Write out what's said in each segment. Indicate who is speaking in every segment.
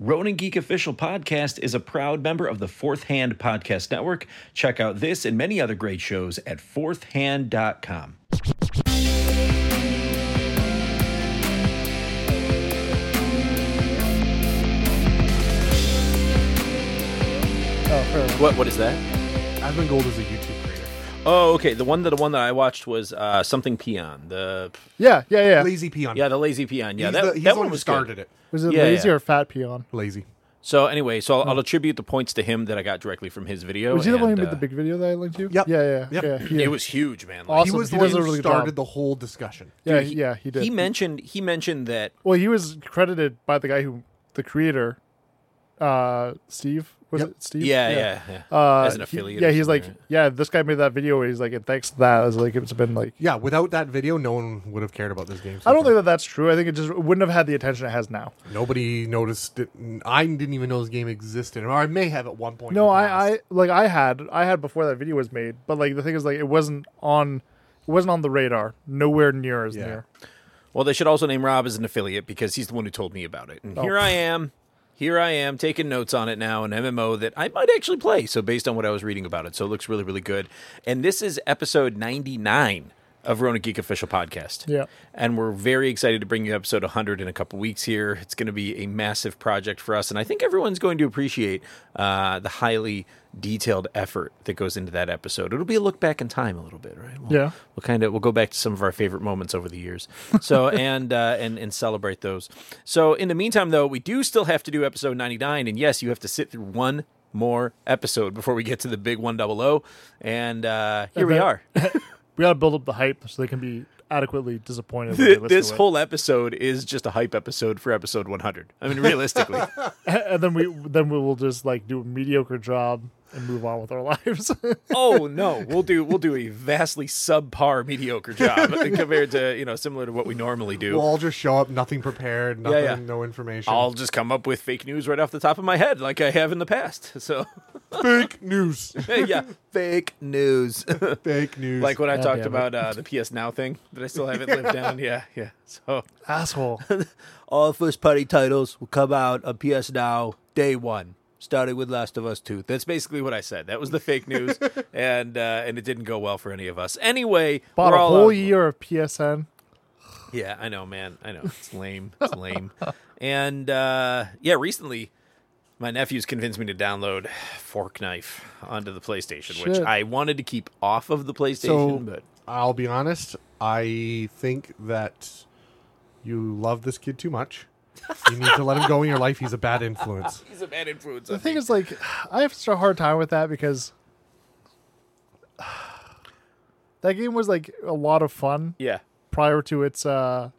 Speaker 1: Ronin Geek Official Podcast is a proud member of the Fourth Hand Podcast Network. Check out this and many other great shows at fourthhand.com.
Speaker 2: Oh, her.
Speaker 3: What? What is that?
Speaker 2: I've been gold as a YouTube creator.
Speaker 3: Oh, okay. The one that the one that I watched was uh, something peon. The
Speaker 2: Yeah, yeah, yeah.
Speaker 4: Lazy peon.
Speaker 3: yeah, the lazy peon. Yeah,
Speaker 4: he's
Speaker 3: that,
Speaker 4: the, he's
Speaker 3: that
Speaker 4: the
Speaker 3: one
Speaker 4: who
Speaker 3: was good.
Speaker 4: started it.
Speaker 2: Was it
Speaker 3: Yeah,
Speaker 2: lazy
Speaker 3: yeah.
Speaker 2: or fat peon?
Speaker 4: Lazy.
Speaker 3: So anyway, so I'll, I'll attribute the points to him that I got directly from his video.
Speaker 2: Was he the one who
Speaker 3: and,
Speaker 2: made
Speaker 3: uh,
Speaker 2: the big video that I linked you?
Speaker 4: Yep.
Speaker 2: Yeah, yeah, yeah.
Speaker 4: Yep.
Speaker 2: yeah, he-
Speaker 3: It was huge, man. Like,
Speaker 2: Awesome.
Speaker 4: He was
Speaker 2: He
Speaker 4: the one
Speaker 2: does a
Speaker 4: who
Speaker 2: really good
Speaker 4: started
Speaker 2: job.
Speaker 4: the whole discussion.
Speaker 2: yeah, he, yeah, he did.
Speaker 3: He mentioned he mentioned that
Speaker 2: well, he was credited by the guy who, the creator, uh, Steve. Was
Speaker 4: Yep.
Speaker 2: it Steve?
Speaker 3: yeah, yeah, yeah,
Speaker 2: Uh,
Speaker 3: as an
Speaker 2: he-
Speaker 3: affiliate.
Speaker 2: yeah,
Speaker 3: or
Speaker 2: he's like,
Speaker 3: something, right?
Speaker 2: yeah, this guy made that video. Where he's like, and thanks to that, it's like it's been like.
Speaker 4: Yeah, without that video, no one would have cared about this game. so
Speaker 2: I don't
Speaker 4: far.
Speaker 2: think that that's true. I think it just wouldn't have had the attention it has now.
Speaker 4: nobody noticed it. I didn't even know this game existed, or I may have at one point.
Speaker 2: No,
Speaker 4: in the
Speaker 2: I,
Speaker 4: past.
Speaker 2: I like I had I had before that video was made, but like the thing is like it wasn't on it wasn't on the radar. Nowhere near as
Speaker 4: Yeah.
Speaker 2: near.
Speaker 3: Well, they should also name Rob as an affiliate because he's the one who told me about it. And
Speaker 2: Oh.
Speaker 3: here I am. Here I am taking notes on it now, an MMO that I might actually play. So, based on what I was reading about it, so it looks really, really good. And this is episode 99 of Rona Geek Official Podcast.
Speaker 2: Yeah.
Speaker 3: And we're very excited to bring you episode 100 in a couple weeks here. It's going to be a massive project for us. And I think everyone's going to appreciate uh, the highly detailed effort that goes into that episode. It'll be a look back in time a little bit, right? We'll-
Speaker 2: Yeah.
Speaker 3: we'll kind of we'll go back to some of our favorite moments over the years so and uh, and and celebrate those so in the meantime though we do still have to do episode 99 and yes you have to sit through one more episode before we get to the big 100 and uh, here we
Speaker 2: Okay.
Speaker 3: are
Speaker 2: We gotta build up the hype so they can be adequately disappointed. When they listen
Speaker 3: this
Speaker 2: to it.
Speaker 3: whole episode is just a hype episode for episode 100 i mean realistically
Speaker 2: and then we then we will just like do a mediocre job and move on with our lives.
Speaker 3: oh no we'll do we'll do a vastly subpar mediocre job compared to you know similar to what we normally do
Speaker 4: We'll all just show up, nothing prepared, nothing,
Speaker 3: yeah.
Speaker 4: no information.
Speaker 3: I'll just come up with fake news right off the top of my head, like I have in the past. So,
Speaker 4: fake news,
Speaker 3: yeah, fake news.
Speaker 4: fake news.
Speaker 3: like when I
Speaker 2: God
Speaker 3: talked
Speaker 2: damn it.
Speaker 3: about uh, the PS Now thing that I still haven't lived down. Yeah, yeah. So
Speaker 2: Asshole.
Speaker 3: all first party titles will come out on PS Now day one, starting with Last of Us Two. That's basically what I said. That was the fake news, and uh, and it didn't go well for any of us. Anyway,
Speaker 2: Bought
Speaker 3: we're
Speaker 2: a
Speaker 3: all
Speaker 2: whole
Speaker 3: out-
Speaker 2: year of PSN.
Speaker 3: Yeah, I know, man. I know. It's lame. It's lame. And uh, yeah, recently my nephews convinced me to download Fork Knife onto the PlayStation, which
Speaker 2: Shit.
Speaker 3: I wanted to keep off of the
Speaker 4: so
Speaker 3: PlayStation, but
Speaker 4: I'll be honest. I think that you love this kid too much. You need to let him go in your life. He's a bad influence.
Speaker 3: he's a bad influence.
Speaker 2: The thing is like I have such a hard time with that because that game was like a lot of fun
Speaker 3: yeah,
Speaker 2: prior to its uh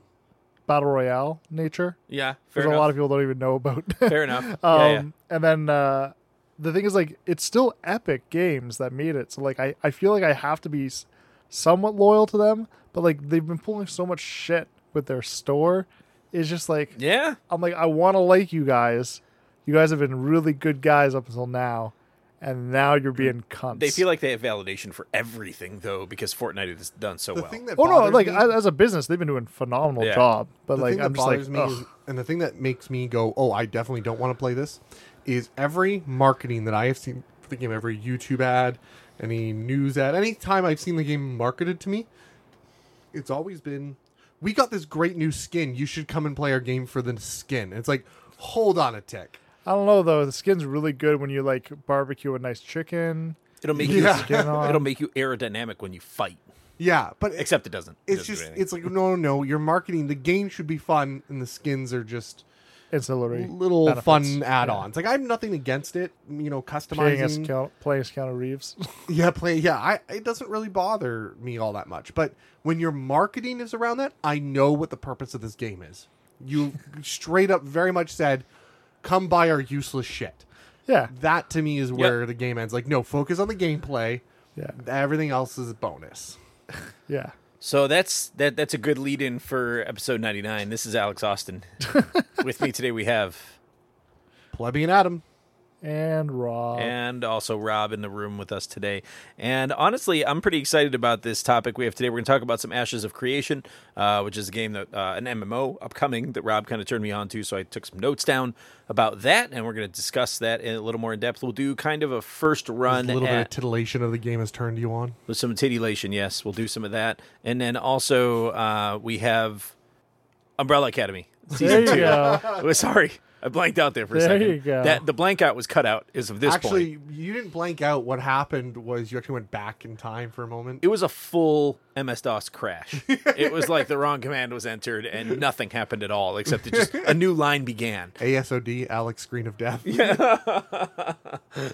Speaker 2: battle royale nature.
Speaker 3: yeah, fair
Speaker 2: There's
Speaker 3: enough.
Speaker 2: a lot of people don't even know about.
Speaker 3: fair enough.
Speaker 2: um,
Speaker 3: yeah, yeah.
Speaker 2: And then uh, the thing is, like, it's still Epic Games that made it. So, like, I, I feel like I have to be s- somewhat loyal to them, but, like, they've been pulling so much shit with their store. It's just like,
Speaker 3: Yeah,
Speaker 2: I'm like, I want to like you guys. You guys have been really good guys up until now, and now you're being cunts.
Speaker 3: Mm-hmm. they feel like they have validation for everything though, because Fortnite has done so
Speaker 4: The
Speaker 3: well.
Speaker 4: thing that
Speaker 2: Oh no!
Speaker 4: bothers
Speaker 2: Like
Speaker 4: me-
Speaker 2: I- as a business, they've been doing a phenomenal
Speaker 3: Yeah.
Speaker 2: job, but
Speaker 4: the
Speaker 2: like
Speaker 4: thing
Speaker 2: I'm
Speaker 4: that
Speaker 2: just like,
Speaker 4: bothers me, is,
Speaker 2: ugh.
Speaker 4: and the thing that makes me go, "Oh, I definitely don't want to play this," is every marketing that I have seen for the game, every YouTube ad, any news ad, any time I've seen the game marketed to me, it's always been, "We got this great new skin. You should come and play our game for the skin." It's like, hold on a tick.
Speaker 2: I don't know though. The skin's really good when you like barbecue a nice chicken.
Speaker 3: it'll make
Speaker 4: Yeah.
Speaker 3: you
Speaker 2: Skin on.
Speaker 3: it'll make you aerodynamic when you fight.
Speaker 4: Yeah, but it-
Speaker 3: Except it doesn't. It
Speaker 4: it's
Speaker 3: doesn't do
Speaker 4: just,
Speaker 3: anything.
Speaker 4: it's like, no, no, you're marketing. The game should be fun, and the skins are just
Speaker 2: ancillary
Speaker 4: little
Speaker 2: benefits.
Speaker 4: fun add-ons. Like I have nothing against it, you know,
Speaker 2: Playing as
Speaker 4: customizing.
Speaker 2: Keanu, playing as Keanu Reeves.
Speaker 4: Yeah, play. Yeah, I, it doesn't really bother me all that much. But when your marketing is around that, I know what the purpose of this game is. You straight up very much said, "Come buy our useless shit."
Speaker 2: yeah,
Speaker 4: That to me is where the game ends. Like, no, focus on the gameplay.
Speaker 2: Yeah.
Speaker 4: everything else is a bonus.
Speaker 2: yeah.
Speaker 3: So that's that. That's a good lead in for episode ninety nine. This is Alex Austin. With me today, we have
Speaker 4: Plebby and Adam.
Speaker 2: and Rob.
Speaker 3: and also Rob in the room with us today. And honestly, I'm pretty excited about this topic we have today. We're going to talk about some Ashes of Creation, uh, which is a game that uh, an MMO upcoming that Rob kind of turned me on to. So I took some notes down about that, and we're going to discuss that in a little more in depth. We'll do kind of a first
Speaker 4: A
Speaker 3: run,
Speaker 4: little bit of
Speaker 3: at-
Speaker 4: titillation of the game has turned you on.
Speaker 3: with some titillation. Yes, we'll do some of that, and then also uh, we have Umbrella Academy.
Speaker 2: There you go.
Speaker 3: Oh, sorry. I blanked out there for a
Speaker 2: There
Speaker 3: second.
Speaker 2: you go.
Speaker 3: That the blank out was cut out is of this point.
Speaker 4: actually, you didn't blank out. What happened was you actually went back in time for a moment.
Speaker 3: it was a full MS DOS crash. it was like the wrong command was entered and nothing happened at all except it just a new line began.
Speaker 4: ASOD, Alex Screen of Death.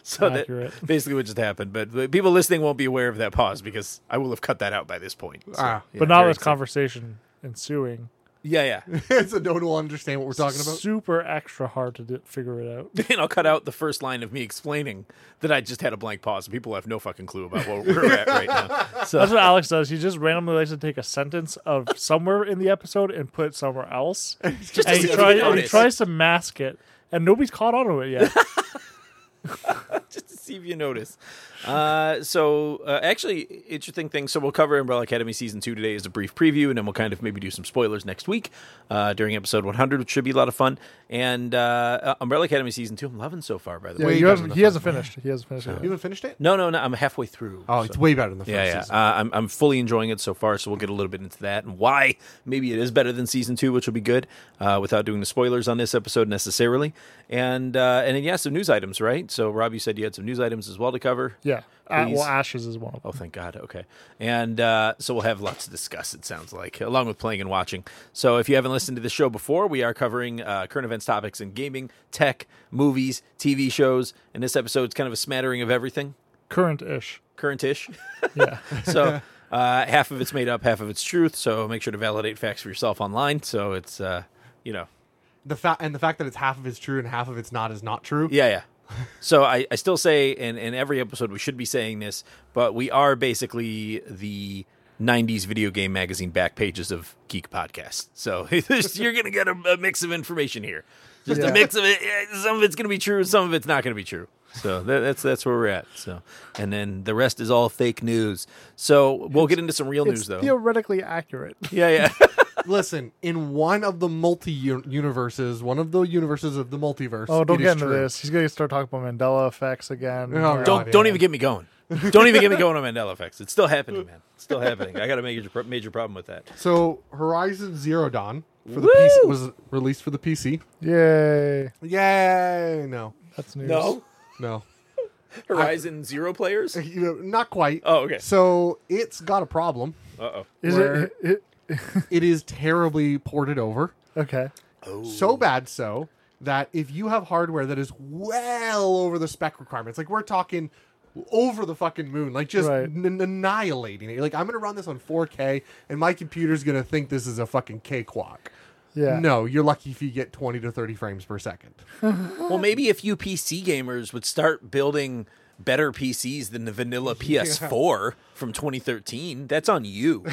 Speaker 3: So
Speaker 2: Accurate.
Speaker 3: that basically what just happened. But, but people listening won't be aware of that pause because I will have cut that out by this point. So,
Speaker 4: Ah.
Speaker 3: yeah,
Speaker 2: but now
Speaker 3: very
Speaker 2: this
Speaker 3: exciting.
Speaker 2: conversation ensuing.
Speaker 3: Yeah, yeah.
Speaker 4: so no one will understand what we're talking about.
Speaker 2: Super extra hard to do, figure it out.
Speaker 3: and I'll cut out the first line of me explaining that I just had a blank pause. People have no fucking clue about where we're at right now.
Speaker 2: That's
Speaker 3: So
Speaker 2: what Alex does. He just randomly likes to take a sentence of somewhere in the episode and put it somewhere else. and
Speaker 3: just
Speaker 2: he,
Speaker 3: doesn't even
Speaker 2: tries, and he
Speaker 3: notice.
Speaker 2: tries to mask it, and nobody's caught on to it yet.
Speaker 3: just to see if you notice. Uh, so, uh, actually, interesting thing. So, we'll cover Umbrella Academy season two today as a brief preview, and then we'll kind of maybe do some spoilers next week uh, during episode 100, which should be a lot of fun. And uh, uh, Umbrella Academy season two, I'm loving so far, by the
Speaker 2: Yeah,
Speaker 3: way.
Speaker 2: you
Speaker 4: better
Speaker 2: have-
Speaker 4: than the
Speaker 2: he
Speaker 4: first
Speaker 2: hasn't finished. He hasn't finished. it
Speaker 4: You
Speaker 2: yet.
Speaker 4: haven't finished it?
Speaker 3: No, no, no. I'm halfway through.
Speaker 4: Oh,
Speaker 3: so-
Speaker 4: it's way better than the first
Speaker 3: yeah, yeah.
Speaker 4: season.
Speaker 3: Uh, I'm, I'm fully enjoying it so far, so we'll get a little bit into that and why maybe it is better than season two, which will be good uh, without doing the spoilers on this episode necessarily. And uh, and then, yeah, some news items, right? So, Rob, you said you had some news items as well to cover.
Speaker 2: Yeah. Uh,
Speaker 3: Please.
Speaker 2: well, Ashes is one of
Speaker 3: Oh,
Speaker 2: them.
Speaker 3: thank God. Okay. And uh, so we'll have lots to discuss, it sounds like, along with playing and watching. So if you haven't listened to the show before, we are covering uh, current events topics in gaming, tech, movies, TV shows. And this episode's kind of a smattering of everything,
Speaker 2: Current ish.
Speaker 3: current ish.
Speaker 2: Yeah.
Speaker 3: so uh, half of it's made up, half of it's truth. So make sure to validate facts for yourself online. So it's, uh, you know,
Speaker 4: The fa- and the fact that it's half of it's true and half of it's not is not true.
Speaker 3: Yeah, yeah. So I, I still say in, in every episode we should be saying this, but we are basically the 90s video game magazine back pages of Geek Podcast. So there's- you're going to get a, a mix of information here. Just a
Speaker 2: Yeah.
Speaker 3: mix of it. Yeah, Some of it's going to be true, some of it's not going to be true. So that, that's that's where we're at. So and then the rest is all fake news. So we'll get into some real
Speaker 2: It's
Speaker 3: news though.
Speaker 2: theoretically accurate.
Speaker 3: yeah, yeah.
Speaker 4: Listen, in one of the multi universes, one of the universes of the multiverse.
Speaker 2: Oh, don't
Speaker 4: it
Speaker 2: get
Speaker 4: is
Speaker 2: into
Speaker 4: true.
Speaker 2: this. He's gonna start talking about Mandela effects again.
Speaker 4: No,
Speaker 2: Yeah.
Speaker 4: God,
Speaker 3: don't don't
Speaker 4: yeah.
Speaker 3: even get me going. Don't even get me going on Mandela effects. It's still happening, man. It's still happening. I got a major pro- major problem with that.
Speaker 4: So, Horizon Zero Dawn for the
Speaker 3: Woo!
Speaker 4: PC was released for the PC.
Speaker 2: Yay!
Speaker 4: Yay! No,
Speaker 2: That's news.
Speaker 3: No.
Speaker 4: no,
Speaker 3: Horizon Zero players?
Speaker 4: You know, not quite.
Speaker 3: Oh, okay.
Speaker 4: So it's got a problem.
Speaker 3: Uh oh.
Speaker 2: Is
Speaker 4: Where-
Speaker 2: it, it?
Speaker 4: It is terribly ported over.
Speaker 2: Okay.
Speaker 4: So bad so that if you have hardware that is well over the spec requirements, like we're talking over the fucking moon, like just
Speaker 2: Right.
Speaker 4: n- annihilating it. Like I'm gonna run this on 4K, and my computer's gonna think this is a fucking cakewalk.
Speaker 2: Yeah.
Speaker 4: No, you're lucky if you get 20 to 30 frames per second.
Speaker 3: Well, maybe if you PC gamers would start building better PCs than the vanilla PS4 from 2013, that's on you.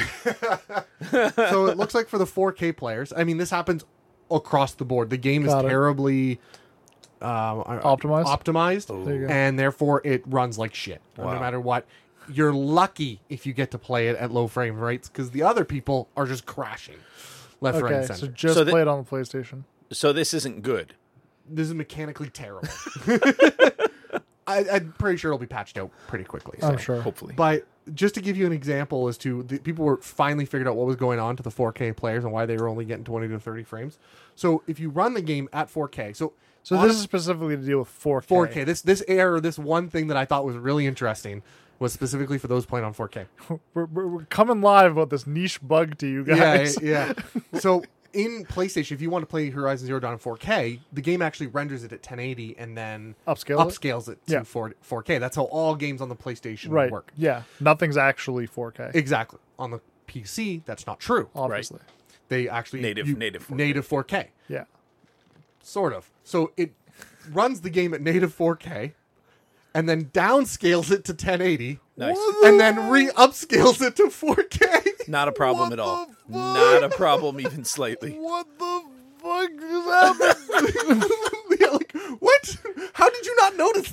Speaker 4: so it looks like for the 4K players, I mean, this happens across the board. The game is
Speaker 2: Got it.
Speaker 4: terribly um,
Speaker 2: Optimized?
Speaker 4: optimized,
Speaker 2: There you go.
Speaker 4: and therefore it runs like shit. No matter what, you're lucky if you get to play it at low frame rates because the other people are just crashing left, right,
Speaker 2: Okay.
Speaker 4: and
Speaker 2: So
Speaker 4: center.
Speaker 2: just
Speaker 3: So the-
Speaker 2: play it on the PlayStation.
Speaker 3: So this isn't good.
Speaker 4: this is mechanically terrible. I, I'm pretty sure it'll be patched out pretty quickly. so.
Speaker 2: I'm sure.
Speaker 3: Hopefully.
Speaker 4: But just to give you an example as to the people were finally figured out what was going on to the 4K players and why they were only getting 20 to 30 frames. So if you run the game at 4K, so
Speaker 2: So
Speaker 4: on
Speaker 2: this is specifically to deal with 4K.
Speaker 4: 4K, this this error, this one thing that I thought was really interesting was specifically for those playing on 4K.
Speaker 2: We're, we're, we're coming live about this niche bug to you
Speaker 4: Yeah,
Speaker 2: guys.
Speaker 4: yeah. so in PlayStation, if you want to play Horizon Zero Dawn in 4K, the game actually renders it at 1080 and then
Speaker 2: Upscale it?
Speaker 4: upscales it to
Speaker 2: Yeah.
Speaker 4: 4, 4K. That's how all games on the PlayStation
Speaker 2: Right.
Speaker 4: work.
Speaker 2: Yeah. Nothing's actually 4K.
Speaker 4: Exactly. On the PC, that's not true.
Speaker 2: obviously.
Speaker 4: they actually
Speaker 3: Native- native 4K.
Speaker 4: native 4K,
Speaker 2: Yeah.
Speaker 4: sort of. So it runs the game at native 4K, and then downscales it to 1080,
Speaker 3: Nice.
Speaker 4: and then re-upscales it to 4K.
Speaker 3: Not a problem at
Speaker 4: What
Speaker 3: all.
Speaker 4: the fuck?
Speaker 3: Not a problem even slightly.
Speaker 4: What the fuck just happened? yeah, like, what? How did you not notice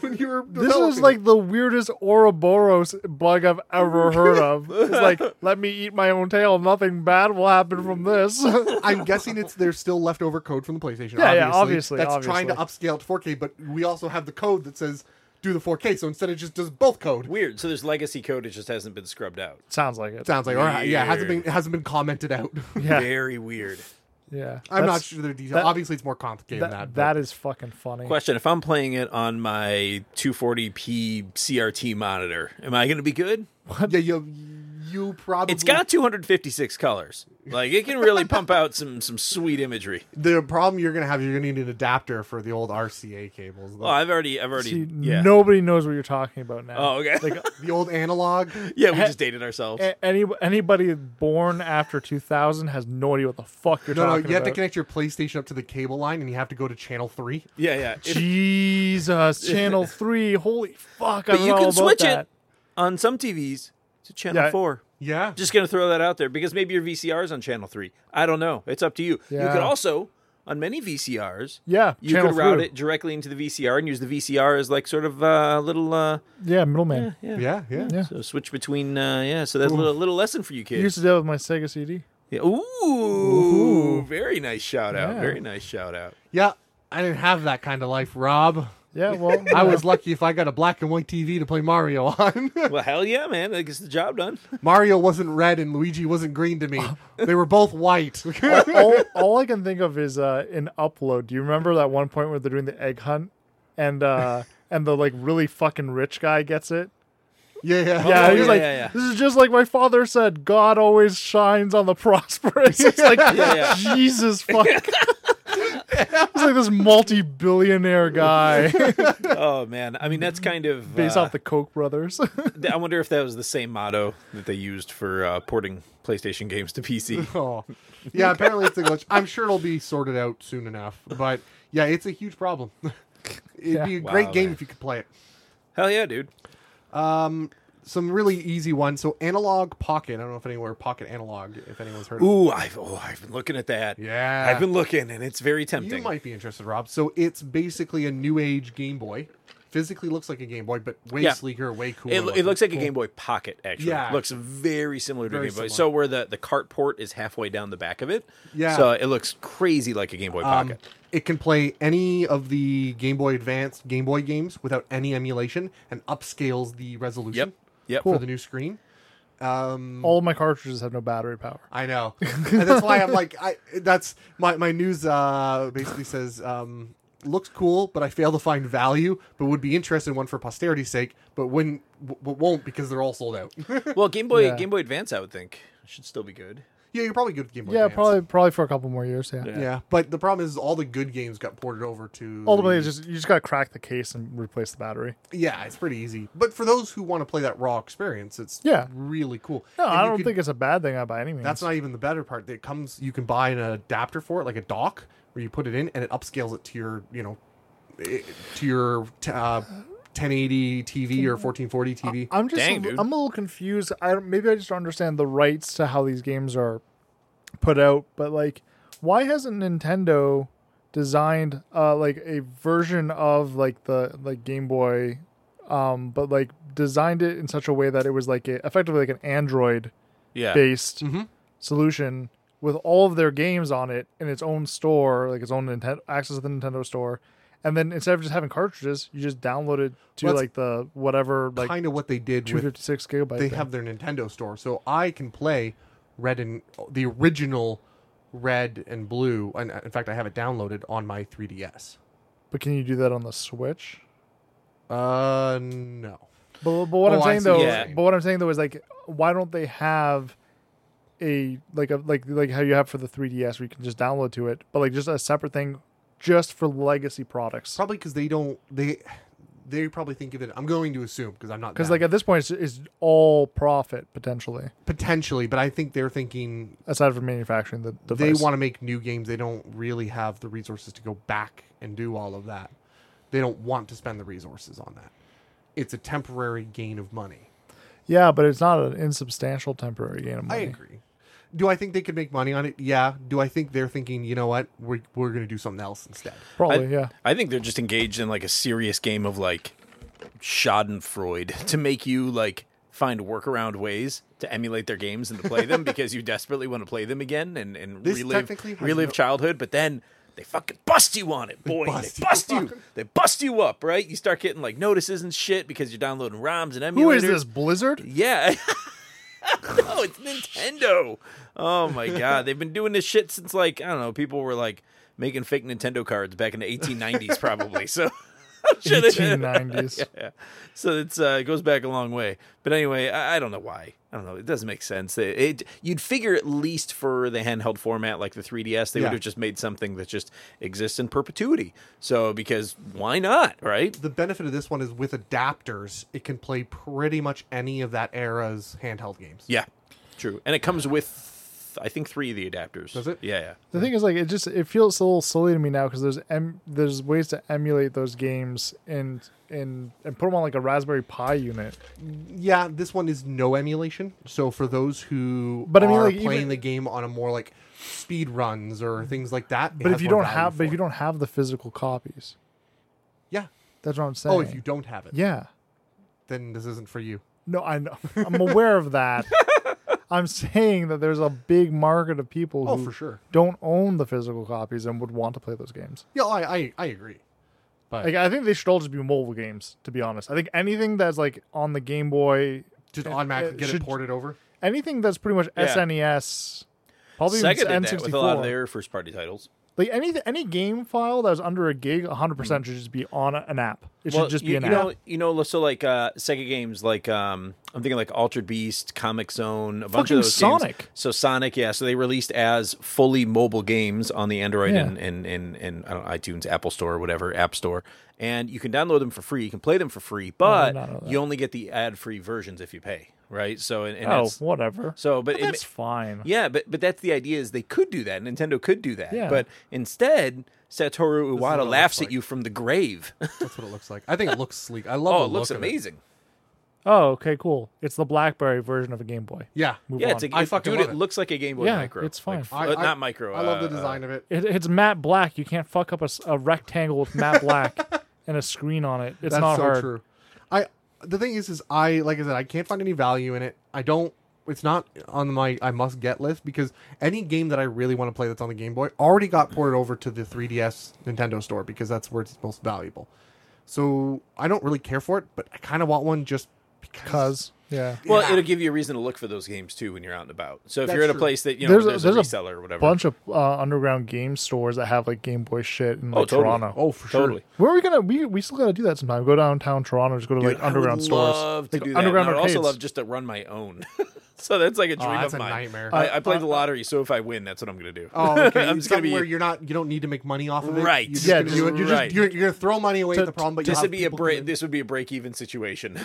Speaker 4: when you were
Speaker 2: This is
Speaker 4: developing
Speaker 2: like the weirdest Ouroboros bug I've ever heard of. It's like, let me eat my own tail. Nothing bad will happen from this.
Speaker 4: it. I'm guessing it's there's still leftover code from the PlayStation.
Speaker 2: Yeah,
Speaker 4: obviously.
Speaker 2: yeah, obviously,
Speaker 4: That's trying to upscale to 4K, but we also have the code that says do the 4K. So instead, it just does both code.
Speaker 3: Weird. So there's legacy code. It just hasn't been scrubbed out.
Speaker 2: Sounds like it.
Speaker 4: Sounds like, or yeah, it hasn't been it hasn't been commented out.
Speaker 2: Yeah,
Speaker 3: Very weird.
Speaker 2: yeah.
Speaker 4: I'm not
Speaker 2: That's-
Speaker 4: sure the detail.
Speaker 2: that-
Speaker 4: Obviously, it's more complicated
Speaker 2: That,
Speaker 4: than that. but-
Speaker 2: that is fucking funny.
Speaker 3: Question: If I'm playing it on my 240p CRT monitor, am I going to be good?
Speaker 4: yeah, you you probably
Speaker 3: It's got 256 colors. Like it can really pump out some some sweet imagery.
Speaker 4: the problem you're gonna have. You're gonna need an adapter for the old RCA cables, the,
Speaker 3: Oh, I've already, I've already,
Speaker 2: See,
Speaker 3: yeah.
Speaker 2: nobody knows what you're talking about now.
Speaker 3: Oh, okay.
Speaker 4: the old analog.
Speaker 3: yeah, we
Speaker 2: eh,
Speaker 3: just dated ourselves.
Speaker 2: A- Any anybody born after 2000 has no idea what the fuck you're
Speaker 4: No, no,
Speaker 2: talking
Speaker 4: you have to
Speaker 2: about.
Speaker 4: connect your PlayStation up to the cable line, and you have to go to channel three.
Speaker 3: yeah, yeah. If-
Speaker 2: Jesus, Channel Three. Holy fuck!
Speaker 3: but
Speaker 2: I don't
Speaker 3: you
Speaker 2: know
Speaker 3: can
Speaker 2: about
Speaker 3: switch
Speaker 2: that.
Speaker 3: it on some TVs to channel
Speaker 2: Yeah.
Speaker 3: four.
Speaker 4: Yeah,
Speaker 3: Just gonna throw that out there because maybe your VCR is on channel three. I don't know. It's up to you. You
Speaker 2: Yeah.
Speaker 3: could also on many VCRs.
Speaker 2: Yeah,
Speaker 3: You
Speaker 2: channel
Speaker 3: could route
Speaker 2: three.
Speaker 3: it directly into the VCR and use the VCR as like sort of uh, little uh,
Speaker 2: Yeah, middleman.
Speaker 3: yeah.
Speaker 4: yeah, yeah.
Speaker 2: Yeah.
Speaker 3: So switch between uh, yeah. So that's a little, little lesson for you
Speaker 2: You
Speaker 3: kids.
Speaker 2: used to deal with my Sega CD.
Speaker 3: Yeah. Ooh, very nice shout out.
Speaker 2: Yeah.
Speaker 3: Very nice shout out.
Speaker 4: Yeah, I didn't have that kind of life, Rob.
Speaker 2: Yeah, well,
Speaker 4: I
Speaker 2: yeah.
Speaker 4: was lucky if I got a black and white TV to play Mario on.
Speaker 3: Well, hell yeah, man. That gets the job done.
Speaker 4: Mario wasn't red and Luigi wasn't green to me. They were both white.
Speaker 2: all, all I can think of is uh, an upload. Do you remember that one point where they're doing the egg hunt and uh, and the like really fucking rich guy gets it?
Speaker 4: yeah, Oh, yeah.
Speaker 2: Yeah, he's
Speaker 3: yeah,
Speaker 2: like,
Speaker 3: yeah, yeah.
Speaker 2: this is just like my father said. God always shines on the prosperous. It's like
Speaker 3: Yeah,
Speaker 2: Jesus fuck. It's like this multi-billionaire guy
Speaker 3: Oh man. I mean, that's kind of
Speaker 2: based
Speaker 3: uh,
Speaker 2: off the Koch brothers.
Speaker 3: th- I wonder if that was the same motto that they used for uh, porting PlayStation games to PC.
Speaker 4: Oh. Yeah, apparently it's a glitch. I'm sure it'll be sorted out soon enough. But yeah, it's a huge problem. It'd be a
Speaker 3: Wow,
Speaker 4: great game
Speaker 3: man.
Speaker 4: if you could play it.
Speaker 3: hell yeah, dude.
Speaker 4: Some really easy ones. So analog pocket. I don't know if anywhere pocket analog, if anyone's heard of
Speaker 3: Ooh, I've oh, I've been looking at that.
Speaker 4: Yeah.
Speaker 3: I've been looking, and it's very
Speaker 4: You
Speaker 3: tempting.
Speaker 4: might be interested, Rob. So it's basically a new age Game Boy. Physically looks like a Game Boy, but way
Speaker 3: Yeah.
Speaker 4: sleeker, way cooler.
Speaker 3: It, lo- it
Speaker 4: looking.
Speaker 3: looks like a Game Boy Pocket, actually.
Speaker 4: Yeah.
Speaker 3: Looks very similar to
Speaker 4: Very
Speaker 3: a Game Boy.
Speaker 4: similar.
Speaker 3: So, where the, the cart port is halfway down the back of it.
Speaker 4: Yeah.
Speaker 3: So, it looks crazy like a Game Boy
Speaker 4: Um,
Speaker 3: Pocket.
Speaker 4: it can play any of the Game Boy Advance Game Boy games without any emulation and upscales the resolution
Speaker 3: yep. Yep.
Speaker 4: for the new screen.
Speaker 2: all my cartridges have no battery power.
Speaker 4: I know. and that's why I'm like, I that's my, my news uh, basically says um, looks cool, but I fail to find value, but would be interested in one for posterity's sake, but wouldn't, w- but won't because they're all sold out. yeah,
Speaker 3: Well, Game Boy
Speaker 2: Yeah.
Speaker 3: Game Boy Advance, I would think, should still be good.
Speaker 4: you're probably good with Game Boy.
Speaker 2: Yeah,
Speaker 4: Advance.
Speaker 2: probably probably for a couple more years. Yeah.
Speaker 3: Yeah.
Speaker 4: Yeah, but the problem is all the good games got ported over to.
Speaker 2: Ultimately, it's just you just gotta crack the case and replace the battery.
Speaker 4: yeah, it's pretty easy. But for those who want to play that raw experience, it's
Speaker 2: Yeah.
Speaker 4: really cool.
Speaker 2: No,
Speaker 4: And
Speaker 2: I
Speaker 4: you
Speaker 2: don't
Speaker 4: could-
Speaker 2: think it's a bad thing uh, by any means.
Speaker 4: That's not even the better part. It comes, you can buy an adapter for it, like a dock, where you put it in, and it upscales it to your, you know, eh, to your t- uh, 1080 TV or 1440 TV.
Speaker 2: I'm just
Speaker 3: Dang,
Speaker 2: a,
Speaker 3: dude.
Speaker 2: I'm a little confused. I don't, maybe I just don't understand the rights to how these games are put out, but like why hasn't Nintendo designed uh like a version of like the like Game Boy um but like designed it in such a way that it was like a, effectively like an Android
Speaker 3: Yeah. Mm-hmm.
Speaker 2: based solution with all of their games on it in its own store, like its own Nintendo access to the Nintendo store. And then instead of just having cartridges, you just download it to
Speaker 4: Well, that's
Speaker 2: like the whatever like
Speaker 4: kind of what they did
Speaker 2: two
Speaker 4: with
Speaker 2: fifty six gigabyte.
Speaker 4: they
Speaker 2: thing.
Speaker 4: have their Nintendo store, so I can play Red and the original Red and Blue. And uh, in fact, I have it downloaded on my 3DS.
Speaker 2: but can you do that on the Switch?
Speaker 4: Uh, no.
Speaker 2: But, but what
Speaker 4: Oh,
Speaker 2: I'm
Speaker 4: I
Speaker 2: saying
Speaker 4: see
Speaker 2: though,
Speaker 4: what
Speaker 3: you're saying.
Speaker 2: but what I'm saying though is like, why don't they have a like a like like how you have for the 3DS where you can just download to it, but like just a separate thing just for legacy products?
Speaker 4: Probably because they don't they they probably think of it. I'm going to assume because I'm not
Speaker 2: Because
Speaker 4: them,
Speaker 2: like at this point, it's, it's all profit potentially,
Speaker 4: potentially, but I think they're thinking
Speaker 2: aside from manufacturing the
Speaker 4: they
Speaker 2: device.
Speaker 4: want to make new games. They don't really have the resources to go back and do all of that. They don't want to spend the resources on that. It's a temporary gain of money.
Speaker 2: Yeah, but it's not an insubstantial temporary gain of money.
Speaker 4: I agree. do I think they could make money on it? Yeah. Do I think they're thinking, you know what, we're, we're going to do something else instead?
Speaker 2: Probably,
Speaker 3: I,
Speaker 2: yeah.
Speaker 3: I think they're just engaged in like a serious game of like Schadenfreude to make you like find workaround ways to emulate their games and to play them because you desperately want to play them again and, and
Speaker 4: This
Speaker 3: relive,
Speaker 4: technically has
Speaker 3: relive
Speaker 4: no-
Speaker 3: childhood, but then they fucking bust you on it, boy. They
Speaker 4: bust
Speaker 3: bust,
Speaker 4: you.
Speaker 3: you. They bust you up, right? You start getting like notices and shit because you're downloading ROMs and emulators.
Speaker 2: Who is this Blizzard?
Speaker 3: Yeah. no, it's Nintendo. Oh my god, they've been doing this shit since like I don't know. People were like making fake Nintendo cards back in the 1890s, probably. So. I'm sure they-
Speaker 2: 1890s.
Speaker 3: yeah. So it's uh, it goes back a long way. But anyway, I, I don't know why. I don't know. It doesn't make sense. It, it- you'd figure at least for the handheld format like the 3DS, they
Speaker 4: Yeah.
Speaker 3: would have just made something that just exists in perpetuity. So because why not, right?
Speaker 4: The benefit of this one is with adapters, it can play pretty much any of that era's handheld games.
Speaker 3: Yeah, true. And it comes with, I think, three of the adapters.
Speaker 4: Does it?
Speaker 3: Yeah, yeah.
Speaker 2: The thing is, like, it just it feels a little silly to me now because there's em- there's ways to emulate those games and and and put them on like a Raspberry Pi unit.
Speaker 4: Yeah, this one is no emulation. So for those who
Speaker 2: But I mean,
Speaker 4: are
Speaker 2: like,
Speaker 4: playing
Speaker 2: even-
Speaker 4: the game on a more like speed runs or things like that, it
Speaker 2: But if
Speaker 4: has
Speaker 2: you
Speaker 4: more
Speaker 2: don't
Speaker 4: value
Speaker 2: have, but
Speaker 4: for
Speaker 2: if you
Speaker 4: it.
Speaker 2: don't have the physical copies,
Speaker 4: yeah.
Speaker 2: that's what I'm saying.
Speaker 4: Oh, if you don't have it,
Speaker 2: yeah,
Speaker 4: then this isn't for you.
Speaker 2: no, I know, I'm aware of that. I'm saying that there's a big market of people
Speaker 4: Oh,
Speaker 2: who
Speaker 4: for sure.
Speaker 2: don't own the physical copies and would want to play those games.
Speaker 4: Yeah, I I, I agree. But
Speaker 2: Like, I think they should all just be mobile games. To be honest, I think anything that's like on the Game Boy,
Speaker 4: just automatically
Speaker 2: it
Speaker 4: get
Speaker 2: should-
Speaker 4: it ported over.
Speaker 2: anything that's pretty much
Speaker 3: Yeah.
Speaker 2: SNES, probably
Speaker 3: Sega
Speaker 2: even
Speaker 3: did that with a lot of
Speaker 2: N64.
Speaker 3: their first party titles.
Speaker 2: Like any any game file that was under a gig, 100 percent should just be on a- an app. It should just
Speaker 3: Mm-hmm. you,
Speaker 2: be an
Speaker 3: you
Speaker 2: app.
Speaker 3: know, you know, so like uh, Sega games, like um, I'm thinking like Altered Beast, Comic Zone, a bunch
Speaker 2: Fucking
Speaker 3: of those games.
Speaker 2: Sonic.
Speaker 3: So Sonic, yeah. So they released as fully mobile games on the Android
Speaker 2: Yeah.
Speaker 3: and and and, and I don't know, iTunes, Apple Store, or whatever App Store, and you can download them for free. You can play them for free, but
Speaker 2: not know that.
Speaker 3: you only get the ad free versions if you pay, right? So and, and
Speaker 2: oh,
Speaker 3: that's,
Speaker 2: whatever.
Speaker 3: so, but, it,
Speaker 2: That's fine.
Speaker 3: Yeah, but but that's the idea is they could do that. Nintendo could do that.
Speaker 2: Yeah.
Speaker 3: But instead, Satoru
Speaker 4: what it
Speaker 3: Iwata
Speaker 4: looks
Speaker 3: laughs
Speaker 4: like.
Speaker 3: at you from the grave.
Speaker 4: That's what it looks like. I think it looks sleek. I love.
Speaker 3: oh,
Speaker 4: the
Speaker 3: it looks
Speaker 4: look of
Speaker 3: amazing.
Speaker 2: Oh, okay, cool. It's the BlackBerry version of a Game Boy.
Speaker 4: Yeah,
Speaker 2: Move
Speaker 3: Yeah,
Speaker 2: on.
Speaker 3: it's a,
Speaker 4: I
Speaker 3: it-
Speaker 4: fucking
Speaker 3: dude,
Speaker 4: love
Speaker 3: it
Speaker 4: it.
Speaker 3: looks like a Game Boy
Speaker 2: Yeah,
Speaker 3: Micro.
Speaker 2: it's fine.
Speaker 3: Like,
Speaker 4: I,
Speaker 3: uh,
Speaker 4: I-
Speaker 3: not micro.
Speaker 4: I love the
Speaker 3: uh,
Speaker 4: design of it.
Speaker 2: It, it's matte black. You can't fuck up a, s- a rectangle with matte black and a screen on it. It's
Speaker 4: That's
Speaker 2: not
Speaker 4: so
Speaker 2: hard.
Speaker 4: true. I the thing is, is I like I said, I can't find any value in it. I don't. It's not on my I must get list because any game that I really want to play that's on the Game Boy already got ported over to the 3DS Nintendo store because that's where it's most valuable. So I don't really care for it, but I kind of want one just because.
Speaker 2: Cause yeah,
Speaker 3: Well,
Speaker 4: Yeah.
Speaker 3: it'll give you a reason to look for those games too when you're out and about. So if
Speaker 4: That's
Speaker 3: you're at a
Speaker 4: true.
Speaker 3: place that you know
Speaker 2: There's a-
Speaker 3: there's,
Speaker 2: there's a
Speaker 3: a reseller or whatever.
Speaker 2: bunch of uh, underground game stores that have like Game Boy shit in like,
Speaker 3: oh, totally.
Speaker 2: Toronto.
Speaker 3: Oh, for totally.
Speaker 4: sure.
Speaker 2: Where are we gonna? We, we still gotta do that sometime. Go downtown Toronto. Just go to
Speaker 3: Dude,
Speaker 2: like underground
Speaker 3: I would
Speaker 2: stores.
Speaker 3: Love to
Speaker 2: like
Speaker 3: do that.
Speaker 2: underground
Speaker 3: and I would
Speaker 2: arcades.
Speaker 3: also love just to run my own. so that's like a dream
Speaker 4: Oh, that's
Speaker 3: of
Speaker 4: a
Speaker 3: mine.
Speaker 4: nightmare. Uh,
Speaker 3: I, I played the lottery, so if I win, that's what I'm gonna do.
Speaker 4: Oh, okay.
Speaker 3: I'm just gonna be
Speaker 4: where you're not. You don't need to make money off of it.
Speaker 3: Right.
Speaker 4: You're just
Speaker 2: Yeah,
Speaker 4: gonna
Speaker 2: just-
Speaker 4: do it. You're,
Speaker 3: right.
Speaker 4: just, you're, you're gonna throw money away at the problem. But you'll
Speaker 3: this
Speaker 4: have
Speaker 3: would be a
Speaker 4: people come
Speaker 3: break.
Speaker 4: in.
Speaker 3: This would be a break-even situation.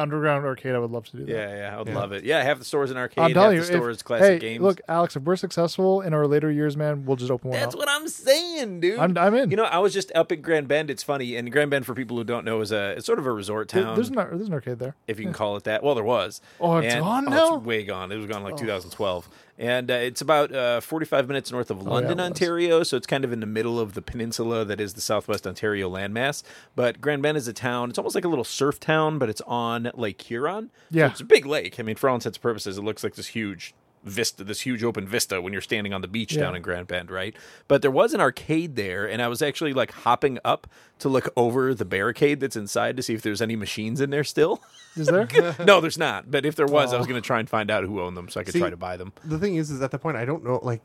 Speaker 2: underground arcade. I would love to do that.
Speaker 3: Yeah, yeah, I'd love it. Yeah, half the stores in arcade,
Speaker 2: I'm
Speaker 3: half
Speaker 2: telling
Speaker 3: the
Speaker 2: you,
Speaker 3: stores
Speaker 2: if,
Speaker 3: classic
Speaker 2: hey,
Speaker 3: games.
Speaker 2: look, Alex, if we're successful in our later years, man, we'll just open one
Speaker 3: that's
Speaker 2: up.
Speaker 3: what I'm saying, dude.
Speaker 2: I'm- I'm in.
Speaker 3: You know, I was just up at Grand Bend. It's funny, and Grand Bend, for people who don't know, is a it's sort of a resort
Speaker 2: There-
Speaker 3: town,
Speaker 2: there's an ar- there's an arcade there.
Speaker 3: if you can call it that. Well, there was.
Speaker 2: Oh, it's
Speaker 3: And-
Speaker 2: gone
Speaker 3: oh,
Speaker 2: now? Oh.
Speaker 3: it's way gone. It was gone like 2012, and uh, it's about uh, 45 minutes north of London,
Speaker 2: Oh, it was.
Speaker 3: Ontario. So it's kind of in the middle of the peninsula that is the Southwest Ontario landmass. But Grand Bend is a town. It's almost like a little surf town, but it's on Lake Huron. So
Speaker 2: Yeah.
Speaker 3: it's a big lake. I mean, for all intents and purposes, it looks like this huge vista, this huge open vista when you're standing on the beach down in Grand Bend, right? But there was an arcade there, and I was actually like hopping up to look over the barricade that's inside to see if there's any machines in there still.
Speaker 2: Is there?
Speaker 3: no, there's not. But if there was, I was going to try and find out who owned them so I could
Speaker 4: Oh. See-
Speaker 3: try to buy them.
Speaker 4: the thing is, is at that point, I don't know. Like,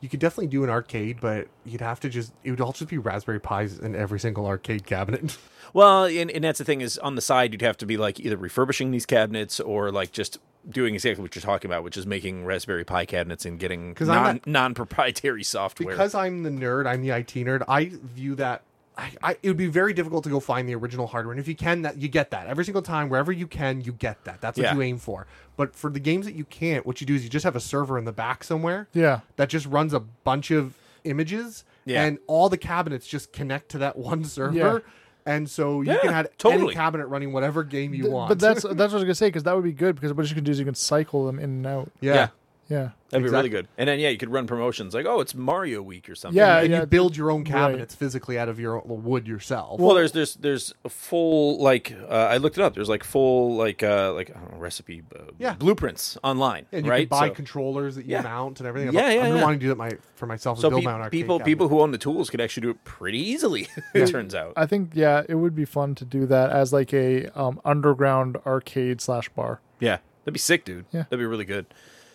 Speaker 4: you could definitely do an arcade, but you'd have to just it would all just be Raspberry Pis in every single arcade cabinet.
Speaker 3: Well, and, and that's the thing is on the side you'd have to be like either refurbishing these cabinets or like just doing exactly what you're talking about, which is making Raspberry Pi cabinets and getting
Speaker 4: 'Cause I'm
Speaker 3: non
Speaker 4: not-
Speaker 3: non-proprietary software.
Speaker 4: because I'm the nerd, I'm the IT nerd. I view that. I, I, it would be very difficult to go find the original hardware, and if you can, that you get that every single time, wherever you can, you get that. That's what
Speaker 3: Yeah.
Speaker 4: you aim for. But for the games that you can't, what you do is you just have a server in the back somewhere,
Speaker 2: Yeah.
Speaker 4: that just runs a bunch of images,
Speaker 3: Yeah.
Speaker 4: and all the cabinets just connect to that one server, and so you
Speaker 3: Yeah,
Speaker 4: can have any
Speaker 3: totally.
Speaker 4: cabinet running whatever game you want.
Speaker 2: But that's that's what I was gonna say because that would be good because what you can do is you can cycle them in and out.
Speaker 4: Yeah.
Speaker 2: Yeah.
Speaker 3: That'd be really
Speaker 4: Exactly.
Speaker 3: good. And then yeah, you could run promotions like, oh, it's Mario Week or something.
Speaker 2: Yeah.
Speaker 4: and you build your own
Speaker 2: right.
Speaker 4: cabinets physically out of your own wood yourself.
Speaker 3: Well, there's there's there's a full like uh, I looked it up. There's like full like uh, like I don't know, recipe uh,
Speaker 4: Yeah.
Speaker 3: blueprints online,
Speaker 4: and you
Speaker 3: right?
Speaker 4: can buy
Speaker 3: So-
Speaker 4: controllers that you
Speaker 3: Yeah.
Speaker 4: mount and everything.
Speaker 3: Yeah,
Speaker 4: I've,
Speaker 3: yeah,
Speaker 4: I've been
Speaker 3: yeah.
Speaker 4: wanting to do that my, for myself. is
Speaker 3: so
Speaker 4: build
Speaker 3: pe-
Speaker 4: my own arcade
Speaker 3: people
Speaker 4: cabinet.
Speaker 3: people who own the tools could actually do it pretty easily. it turns out.
Speaker 2: I think yeah, it would be fun to do that as like a um, underground arcade slash bar.
Speaker 3: Yeah, that'd be sick, dude.
Speaker 2: Yeah.
Speaker 3: that'd be really good.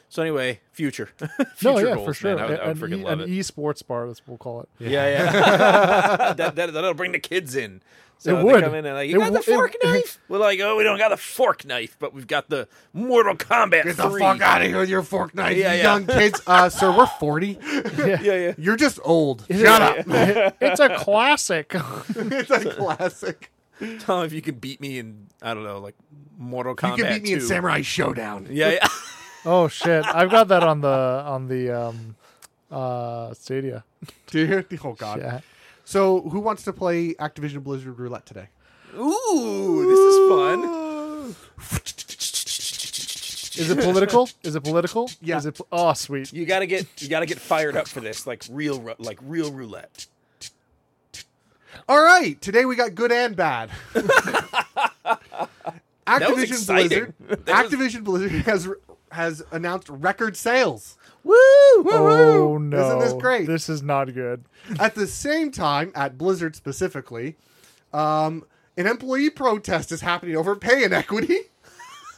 Speaker 3: So anyway, future,
Speaker 2: No,
Speaker 3: future
Speaker 2: yeah,
Speaker 3: goals,
Speaker 2: for sure.
Speaker 3: man. I would, I would
Speaker 2: an
Speaker 3: freaking
Speaker 2: e-
Speaker 3: love
Speaker 2: an
Speaker 3: it.
Speaker 2: esports bar, that's what we'll call it.
Speaker 3: yeah, yeah. that, that that'll bring the kids in. So
Speaker 2: It
Speaker 3: they
Speaker 2: would.
Speaker 3: come in and like, you
Speaker 2: It
Speaker 3: got the
Speaker 2: w-
Speaker 3: fork
Speaker 2: it-
Speaker 3: knife. We're like, oh, we don't got a fork knife, but we've got the Mortal Kombat.
Speaker 4: Get the
Speaker 3: 3.
Speaker 4: fuck out of here with your fork knife,
Speaker 3: Yeah,
Speaker 4: you
Speaker 3: yeah.
Speaker 4: young kids. Uh, sir, we're 40.
Speaker 3: Yeah, yeah.
Speaker 4: You're just old. Shut up.
Speaker 2: it's a classic.
Speaker 4: it's a classic.
Speaker 3: Tell him if you could beat me in I don't know, like Mortal
Speaker 4: You
Speaker 3: Kombat.
Speaker 4: can beat me in
Speaker 3: 2.
Speaker 4: Samurai Showdown.
Speaker 3: Yeah, yeah.
Speaker 2: oh shit, I've got that on the on the um uh Stadia.
Speaker 4: Dude. Oh, God.
Speaker 2: Yeah.
Speaker 4: So, who wants to play Activision Blizzard Roulette today?
Speaker 3: Ooh, this is fun.
Speaker 2: Is it political? Is it political?
Speaker 4: Yeah.
Speaker 2: Is it pol- oh sweet.
Speaker 3: You gotta get you gotta get fired up for this, like real ru- like real roulette.
Speaker 4: All right. Today we got good and bad.
Speaker 3: was
Speaker 4: Activision
Speaker 3: exciting.
Speaker 4: Blizzard.
Speaker 3: That was-
Speaker 4: Activision Blizzard has has announced record sales.
Speaker 3: Woo!
Speaker 2: Oh
Speaker 4: Woohoo!
Speaker 2: no.
Speaker 4: Isn't this great?
Speaker 2: This is not good.
Speaker 4: At the same time, at Blizzard specifically, um, an employee protest is happening over pay inequity.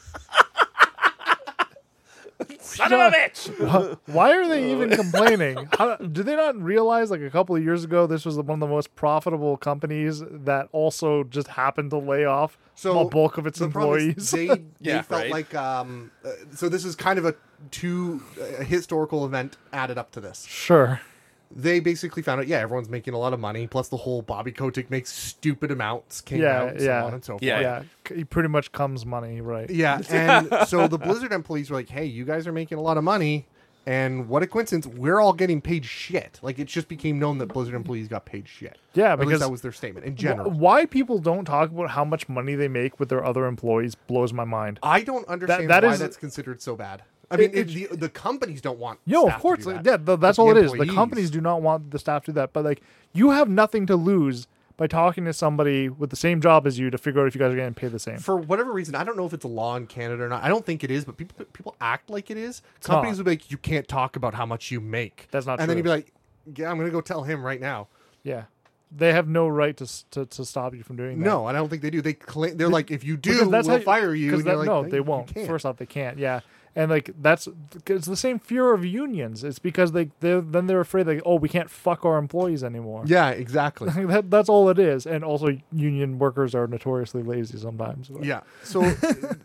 Speaker 3: Son of a bitch!
Speaker 2: Why are they even complaining? How, do they not realize like a couple of years ago this was one of the most profitable companies that also just happened to lay off
Speaker 4: So,
Speaker 2: the bulk of its
Speaker 4: The problem is
Speaker 2: employees?
Speaker 4: they, they
Speaker 3: Yeah,
Speaker 4: felt
Speaker 3: right.
Speaker 4: like um, uh, so this is kind of a two a historical event added up to this.
Speaker 2: sure.
Speaker 4: They basically found out, yeah, everyone's making a lot of money. Plus, the whole Bobby Kotick makes stupid amounts came
Speaker 2: Yeah,
Speaker 4: out,
Speaker 2: yeah.
Speaker 4: so on and so forth.
Speaker 3: Yeah.
Speaker 2: Yeah. c- It pretty much comes money, right?
Speaker 4: Yeah, and so the Blizzard employees were like, "Hey, you guys are making a lot of money, and what a coincidence! We're all getting paid shit." Like it just became known that Blizzard employees got paid shit. Or
Speaker 2: Yeah,
Speaker 4: at least
Speaker 2: because-
Speaker 4: that was their statement in
Speaker 2: Wh-
Speaker 4: general.
Speaker 2: Why people don't talk about how much money they make with their other employees blows my mind.
Speaker 4: I don't understand
Speaker 2: that
Speaker 4: why
Speaker 2: is-
Speaker 4: that's considered so bad. I mean,
Speaker 2: it-
Speaker 4: it, the, the companies don't want.
Speaker 2: No,
Speaker 4: staff
Speaker 2: of
Speaker 4: to
Speaker 2: course.
Speaker 4: do
Speaker 2: like,
Speaker 4: that.
Speaker 2: yeah, th- that's
Speaker 4: But
Speaker 2: all
Speaker 4: the
Speaker 2: it is. The
Speaker 4: employees-
Speaker 2: companies do not want the staff to do that. But like, you have nothing to lose by talking to somebody with the same job as you to figure out if you guys are getting paid the same.
Speaker 4: for whatever reason, I don't know if it's a law in Canada or not. I don't think it is, but people people act like it is. Companies would
Speaker 2: not.
Speaker 4: be like, "You can't talk about how much you make."
Speaker 2: That's not
Speaker 4: And then
Speaker 2: true.
Speaker 4: you'd be like, "Yeah, I'm going to go tell him right now."
Speaker 2: Yeah, they have no right to s- to, to stop you from doing that.
Speaker 4: No, I don't think they do. They claim they're like, "If you do,
Speaker 2: Because that's
Speaker 4: we'll
Speaker 2: how-
Speaker 4: fire you."
Speaker 2: 'cause
Speaker 4: And you're
Speaker 2: that-
Speaker 4: like,
Speaker 2: no,
Speaker 4: you
Speaker 2: they won't.
Speaker 4: can't."
Speaker 2: First off, they can't. Yeah, and like that's it's the same fear of unions. It's because they they then they're afraid like oh we can't fuck our employees anymore.
Speaker 4: Yeah, exactly.
Speaker 2: that, that's all it is. And also, union workers are notoriously lazy sometimes. but-
Speaker 4: yeah. So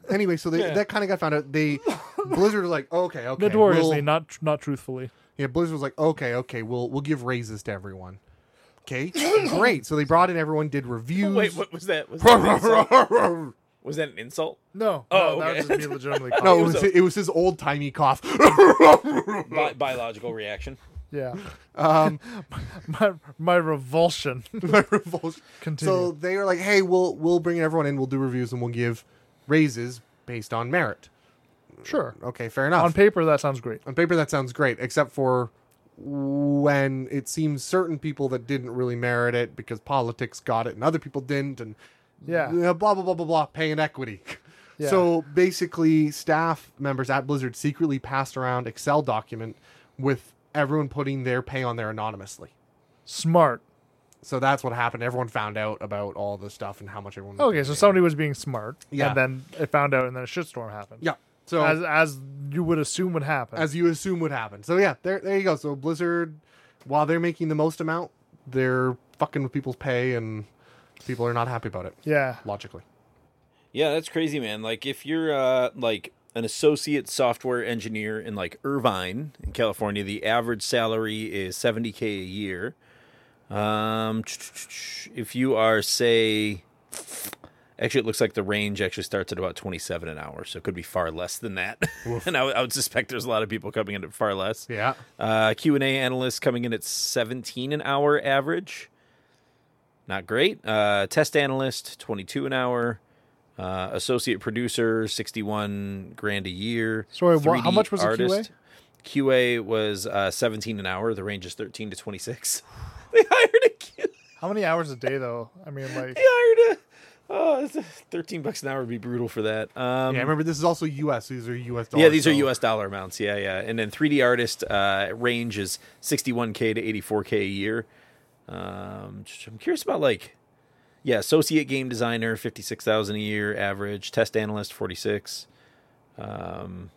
Speaker 4: anyway, so they, that kind of got found out. They Blizzard was like, "Okay, okay."
Speaker 2: notoriously,
Speaker 4: we'll-
Speaker 2: not not truthfully.
Speaker 4: Yeah, Blizzard was like, "Okay, okay, we'll we'll give raises to everyone." Okay, great. So they brought in everyone, did reviews.
Speaker 3: Wait, what was that? Was that, an insult?
Speaker 4: no,
Speaker 3: Was that an insult?
Speaker 2: No,
Speaker 3: Oh,
Speaker 2: no, that would
Speaker 3: okay.
Speaker 2: just be legitimately.
Speaker 4: it
Speaker 2: cocky.
Speaker 4: was
Speaker 3: a-
Speaker 4: it was his old timey cough.
Speaker 3: Bi- biological reaction.
Speaker 2: yeah,
Speaker 4: um,
Speaker 2: my my revulsion.
Speaker 4: my revulsion.
Speaker 2: Continue.
Speaker 4: So they were like, "Hey, we'll we'll bring everyone in. We'll do reviews and we'll give raises based on merit."
Speaker 2: sure,
Speaker 4: Okay, fair enough.
Speaker 2: on paper that sounds great.
Speaker 4: on paper that sounds great except for when it seems certain people that didn't really merit it because politics got it and other people didn't and
Speaker 2: Yeah.
Speaker 4: blah blah blah blah blah pay inequity
Speaker 2: Yeah.
Speaker 4: so basically staff members at blizzard secretly passed around excel document with everyone putting their pay on there anonymously
Speaker 2: Smart.
Speaker 4: so that's what happened everyone found out about all the stuff and how much everyone was
Speaker 2: Okay, so
Speaker 4: getting
Speaker 2: somebody was being smart,
Speaker 4: Yeah.
Speaker 2: and then it found out, and then a shitstorm happened.
Speaker 4: paid. yeah so
Speaker 2: as as you would assume would happen.
Speaker 4: as you assume would happen. So yeah, there there you go. So Blizzard, while they're making the most amount, they're fucking with people's pay, and people are not happy about it.
Speaker 2: yeah,
Speaker 4: Logically,
Speaker 3: Yeah, that's crazy, man. Like if you're uh like an associate software engineer in like Irvine in California, the average salary is 70k a year. Um if you are say actually it looks like the range actually starts at about 27 an hour, so it could be far less than that. and I, would- I would suspect there's a lot of people coming in at far less.
Speaker 4: yeah.
Speaker 3: Uh, Q and A analyst coming in at 17 an hour average. Not great. Uh, test analyst 22 an hour. Uh, associate producer 61 grand a year.
Speaker 2: Sorry, wha- how
Speaker 3: 3D
Speaker 2: much was a QA?
Speaker 3: artist, QA was uh, 17 an hour. The range is 13 to 26. they hired a Q.
Speaker 2: How many hours a day though? I mean, like
Speaker 3: They hired a. Oh, it's- 13 bucks an hour would be brutal for that. Um,
Speaker 4: Yeah, remember this is also U.S. These are U.S. dollars.
Speaker 3: yeah, these are
Speaker 4: so-
Speaker 3: U.S. dollar amounts. Yeah, yeah. And then 3D artist uh, range is 61k to 84k a year. Um, j- I'm curious about like, yeah, associate game designer 56,000 a year average. Test analyst 46. Um,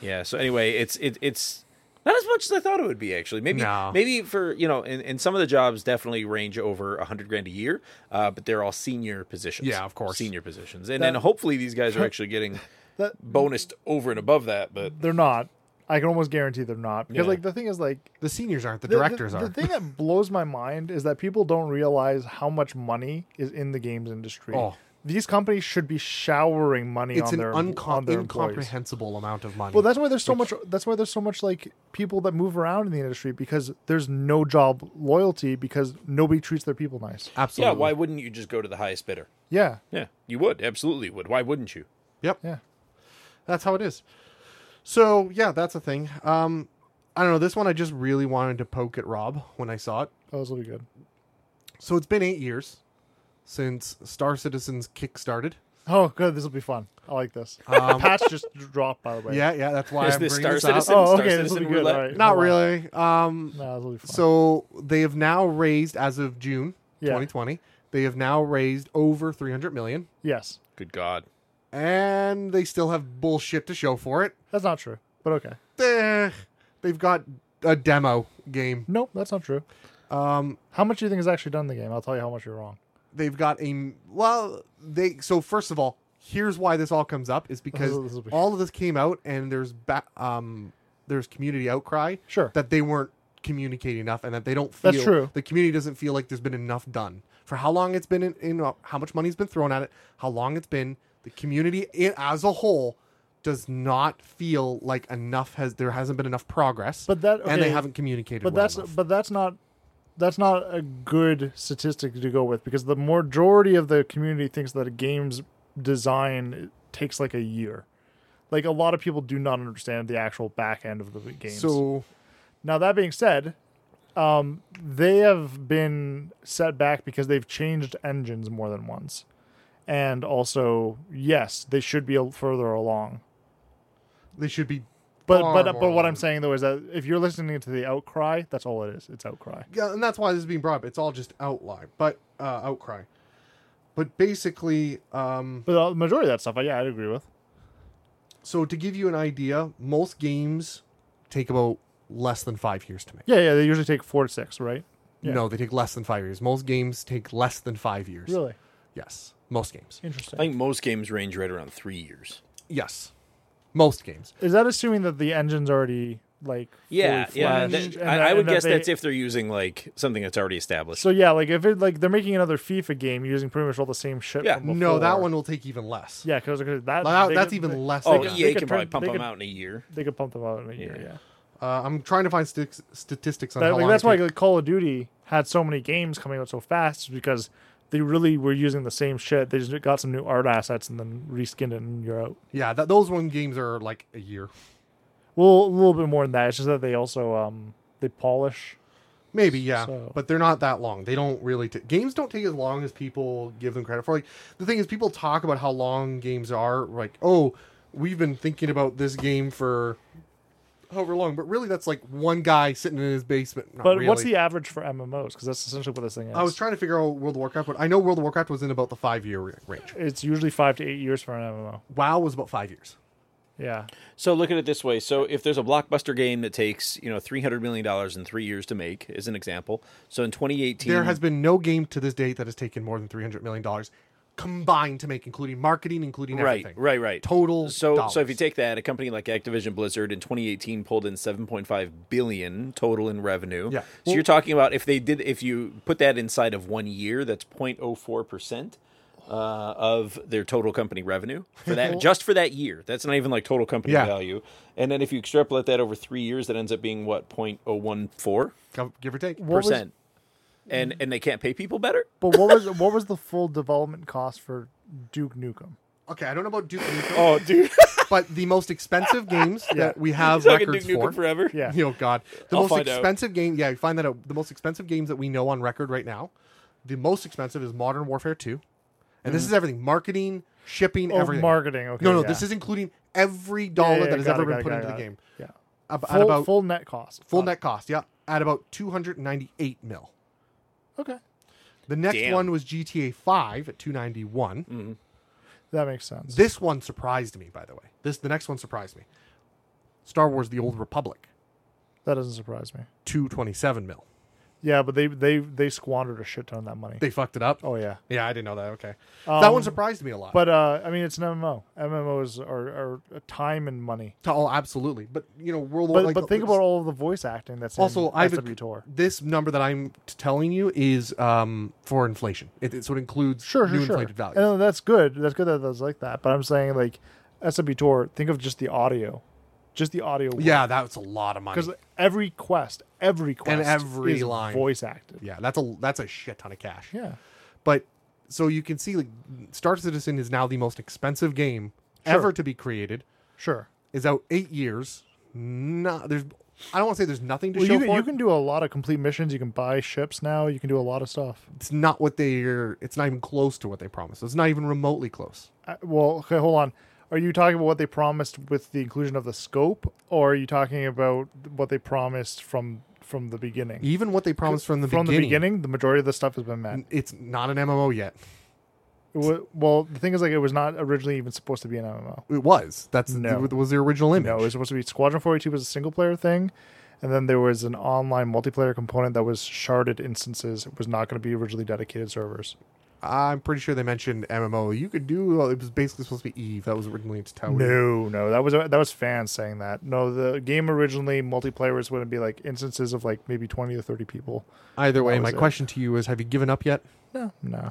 Speaker 3: yeah. So anyway, it's it, it's not as much as I thought it would be actually. Maybe
Speaker 4: No.
Speaker 3: maybe for you know, and, and some of the jobs definitely range over 100 grand a year, uh, but they're all senior positions.
Speaker 4: Yeah, of course.
Speaker 3: senior positions. And
Speaker 2: That-
Speaker 3: then hopefully these guys are actually getting
Speaker 2: that
Speaker 3: bonused over and above that, but
Speaker 2: they're not. I can almost guarantee they're not because
Speaker 3: Yeah.
Speaker 2: like the thing is like
Speaker 4: The seniors aren't. The
Speaker 2: the- the-
Speaker 4: directors
Speaker 2: the,
Speaker 4: are.
Speaker 2: thing that blows my mind is that people don't realize how much money is in the games industry.
Speaker 4: Oh.
Speaker 2: These companies should be showering money
Speaker 4: it's
Speaker 2: on
Speaker 4: an
Speaker 2: their
Speaker 4: uncom-
Speaker 2: on their employees.
Speaker 4: incomprehensible amount of money.
Speaker 2: Well, that's why there's so much. That's why there's so much like people that move around in the industry because there's no job loyalty because nobody treats their people nice.
Speaker 4: absolutely.
Speaker 3: yeah, why wouldn't you just go to the highest bidder?
Speaker 2: Yeah,
Speaker 3: Yeah, you would absolutely would. Why wouldn't you?
Speaker 4: Yep.
Speaker 2: yeah.
Speaker 4: That's how it is. So yeah, that's a thing. Um, I don't know. This one I just really wanted to poke at Rob when I saw it.
Speaker 2: Oh, this will be good.
Speaker 4: So it's been eight years since Star Citizens kickstarted.
Speaker 2: Oh, good. This will be fun. I like this. the patch just dropped, by the way.
Speaker 4: Um, Yeah, yeah. That's why
Speaker 3: Is
Speaker 4: I'm
Speaker 3: this Star
Speaker 4: bringing this up.
Speaker 3: Citizen?
Speaker 2: Oh,
Speaker 3: Star
Speaker 2: okay. This will
Speaker 3: Citizen
Speaker 2: be good.
Speaker 3: roulette?
Speaker 2: All right.
Speaker 4: Not
Speaker 2: Hold on.
Speaker 4: really. Um,
Speaker 2: No, this will be fun.
Speaker 4: So they have now raised, as of June
Speaker 2: Yeah.
Speaker 4: 2020, they have now raised over 300 million,
Speaker 2: yes,
Speaker 3: Good God,
Speaker 4: and they still have bullshit to show for it.
Speaker 2: that's not true. But okay.
Speaker 4: Eh, They've got a demo game.
Speaker 2: Nope, that's not true.
Speaker 4: Um,
Speaker 2: How much do you think is actually done in the game? I'll tell you how much you're wrong.
Speaker 4: they've got a well. They so first of all, here's why this all comes up is because
Speaker 2: This will be-
Speaker 4: all of this came out, and there's ba- um there's community outcry
Speaker 2: Sure.
Speaker 4: that they weren't communicating enough, and that they don't feel
Speaker 2: That's true.
Speaker 4: the community doesn't feel like there's been enough done for how long it's been in, in uh, how much money's been thrown at it, how long it's been. The community i as a whole does not feel like enough has there hasn't been enough progress,
Speaker 2: But that-
Speaker 4: and they
Speaker 2: okay,
Speaker 4: haven't communicated.
Speaker 2: but
Speaker 4: well
Speaker 2: that's
Speaker 4: enough.
Speaker 2: but that's not that's not a good statistic to go with because the majority of the community thinks that a game's design takes like a year. Like a lot of people do not understand the actual back end of the games.
Speaker 4: so
Speaker 2: Now that being said, um, they have been set back because they've changed engines more than once, and also yes, they should be a- further along.
Speaker 4: they should be.
Speaker 2: But
Speaker 4: far
Speaker 2: but uh,
Speaker 4: more
Speaker 2: but what
Speaker 4: along.
Speaker 2: I'm saying though is that if you're listening to the outcry, that's all it is. It's outcry.
Speaker 4: yeah, and that's why this is being brought up. It's all just outlie, but uh, outcry. But basically, um,
Speaker 2: But the majority of that stuff, I- yeah, I'd agree with.
Speaker 4: so to give you an idea, most games take about less than five years to make.
Speaker 2: Yeah, yeah, they usually take four to six, right? Yeah.
Speaker 4: No, they take less than five years. Most games take less than five years.
Speaker 2: Really
Speaker 4: Yes, most games.
Speaker 3: I
Speaker 2: interesting.
Speaker 3: think most games range right around three years.
Speaker 4: Yes, most games.
Speaker 2: is that assuming that the engine's already like
Speaker 3: Yeah,
Speaker 2: fully
Speaker 3: yeah.
Speaker 2: fledged
Speaker 3: that-
Speaker 2: and that-
Speaker 3: I, I would
Speaker 2: and that
Speaker 3: guess
Speaker 2: they-
Speaker 3: that's if they're using like something that's already established.
Speaker 2: So yeah, like if it like they're making another FIFA game using pretty much all the same shit.
Speaker 3: Yeah.
Speaker 2: from
Speaker 4: No, that
Speaker 2: before.
Speaker 4: one will take even less.
Speaker 2: Yeah, because that,
Speaker 4: That-
Speaker 2: they
Speaker 4: that's
Speaker 2: could-
Speaker 4: even
Speaker 2: they-
Speaker 4: less.
Speaker 3: oh,
Speaker 4: than
Speaker 3: yeah,
Speaker 4: that.
Speaker 2: they
Speaker 3: EA
Speaker 2: could
Speaker 3: can
Speaker 2: turn-
Speaker 3: probably pump
Speaker 2: they
Speaker 3: them
Speaker 2: could-
Speaker 3: out in a year.
Speaker 2: They could pump them out in a year. Yeah,
Speaker 4: Uh, I'm trying to find stic- statistics on
Speaker 2: That-
Speaker 4: how
Speaker 2: like,
Speaker 4: long
Speaker 2: that's
Speaker 4: it
Speaker 2: why
Speaker 4: takes.
Speaker 2: like, Call of Duty had so many games coming out so fast is because they really were using the same shit. They just got some new art assets and then reskinned it, and you're out.
Speaker 4: Yeah, that, those one games are like a year,
Speaker 2: Well, a little bit more than that. It's just that they also um they polish.
Speaker 4: maybe. Yeah,
Speaker 2: So-
Speaker 4: but they're not that long. They don't really. T- games don't take as long as people give them credit for. Like the thing is, people talk about how long games are. Like, oh, we've been thinking about this game for however long, but really, that's like one guy sitting in his basement. Not
Speaker 2: But what's
Speaker 4: really. Oh,
Speaker 2: the average for MMOs? Because that's essentially what this thing is.
Speaker 4: I was trying to figure out World of Warcraft, but I know World of Warcraft was in about the five year range.
Speaker 2: it's usually five to eight years for an MMO.
Speaker 4: WoW was about five years.
Speaker 2: Yeah,
Speaker 3: So look at it this way: so if there's a blockbuster game that takes you know three hundred million dollars in three years to make, as an example, so in twenty eighteen,
Speaker 4: There has been no game to this date that has taken more than three hundred million dollars combined to make, including marketing, including
Speaker 3: right,
Speaker 4: everything.
Speaker 3: right, right.
Speaker 4: Total.
Speaker 3: So, so if you
Speaker 4: dollars.
Speaker 3: take that, a company like Activision Blizzard in 2018 pulled in 7.5 billion total in revenue.
Speaker 4: Yeah.
Speaker 3: So you're talking about if they did, if you put that inside of one year, that's 0.04 percent uh, of their total company revenue for that, just for that year. That's not even like total company
Speaker 4: Yeah.
Speaker 3: value. And then if you extrapolate that over three years, that ends up being what 0.014
Speaker 4: Give- give or take,
Speaker 2: was-
Speaker 3: percent. And and they can't pay people better.
Speaker 2: but what was what was the full development cost for Duke Nukem?
Speaker 4: okay, I don't know about Duke Nukem,
Speaker 3: Oh, dude.
Speaker 4: but the most expensive games that we have
Speaker 3: Talking
Speaker 4: records
Speaker 3: Duke Nukem
Speaker 4: for.
Speaker 3: forever.
Speaker 2: Yeah.
Speaker 4: Oh God, the
Speaker 3: I'll
Speaker 4: most
Speaker 3: find out.
Speaker 4: expensive game. Yeah, you find that out. The most expensive games that we know on record right now. The most expensive is Modern Warfare Two, and this is everything: marketing, shipping,
Speaker 2: Mm. Oh,
Speaker 4: everything.
Speaker 2: marketing. Okay.
Speaker 4: no, no,
Speaker 2: yeah.
Speaker 4: this is including every
Speaker 2: Yeah,
Speaker 4: dollar
Speaker 2: yeah,
Speaker 4: that has
Speaker 2: got
Speaker 4: ever been
Speaker 2: it, got it,
Speaker 4: put
Speaker 2: got
Speaker 4: into
Speaker 2: it,
Speaker 4: the
Speaker 2: got it.
Speaker 4: game.
Speaker 2: Yeah.
Speaker 4: Ab-
Speaker 2: Full,
Speaker 4: at about full,
Speaker 2: full net cost. Uh,
Speaker 4: net cost, yeah, at about two hundred ninety eight mil.
Speaker 2: Okay,
Speaker 4: The next
Speaker 3: Damn.
Speaker 4: one was GTA Five at two ninety one.
Speaker 2: that makes sense.
Speaker 4: This one surprised me, by the way. This the next one surprised me. Star Wars: The Old Republic,
Speaker 2: That doesn't surprise me.
Speaker 4: two twenty seven mil.
Speaker 2: Yeah, but they they they squandered a shit ton of that money.
Speaker 4: They fucked it up.
Speaker 2: oh yeah,
Speaker 4: Yeah, I didn't know that. Okay, that one surprised me a lot.
Speaker 2: but uh, I mean it's an MMO. MMOs are, are time and money.
Speaker 4: oh, absolutely. But you know, World War.
Speaker 2: But
Speaker 4: like,
Speaker 2: but think about all of the voice acting that's
Speaker 4: also
Speaker 2: in
Speaker 4: I've
Speaker 2: SWTOR.
Speaker 4: this number that I'm t- telling you is um, for inflation. It, it so it includes
Speaker 2: Sure,
Speaker 4: new
Speaker 2: sure, sure.
Speaker 4: inflated values.
Speaker 2: And that's good. That's good that that's like that. But I'm saying like SWTOR. Think of just the audio, just the audio. work.
Speaker 4: yeah, that's a lot of money.
Speaker 2: because every quest, every quest,
Speaker 4: every
Speaker 2: is
Speaker 4: line.
Speaker 2: voice acted.
Speaker 4: Yeah, that's a that's a shit ton of cash.
Speaker 2: Yeah,
Speaker 4: But so you can see, like, Star Citizen is now the most expensive game ever to be created.
Speaker 2: sure.
Speaker 4: Is out eight years. Not there's. I don't want to say there's nothing to
Speaker 2: Well,
Speaker 4: show
Speaker 2: you, can-
Speaker 4: for
Speaker 2: you
Speaker 4: it.
Speaker 2: can do a lot of complete missions. You can buy ships now. You can do a lot of stuff.
Speaker 4: It's not what they're. It's not even close to what they promised. It's not even remotely close.
Speaker 2: I- well, okay, hold on. Are you talking about what they promised with the inclusion of the scope, or are you talking about what they promised from from the beginning?
Speaker 4: Even what they promised from the
Speaker 2: from
Speaker 4: beginning.
Speaker 2: the beginning, the majority of the stuff has been met.
Speaker 4: It's not an MMO yet.
Speaker 2: It wa- well, the thing is, like, it was not originally even supposed to be an MMO.
Speaker 4: It was. That's
Speaker 2: No.
Speaker 4: that was the original image.
Speaker 2: No, it was supposed to be Squadron Forty Two was a single player thing, and then there was an online multiplayer component that was sharded instances. It was not going to be originally dedicated servers.
Speaker 4: I'm pretty sure they mentioned MMO. You could do. It was basically supposed to be Eve. That was originally its tower.
Speaker 2: No, no, that was that was fans saying that. No, the game originally multiplayer was going to be like instances of like maybe twenty to thirty people.
Speaker 4: Either way,
Speaker 2: That
Speaker 4: my
Speaker 2: was it.
Speaker 4: question to you is: Have you given up yet?
Speaker 2: No, no.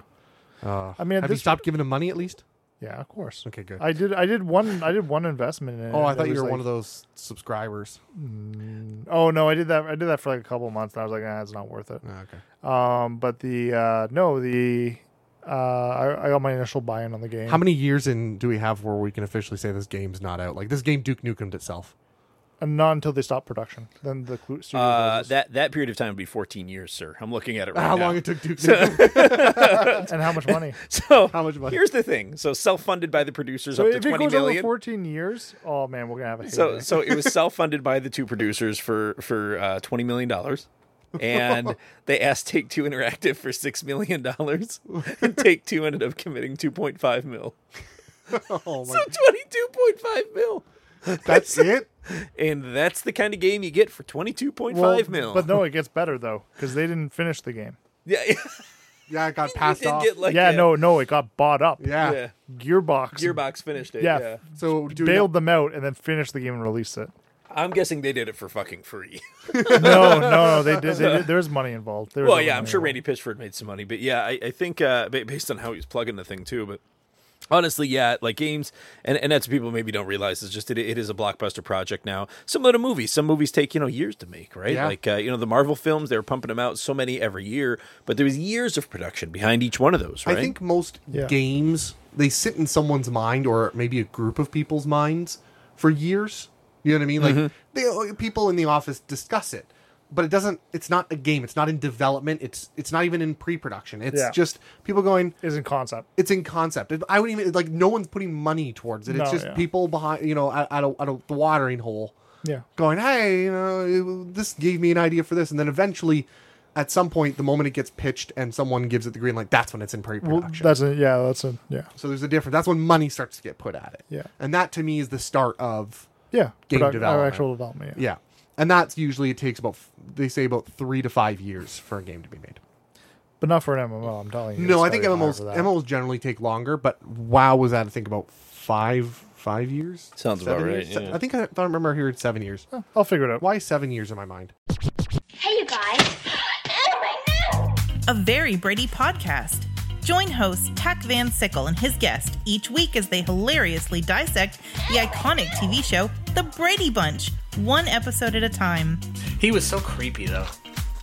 Speaker 4: Uh,
Speaker 2: I mean, at
Speaker 4: have you
Speaker 2: this-
Speaker 4: stopped giving them money at least?
Speaker 2: Yeah, of course.
Speaker 4: Okay, good.
Speaker 2: I did. I did one. I did one investment in it.
Speaker 4: oh, I thought you were one of those subscribers.
Speaker 2: those. Oh no, I did that. I did that for like a couple of months, and I was like, ah, it's not worth it.
Speaker 4: Okay.
Speaker 2: Um, but the uh, no, the uh, I, I got my initial buy-in on the game.
Speaker 4: How many years in do we have where we can officially say this game's not out? Like this game, Duke Nukem itself.
Speaker 2: And not until they stop production. Then the clu- studio
Speaker 3: Uh,
Speaker 2: closes.
Speaker 3: that that period of time would be 14 years, sir. I'm looking at it right
Speaker 4: How
Speaker 3: now.
Speaker 4: long it took Duke Nukem?
Speaker 2: and how much money?
Speaker 3: so
Speaker 4: How much money?
Speaker 3: Here's the thing. So self-funded by the producers
Speaker 2: so
Speaker 3: up to
Speaker 2: if it
Speaker 3: 20
Speaker 2: goes over
Speaker 3: million.
Speaker 2: fourteen years, oh man, we're gonna have a
Speaker 3: so
Speaker 2: heyday.
Speaker 3: so it was self-funded by the two producers for for uh, 20 million dollars. And they asked Take Two Interactive for six million dollars, and Take Two ended up committing two point five mil.
Speaker 4: oh my!
Speaker 3: So twenty-two point five mil,
Speaker 4: That's it.
Speaker 3: and that's the kind of game you get for twenty-two point five mil.
Speaker 2: But no, it gets better though because they didn't finish the game.
Speaker 3: yeah, yeah.
Speaker 4: Yeah, it got
Speaker 3: You
Speaker 4: passed
Speaker 3: did
Speaker 4: off.
Speaker 3: get like
Speaker 2: yeah,
Speaker 3: a-
Speaker 2: no, no, it got bought up.
Speaker 4: yeah.
Speaker 3: yeah.
Speaker 2: Gearbox,
Speaker 3: Gearbox finished it.
Speaker 2: yeah,
Speaker 3: yeah.
Speaker 4: So do we
Speaker 2: bailed them out and then finished the game and released it.
Speaker 3: I'm guessing they did it for fucking free.
Speaker 2: No, no, no, they did. They did there was money involved. There was
Speaker 3: well,
Speaker 2: other
Speaker 3: yeah, I'm
Speaker 2: money
Speaker 3: sure
Speaker 2: involved.
Speaker 3: Randy Pitchford made some money, but yeah, I, I think uh, ba- based on how he was plugging the thing too, but honestly, yeah, like games, and, and that's what people maybe don't realize is just it, it is a blockbuster project now, similar to movies. Some movies take you know years to make, right?
Speaker 4: Yeah.
Speaker 3: Like uh, you know the Marvel films, they were pumping them out so many every year, but there was years of production behind each one of those, right?
Speaker 4: I think most
Speaker 2: Yeah.
Speaker 4: games they sit in someone's mind or maybe a group of people's minds for years. You know what I mean? Like
Speaker 3: Mm-hmm.
Speaker 4: they uh, people in the office discuss it, but it doesn't. It's not a game. It's not in development. It's it's not even in pre-production. It's
Speaker 2: Yeah.
Speaker 4: just people going.
Speaker 2: is in concept.
Speaker 4: It's in concept. It- I wouldn't even like. No one's putting money towards it. It's
Speaker 2: No,
Speaker 4: just
Speaker 2: yeah.
Speaker 4: people behind. You know, out, out of out of the watering hole
Speaker 2: Yeah,
Speaker 4: going, hey, you know, it- this gave me an idea for this, and then eventually, at some point, the moment it gets pitched and someone gives it the green light, that's when it's in
Speaker 2: well,
Speaker 4: pre-production.
Speaker 2: that's a yeah, that's a yeah,
Speaker 4: so there's a difference. That's when money starts to get put at it.
Speaker 2: Yeah.
Speaker 4: and that to me is the start of
Speaker 2: yeah.
Speaker 4: Game
Speaker 2: Product- or
Speaker 4: development.
Speaker 2: actual development. Yeah.
Speaker 4: yeah, and that's usually it takes about f- they say about three to five years for a game to be made.
Speaker 2: but not for an MMO. I'm telling you.
Speaker 4: no, I
Speaker 2: it's
Speaker 4: think
Speaker 2: gotta be higher
Speaker 4: MMOs
Speaker 2: for that.
Speaker 4: MMOs generally take longer, but WoW was at I think about five five years.
Speaker 3: Sounds about
Speaker 4: seven
Speaker 3: right,
Speaker 4: years? Se-
Speaker 3: yeah.
Speaker 4: I think I thought I remember here it's seven years.
Speaker 2: I'll figure it out.
Speaker 4: Why seven years in my mind?
Speaker 5: Hey, you guys. Oh, my no!
Speaker 6: a very Brady podcast. Join host Tuck Van Sickle and his guest each week as they hilariously dissect the iconic TV show The Brady Bunch, one episode at a time.
Speaker 7: He was so creepy, though.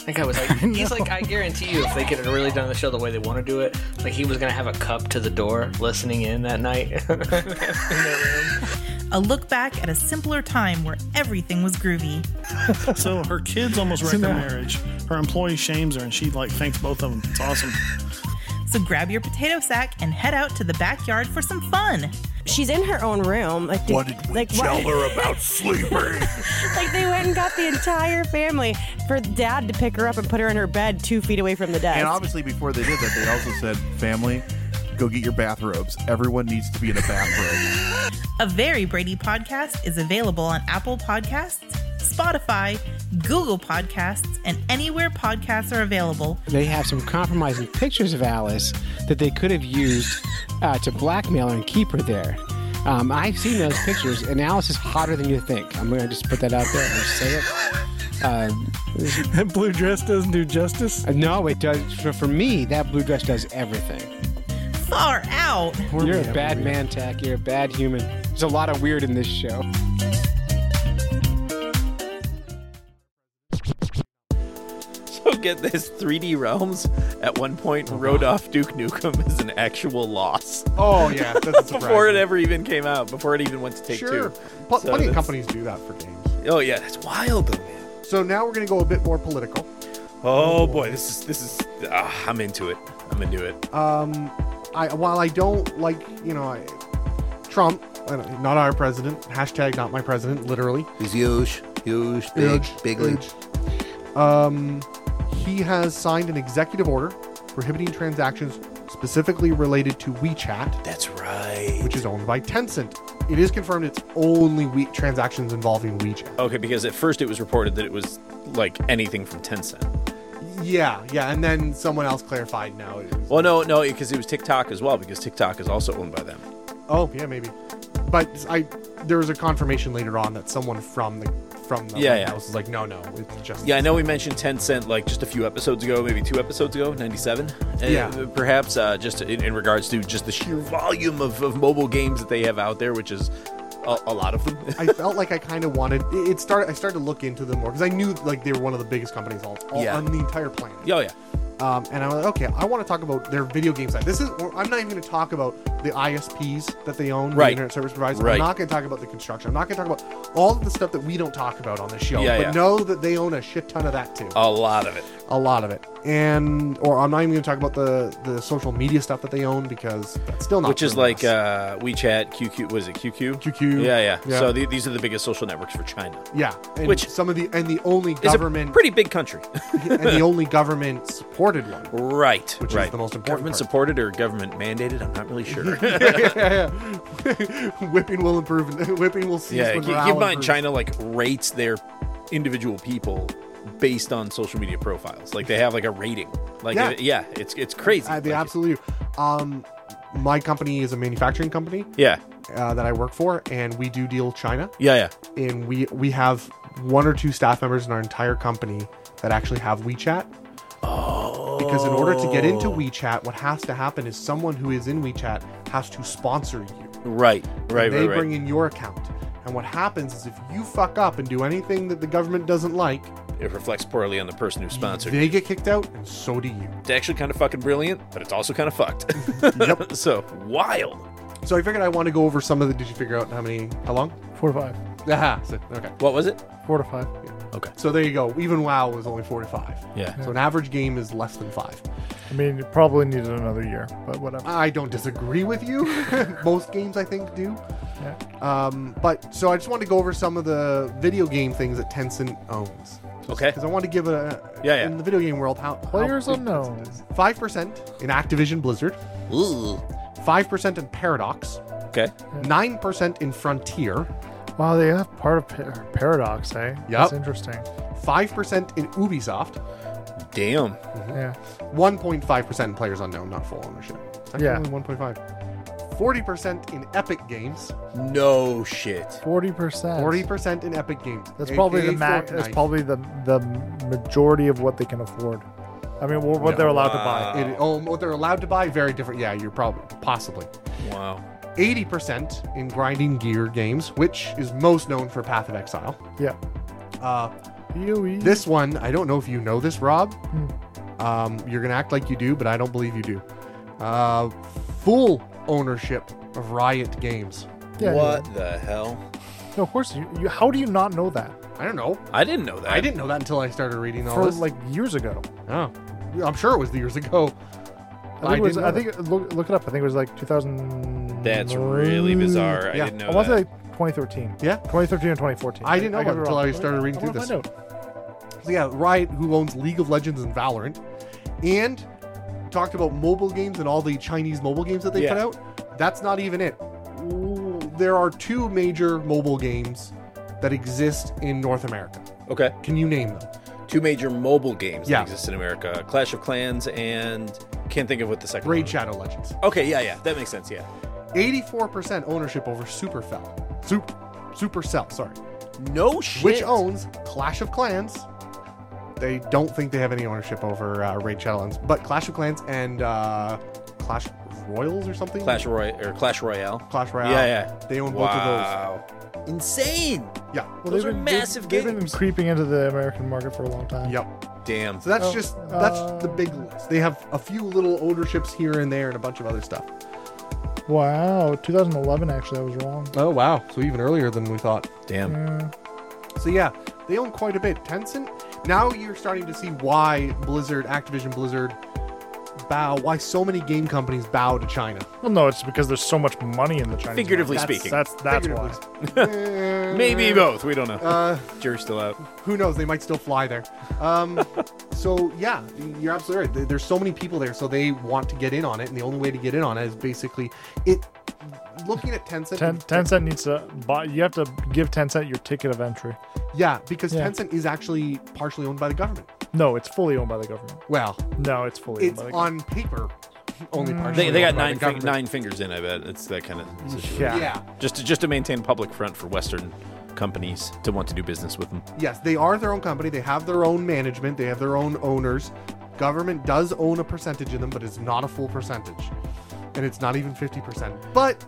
Speaker 7: That guy was like, he's like, I guarantee you, if they could have really done the show the way they want to do it, like he was gonna have a cup to the door, listening in that night.
Speaker 6: A look back at a simpler time where everything was groovy.
Speaker 8: So her kids almost wrecked their marriage. Her employee shames her, and she like thanks both of them. It's awesome.
Speaker 6: So grab your potato sack and head out to the backyard for some fun.
Speaker 9: She's in her own room. Like, dude, like, what-
Speaker 10: about sleeping?
Speaker 9: Like they went and got the entire family for dad to pick her up and put her in her bed two feet away from the desk.
Speaker 10: and obviously, before they did that, they also said, family, go get your bathrobes. Everyone needs to be in a bathrobe.
Speaker 6: A Very Brady podcast is available on Apple Podcasts, Spotify, Google Podcasts, and anywhere podcasts are available.
Speaker 11: They have some compromising pictures of Alice that they could have used uh, to blackmail her and keep her there. Um, I've seen those pictures, and Alice is hotter than you think. I'm going to just put that out there and just say it.
Speaker 8: That blue dress doesn't do justice.
Speaker 11: Uh, No, it does. For, for me, that blue dress does everything.
Speaker 6: Far out!
Speaker 11: You're a bad man, Tack. You're a bad human. There's a lot of weird in this show.
Speaker 3: So get this 3D Realms at one point
Speaker 4: Uh-huh.
Speaker 3: wrote off Duke Nukem as an actual loss
Speaker 4: Oh yeah, that's a
Speaker 3: before it ever even came out, before it even went to take
Speaker 4: Sure,
Speaker 3: two.
Speaker 4: Pl-
Speaker 3: So
Speaker 4: plenty
Speaker 3: that's-
Speaker 4: of companies do that for games.
Speaker 3: Oh yeah, that's wild though, man.
Speaker 4: So now we're gonna go a bit more political.
Speaker 3: Oh boy, this is this is ah, I'm into it. I'm into it.
Speaker 4: Um, I while I don't like you know I, Trump, I don't- not our president. Hashtag not my president. Literally.
Speaker 12: He's huge, huge, big, bigly.
Speaker 4: Huge. Um, he has signed an executive order prohibiting transactions specifically related to WeChat,
Speaker 3: That's right.
Speaker 4: which is owned by Tencent. It is confirmed it's only we- transactions involving WeChat.
Speaker 12: Oh.
Speaker 3: Okay, because at first it was reported that it was like anything from Tencent.
Speaker 4: Yeah, yeah, and then someone else clarified now. it is-
Speaker 3: Well, no, no, because it was TikTok as well, because TikTok is also owned by them.
Speaker 4: Oh, yeah, maybe. But I there was a confirmation later on that someone from the from the
Speaker 3: Yeah,
Speaker 4: White
Speaker 3: yeah.
Speaker 4: House is like, no, no, it's just
Speaker 3: Yeah, I know we mentioned Tencent like just a few episodes ago, maybe two episodes ago, 97. uh,
Speaker 4: Yeah.
Speaker 3: Perhaps uh, just in, in regards to just the sheer volume of, of mobile games that they have out there, which is a, a lot of them.
Speaker 4: I felt like I kind of wanted it it started. I started to look into them more because I knew like they were one of the biggest companies all, all-
Speaker 3: Yeah.
Speaker 4: on the entire planet.
Speaker 3: oh, yeah.
Speaker 4: Um, and I was like, okay, I want to talk about their video game side. This is or I'm not even going to talk about the ISPs that they own,
Speaker 3: Right.
Speaker 4: the internet service providers.
Speaker 3: Right.
Speaker 4: I'm not going to talk about the construction. I'm not going to talk about all of the stuff that we don't talk about on the show.
Speaker 3: Yeah,
Speaker 4: but
Speaker 3: yeah.
Speaker 4: know that they own a shit ton of that too,
Speaker 3: A lot of it.
Speaker 4: a lot of it. And or I'm not even going to talk about the the social media stuff that they own because that's still not
Speaker 3: Which is
Speaker 4: really
Speaker 3: like
Speaker 4: us.
Speaker 3: uh, WeChat, QQ, was it QQ?
Speaker 4: QQ.
Speaker 3: Yeah, yeah.
Speaker 4: Yeah.
Speaker 3: So the, these are the biggest social networks for China.
Speaker 4: yeah, and
Speaker 3: which-
Speaker 4: some of the and the only
Speaker 3: It's
Speaker 4: government
Speaker 3: a pretty big country.
Speaker 4: and the only government supported one.
Speaker 3: right.
Speaker 4: Which is
Speaker 3: right.
Speaker 4: the most important
Speaker 3: Government
Speaker 4: part.
Speaker 3: supported or government mandated? I'm not really sure.
Speaker 4: whipping will improve. Whipping will cease.
Speaker 3: yeah, keep
Speaker 4: when
Speaker 3: keep
Speaker 4: morale
Speaker 3: in mind,
Speaker 4: improves.
Speaker 3: China like rates their individual people based on social media profiles. Like they have like a rating. Like
Speaker 4: Yeah.
Speaker 3: yeah, yeah it's it's crazy.
Speaker 4: Uh, they
Speaker 3: Like,
Speaker 4: absolutely. do. Um, my company is a manufacturing company
Speaker 3: Yeah,
Speaker 4: uh, that I work for, and we do deal with China.
Speaker 3: yeah, yeah.
Speaker 4: And we we have one or two staff members in our entire company that actually have WeChat. Oh. Because in order to get into
Speaker 3: Oh.
Speaker 4: WeChat, what has to happen is someone who is in WeChat has to sponsor you.
Speaker 3: Right, right,
Speaker 4: they
Speaker 3: right, right.
Speaker 4: bring in your account. And what happens is if you fuck up and do anything that the government doesn't like,
Speaker 3: it reflects poorly on the person who sponsored.
Speaker 4: they get kicked out, and so do you.
Speaker 3: It's actually kind of fucking brilliant, but it's also kind of fucked.
Speaker 4: Yep.
Speaker 3: so wild.
Speaker 4: So I figured I want to go over some of the. Did you figure out how many? How long?
Speaker 2: Four to five.
Speaker 4: Aha. So, okay.
Speaker 3: What was it?
Speaker 2: Four to five.
Speaker 4: So there you go. Even WoW was only forty-five.
Speaker 3: Yeah.
Speaker 4: So an average game is less than five.
Speaker 2: I mean, it probably needed another year, but whatever.
Speaker 4: I don't disagree with you. Most games I think do.
Speaker 2: Yeah.
Speaker 4: Um, but so I just wanted to go over some of the video game things that Tencent owns.
Speaker 3: Okay.
Speaker 4: Because I want to give a
Speaker 3: Yeah, yeah.
Speaker 4: in the video game world how
Speaker 2: Players unknown.
Speaker 4: Five percent in Activision Blizzard. Five percent in Paradox.
Speaker 3: Okay.
Speaker 4: Nine percent in Frontier.
Speaker 2: Wow, they have part of par- Paradox, eh? That's interesting.
Speaker 4: Five percent in Ubisoft.
Speaker 3: Damn.
Speaker 2: Yeah.
Speaker 4: 1.5% in players unknown, not full ownership. Actually,
Speaker 2: Yeah.
Speaker 4: only 1.5. 40% in Epic Games.
Speaker 3: No shit.
Speaker 2: Forty percent.
Speaker 4: 40% in Epic Games.
Speaker 2: That's probably the
Speaker 4: AKA
Speaker 2: max. That's
Speaker 4: Fortnite.
Speaker 2: probably the the majority of what they can afford. I mean, what, what they're allowed to buy.
Speaker 4: It, oh, what they're allowed to buy very different. Yeah, you're probably possibly
Speaker 3: Wow.
Speaker 4: 80%
Speaker 2: Hmm.
Speaker 4: in grinding gear games, which is most known for Path of Exile.
Speaker 2: Yeah.
Speaker 4: Uh,
Speaker 2: POE.
Speaker 4: This one, I don't know if you know this, Rob. Um, you're going to act like you do, but I don't believe you do. Uh, full ownership of Riot Games.
Speaker 2: Yeah, What
Speaker 3: the hell?
Speaker 2: No, of course you, you. How do you not know that?
Speaker 4: I don't know.
Speaker 3: I didn't know that.
Speaker 4: I didn't know that until I started reading all
Speaker 2: For
Speaker 4: this.
Speaker 2: like years ago.
Speaker 4: oh, I'm sure it was years ago. But
Speaker 2: I think, it was,
Speaker 4: didn't
Speaker 2: I
Speaker 4: know that.
Speaker 2: think look, look it up. I think it was like 2000.
Speaker 3: That's really bizarre. I didn't know
Speaker 2: I want to
Speaker 3: that.
Speaker 2: say 2013.
Speaker 4: Yeah.
Speaker 2: 2013 or 2014.
Speaker 4: I didn't know
Speaker 2: could
Speaker 4: that
Speaker 2: be
Speaker 4: until
Speaker 2: wrong.
Speaker 4: I started reading
Speaker 2: wanna
Speaker 4: through
Speaker 2: find
Speaker 4: this. So yeah, Riot, who owns League of Legends and Valorant, and talked about mobile games and all the Chinese mobile games that they put
Speaker 3: Yeah.
Speaker 4: out. That's not even it. Ooh, There are two major mobile games that exist in North America.
Speaker 3: Okay.
Speaker 4: Can you name them?
Speaker 3: Two major mobile games
Speaker 4: Yeah.
Speaker 3: that exist in America: Clash of Clans and can't think of what the second.
Speaker 4: Raid
Speaker 3: one-
Speaker 4: Shadow Legends.
Speaker 3: Okay, yeah, yeah, that makes sense. Yeah.
Speaker 4: 84% ownership over Supercell. Sup- Supercell, sorry.
Speaker 3: No shit.
Speaker 4: Which oh. owns Clash of Clans. They don't think they have any ownership over uh, Raid Shadow Legends, but Clash of Clans and uh, Clash Royals or something?
Speaker 3: Clash Roy or Clash Royale.
Speaker 4: Clash Royale.
Speaker 3: Yeah, yeah.
Speaker 4: They own
Speaker 3: Wow.
Speaker 4: both
Speaker 3: of those. Insane.
Speaker 4: Yeah.
Speaker 2: Well,
Speaker 3: Those
Speaker 2: they've
Speaker 3: are
Speaker 2: been-
Speaker 3: massive
Speaker 2: they've, They've
Speaker 3: games.
Speaker 2: been creeping into the American market for a long time.
Speaker 4: Yep.
Speaker 3: Damn.
Speaker 4: So that's
Speaker 2: Oh,
Speaker 4: just that's the big list. They have a few little ownerships here and there and a bunch of other stuff.
Speaker 2: Wow. 2011. Actually, I was wrong.
Speaker 4: Oh wow. So even earlier than we thought.
Speaker 3: Damn.
Speaker 2: Yeah.
Speaker 4: So yeah, they own quite a bit. Tencent. Now you're starting to see why Blizzard, Activision Blizzard, bow. Why so many game companies bow to China.
Speaker 2: Well, no, it's because there's so much money in the Chinese.
Speaker 3: Figuratively
Speaker 2: market.
Speaker 3: speaking.
Speaker 2: that's that's, that's why.
Speaker 4: why. Eh,
Speaker 3: Maybe both. We don't know.
Speaker 4: Uh,
Speaker 3: Jury's still out.
Speaker 4: who knows? They might still fly there. Um, so yeah, you're absolutely right. There- There's so many people there, so they want to get in on it, and the only way to get in on it is basically it. Looking at Tencent,
Speaker 2: Ten, Tencent needs to buy. You have to give Tencent your ticket of entry.
Speaker 4: yeah, because
Speaker 2: Yeah.
Speaker 4: Tencent is actually partially owned by the government.
Speaker 2: No, it's fully owned by the government.
Speaker 4: Well,
Speaker 2: No, it's fully
Speaker 4: it's
Speaker 2: owned by the
Speaker 4: on paper
Speaker 2: Mm.
Speaker 4: only partially.
Speaker 3: They, they got
Speaker 4: owned by the
Speaker 3: nine fing-
Speaker 4: government.
Speaker 3: nine fingers in. I bet it's that kind of situation.
Speaker 2: Yeah.
Speaker 4: Yeah.
Speaker 3: Just to, just to maintain a public front for Western companies to want to do business with them.
Speaker 4: Yes, they are their own company. They have their own management. They have their own owners. Government does own a percentage in them, but it's not a full percentage, and it's not even fifty percent. But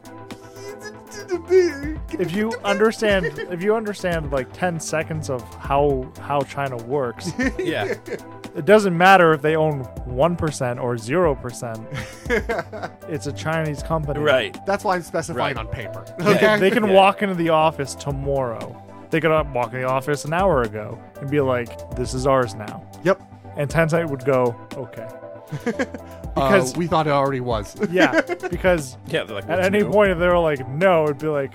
Speaker 2: if you understand if you understand like 10 seconds of how how china works
Speaker 3: Yeah.
Speaker 2: it doesn't matter if they own 1% or 0% it's a chinese company
Speaker 3: right.
Speaker 4: that's why I'm specifying
Speaker 3: Right.
Speaker 4: on paper.
Speaker 2: they can, they can
Speaker 3: Yeah.
Speaker 2: walk into the office tomorrow they could uh, walk in the office an hour ago and be like this is ours now
Speaker 4: Yep.
Speaker 2: and tencent would go okay
Speaker 4: Because
Speaker 2: Because-
Speaker 4: we thought it already was.
Speaker 2: yeah because
Speaker 3: Yeah. They're like
Speaker 2: at
Speaker 3: "What's
Speaker 2: any
Speaker 3: new?"
Speaker 2: point if they were like no it'd be like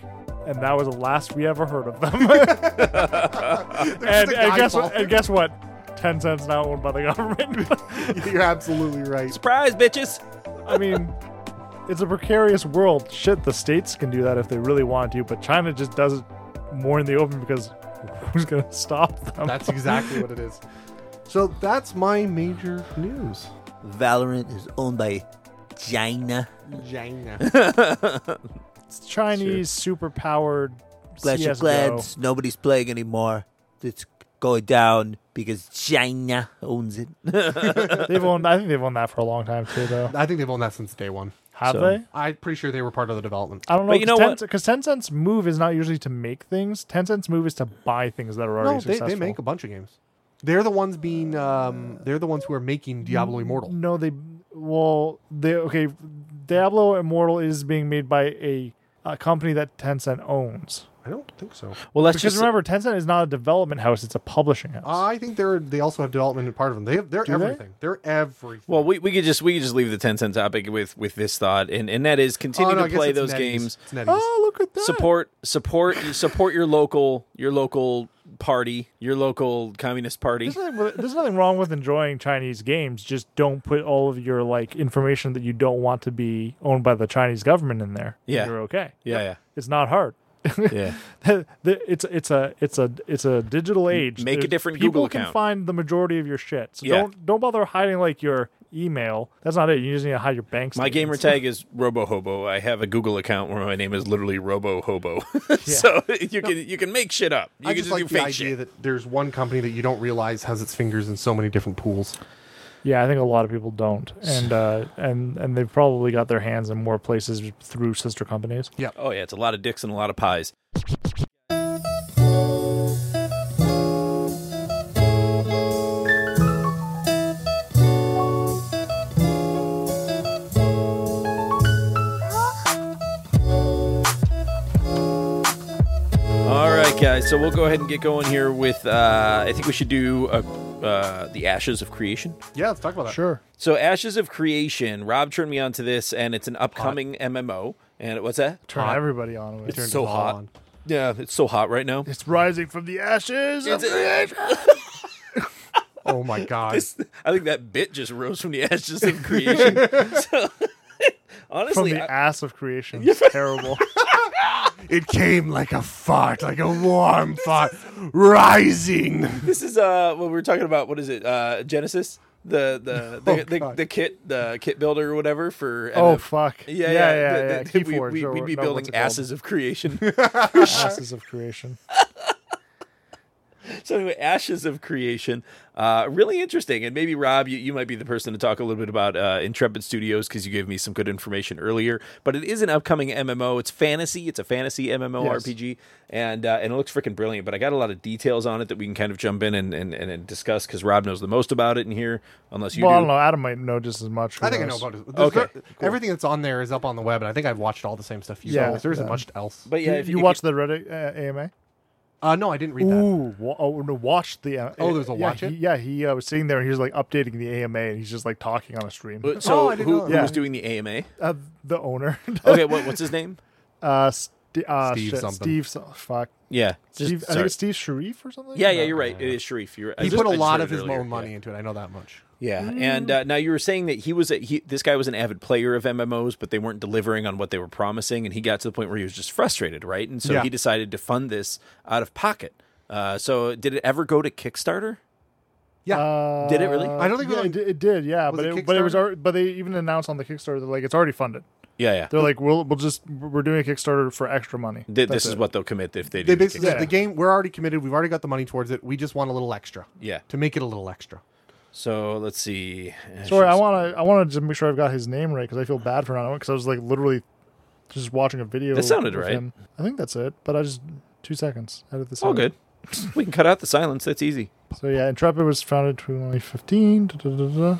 Speaker 2: and that was the last we ever heard of them and, and guess what? And guess what? Ten cents now owned by the government.
Speaker 4: You're absolutely right.
Speaker 3: Surprise, bitches.
Speaker 2: I mean, it's a precarious world. Shit, the states can do that if they really want to, but China just does it more in the open because who's gonna stop them?
Speaker 4: That's exactly what it is. So that's my major news.
Speaker 12: Valorant is owned by China.
Speaker 4: China.
Speaker 2: It's Chinese superpowered
Speaker 12: Clash of
Speaker 2: CS:GO.
Speaker 12: Clans, nobody's playing anymore. It's going down because China owns it.
Speaker 2: They've owned. I think they've owned that for a long time too, though.
Speaker 4: I think they've owned that since day one.
Speaker 2: Have
Speaker 3: So-
Speaker 2: they?
Speaker 4: I'm pretty sure they were part of the development.
Speaker 2: I don't know.
Speaker 3: But you know what?
Speaker 2: Because Tencent's move is not usually to make things. Tencent's move is to buy things that are already
Speaker 4: No, they,
Speaker 2: successful.
Speaker 4: they make a bunch of games. They're the ones being. Um, they're the ones who are making
Speaker 3: Mm.
Speaker 4: Diablo Immortal.
Speaker 2: No, they well, they okay. Diablo Immortal is being made by a, a company that Tencent owns.
Speaker 4: I don't think so.
Speaker 3: Well, let's
Speaker 2: Because Ah,
Speaker 3: just
Speaker 2: remember, Tencent is not a development house; it's a publishing house.
Speaker 4: I think they're. They also have development in part of them. They have. They're
Speaker 2: Do they?
Speaker 4: everything. They? are everything.
Speaker 3: Well, we, we could just we could just leave the ten cent topic with with this thought, and and that is continue
Speaker 4: Oh, no, I
Speaker 3: to
Speaker 4: guess
Speaker 3: play
Speaker 4: it's
Speaker 3: those
Speaker 4: NetEase.
Speaker 3: games.
Speaker 4: It's NetEase.
Speaker 2: oh, look at that!
Speaker 3: Support support support your local your local party, your local communist party.
Speaker 2: There's nothing, with- there's nothing wrong with enjoying Chinese games. Just don't put all of your like information that you don't want to be owned by the Chinese government in there.
Speaker 3: Yeah.
Speaker 2: you're okay.
Speaker 3: Yeah,
Speaker 2: It's not hard.
Speaker 3: yeah,
Speaker 2: The- the- it's it's a it's a it's a digital age.
Speaker 3: Make a
Speaker 2: There's-
Speaker 3: different
Speaker 2: people
Speaker 3: Google
Speaker 2: can
Speaker 3: account.
Speaker 2: find the majority of your shit. So
Speaker 3: Yeah.
Speaker 2: don't don't bother hiding like your email. That's not it. You just need to hide your bank.
Speaker 3: My gamer
Speaker 2: statements.
Speaker 3: tag is RoboHobo. I have a Google account where my name is literally RoboHobo. so you can you can make shit up. You
Speaker 4: I
Speaker 3: can
Speaker 4: just,
Speaker 3: just,
Speaker 4: like
Speaker 3: do
Speaker 4: the
Speaker 3: fake
Speaker 4: idea
Speaker 3: shit.
Speaker 4: that there's one company that you don't realize has its fingers in so many different pools.
Speaker 2: Yeah, I think a lot of people don't, and uh, and and they've probably got their hands in more places through sister companies.
Speaker 3: oh yeah, it's a lot of dicks and a lot of pies. guys. So we'll go ahead and get going here with. Uh, I think we should do uh uh, the Ashes of Creation.
Speaker 4: Yeah, let's talk about that.
Speaker 2: Sure.
Speaker 3: So Ashes of Creation. Rob turned me onto this, and it's an upcoming MMO. And it- what's that?
Speaker 2: Turn everybody on with it.
Speaker 3: It's
Speaker 2: Turn
Speaker 3: so
Speaker 2: us all
Speaker 3: hot.
Speaker 2: on.
Speaker 3: Yeah, it's so hot right now.
Speaker 2: It's rising from the ashes. Of creation.
Speaker 4: oh my god!
Speaker 3: This, I think that bit just rose from the ashes of creation. so, honestly,
Speaker 2: from the
Speaker 3: I-
Speaker 2: ass of creation. It's terrible.
Speaker 10: It came like a fart, like a warm fart, rising.
Speaker 3: this is uh what we were talking about. What is it? Uh, Genesis. The the the,
Speaker 2: Oh,
Speaker 3: the,
Speaker 2: God.
Speaker 3: the kit the kit builder or whatever for
Speaker 2: Oh,
Speaker 3: NF
Speaker 2: fuck.
Speaker 3: yeah yeah
Speaker 2: Yeah,
Speaker 3: yeah,
Speaker 2: yeah,
Speaker 3: the-
Speaker 2: yeah,
Speaker 3: the-
Speaker 2: Key
Speaker 3: we,
Speaker 2: Forge
Speaker 3: we,
Speaker 2: or
Speaker 3: would be
Speaker 2: no,
Speaker 3: building
Speaker 2: what's it called?
Speaker 3: asses of creation
Speaker 2: asses of creation.
Speaker 3: so anyway ashes of creation uh really interesting and maybe Rob you, you might be the person to talk a little bit about uh Intrepid Studios because you gave me some good information earlier but it is an upcoming MMO it's fantasy it's a fantasy MMO
Speaker 10: Yes.
Speaker 3: RPG and uh, and it looks freaking brilliant but I got a lot of details on it that we can kind of jump in and and, and, and discuss because Rob knows the most about it in here unless you
Speaker 2: well, I
Speaker 3: do
Speaker 2: don't know. Adam might know just as much.
Speaker 4: I think I know
Speaker 2: Who
Speaker 4: about
Speaker 2: knows?
Speaker 4: it. There's ver- Everything that's on there is up on the web, and I think I've watched all the same stuff you
Speaker 2: Yeah,
Speaker 4: saw. There isn't
Speaker 2: yeah.
Speaker 4: much else.
Speaker 3: But
Speaker 2: you, you watched the Reddit uh, AMA?
Speaker 4: Uh, no, I didn't read that.
Speaker 2: Ooh, wa- oh, no, watch the. Uh,
Speaker 4: Oh, there's a
Speaker 2: yeah,
Speaker 4: watch
Speaker 2: he-
Speaker 4: it?
Speaker 2: Yeah, he uh, was sitting there and he was like updating the AMA and he's just like talking on a stream.
Speaker 3: But-
Speaker 4: Oh,
Speaker 3: so who, who
Speaker 2: Yeah.
Speaker 3: was doing the AMA
Speaker 2: Uh, the owner.
Speaker 3: okay what, what's his name
Speaker 2: Uh, St- uh,
Speaker 3: Steve
Speaker 2: Oh. Steve
Speaker 3: something.
Speaker 2: Steve, so- fuck.
Speaker 3: Yeah, just-
Speaker 2: Steve, I
Speaker 3: sorry.
Speaker 2: think it's Steve Sharif or something.
Speaker 3: Yeah, yeah, you're right. It is Sharif. You're, I
Speaker 4: He
Speaker 3: just-
Speaker 4: put a
Speaker 3: I just
Speaker 4: lot
Speaker 3: read
Speaker 4: of
Speaker 3: it
Speaker 4: his
Speaker 3: earlier.
Speaker 4: own money into it. I know that much.
Speaker 3: Yeah, and uh, now you were saying that he was a, he, this guy was an avid player of MMOs, but they weren't delivering on what they were promising, and he got to the point where he was just frustrated, right? And so
Speaker 10: Yeah.
Speaker 3: he decided to fund this out of pocket. Uh, so did it ever go to Kickstarter?
Speaker 4: Yeah,
Speaker 3: Did it really?
Speaker 2: Uh,
Speaker 3: I don't think we
Speaker 2: yeah,
Speaker 3: like-
Speaker 2: it, did- it did. Yeah,
Speaker 3: Was
Speaker 2: but
Speaker 3: it
Speaker 2: it, but it was
Speaker 3: Kickstarter?
Speaker 2: already, but they even announced on the Kickstarter that like it's already funded.
Speaker 3: Yeah, yeah.
Speaker 2: They're like we'll we'll just we're doing a Kickstarter for extra money.
Speaker 3: Th-
Speaker 2: That's
Speaker 3: this is
Speaker 2: it.
Speaker 3: what they'll commit if they do.
Speaker 4: They
Speaker 3: the
Speaker 4: basically
Speaker 3: Kickstarter.
Speaker 4: the game. We're already committed. We've already got the money towards it. We just want a little extra.
Speaker 3: Yeah.
Speaker 4: to make it a little extra.
Speaker 3: So let's see.
Speaker 2: Sorry, I want to I want to just make sure I've got his name right because I feel bad for not because I was like literally just watching a video.
Speaker 3: That sounded
Speaker 2: of
Speaker 3: right.
Speaker 2: him. I think that's it. But I just two seconds edit this.
Speaker 3: All
Speaker 2: out.
Speaker 3: good. we can cut out the silence. That's easy.
Speaker 2: So yeah, Intrepid was founded in 2015. Da, da, da, da.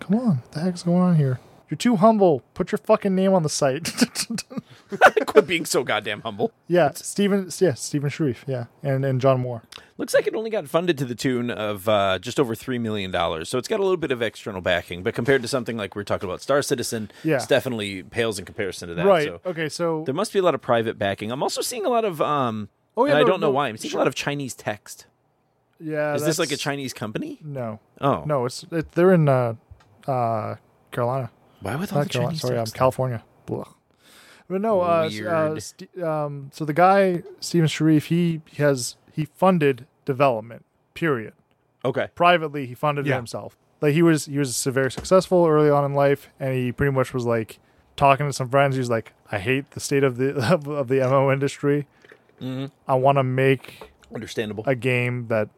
Speaker 2: Come on, what the heck's going on here? You're too humble. Put your fucking name on the site.
Speaker 3: Quit being so goddamn humble.
Speaker 2: yeah, Stephen. Yeah, Stephen Sharif. Yeah, and and John Moore.
Speaker 3: Looks like it only got funded to the tune of uh, just over three million dollars, so it's got a little bit of external backing. But compared to something like we're talking about Star Citizen,
Speaker 2: Yeah.
Speaker 3: it's definitely pales in comparison to that.
Speaker 2: right.
Speaker 3: So
Speaker 2: okay. So
Speaker 3: there must be a lot of private backing. I'm also seeing a lot of, um,
Speaker 2: Oh, yeah,
Speaker 3: and I
Speaker 2: no,
Speaker 3: don't know
Speaker 2: no,
Speaker 3: why. I'm seeing a lot of Chinese text.
Speaker 2: yeah,
Speaker 3: Is this like a
Speaker 2: that's-
Speaker 3: Chinese company?
Speaker 2: No.
Speaker 3: Oh.
Speaker 2: no, it's it, they're in uh, uh, Carolina.
Speaker 3: Why with all
Speaker 2: Not
Speaker 3: the
Speaker 2: Carolina?
Speaker 3: Chinese
Speaker 2: Sorry, um,
Speaker 3: text?
Speaker 2: California. Blah. But no, uh, s- uh,
Speaker 3: Weird.
Speaker 2: St- um, so the guy Stephen Sharif, he has he funded development. Period.
Speaker 3: Okay.
Speaker 2: Privately, he funded
Speaker 3: Yeah.
Speaker 2: it himself. Like he was he was very successful early on in life, and he pretty much was like talking to some friends. He was like, "I hate the state of the of, the MMO industry.
Speaker 3: Mhm.
Speaker 2: I want to make
Speaker 3: Understandable.
Speaker 2: a game that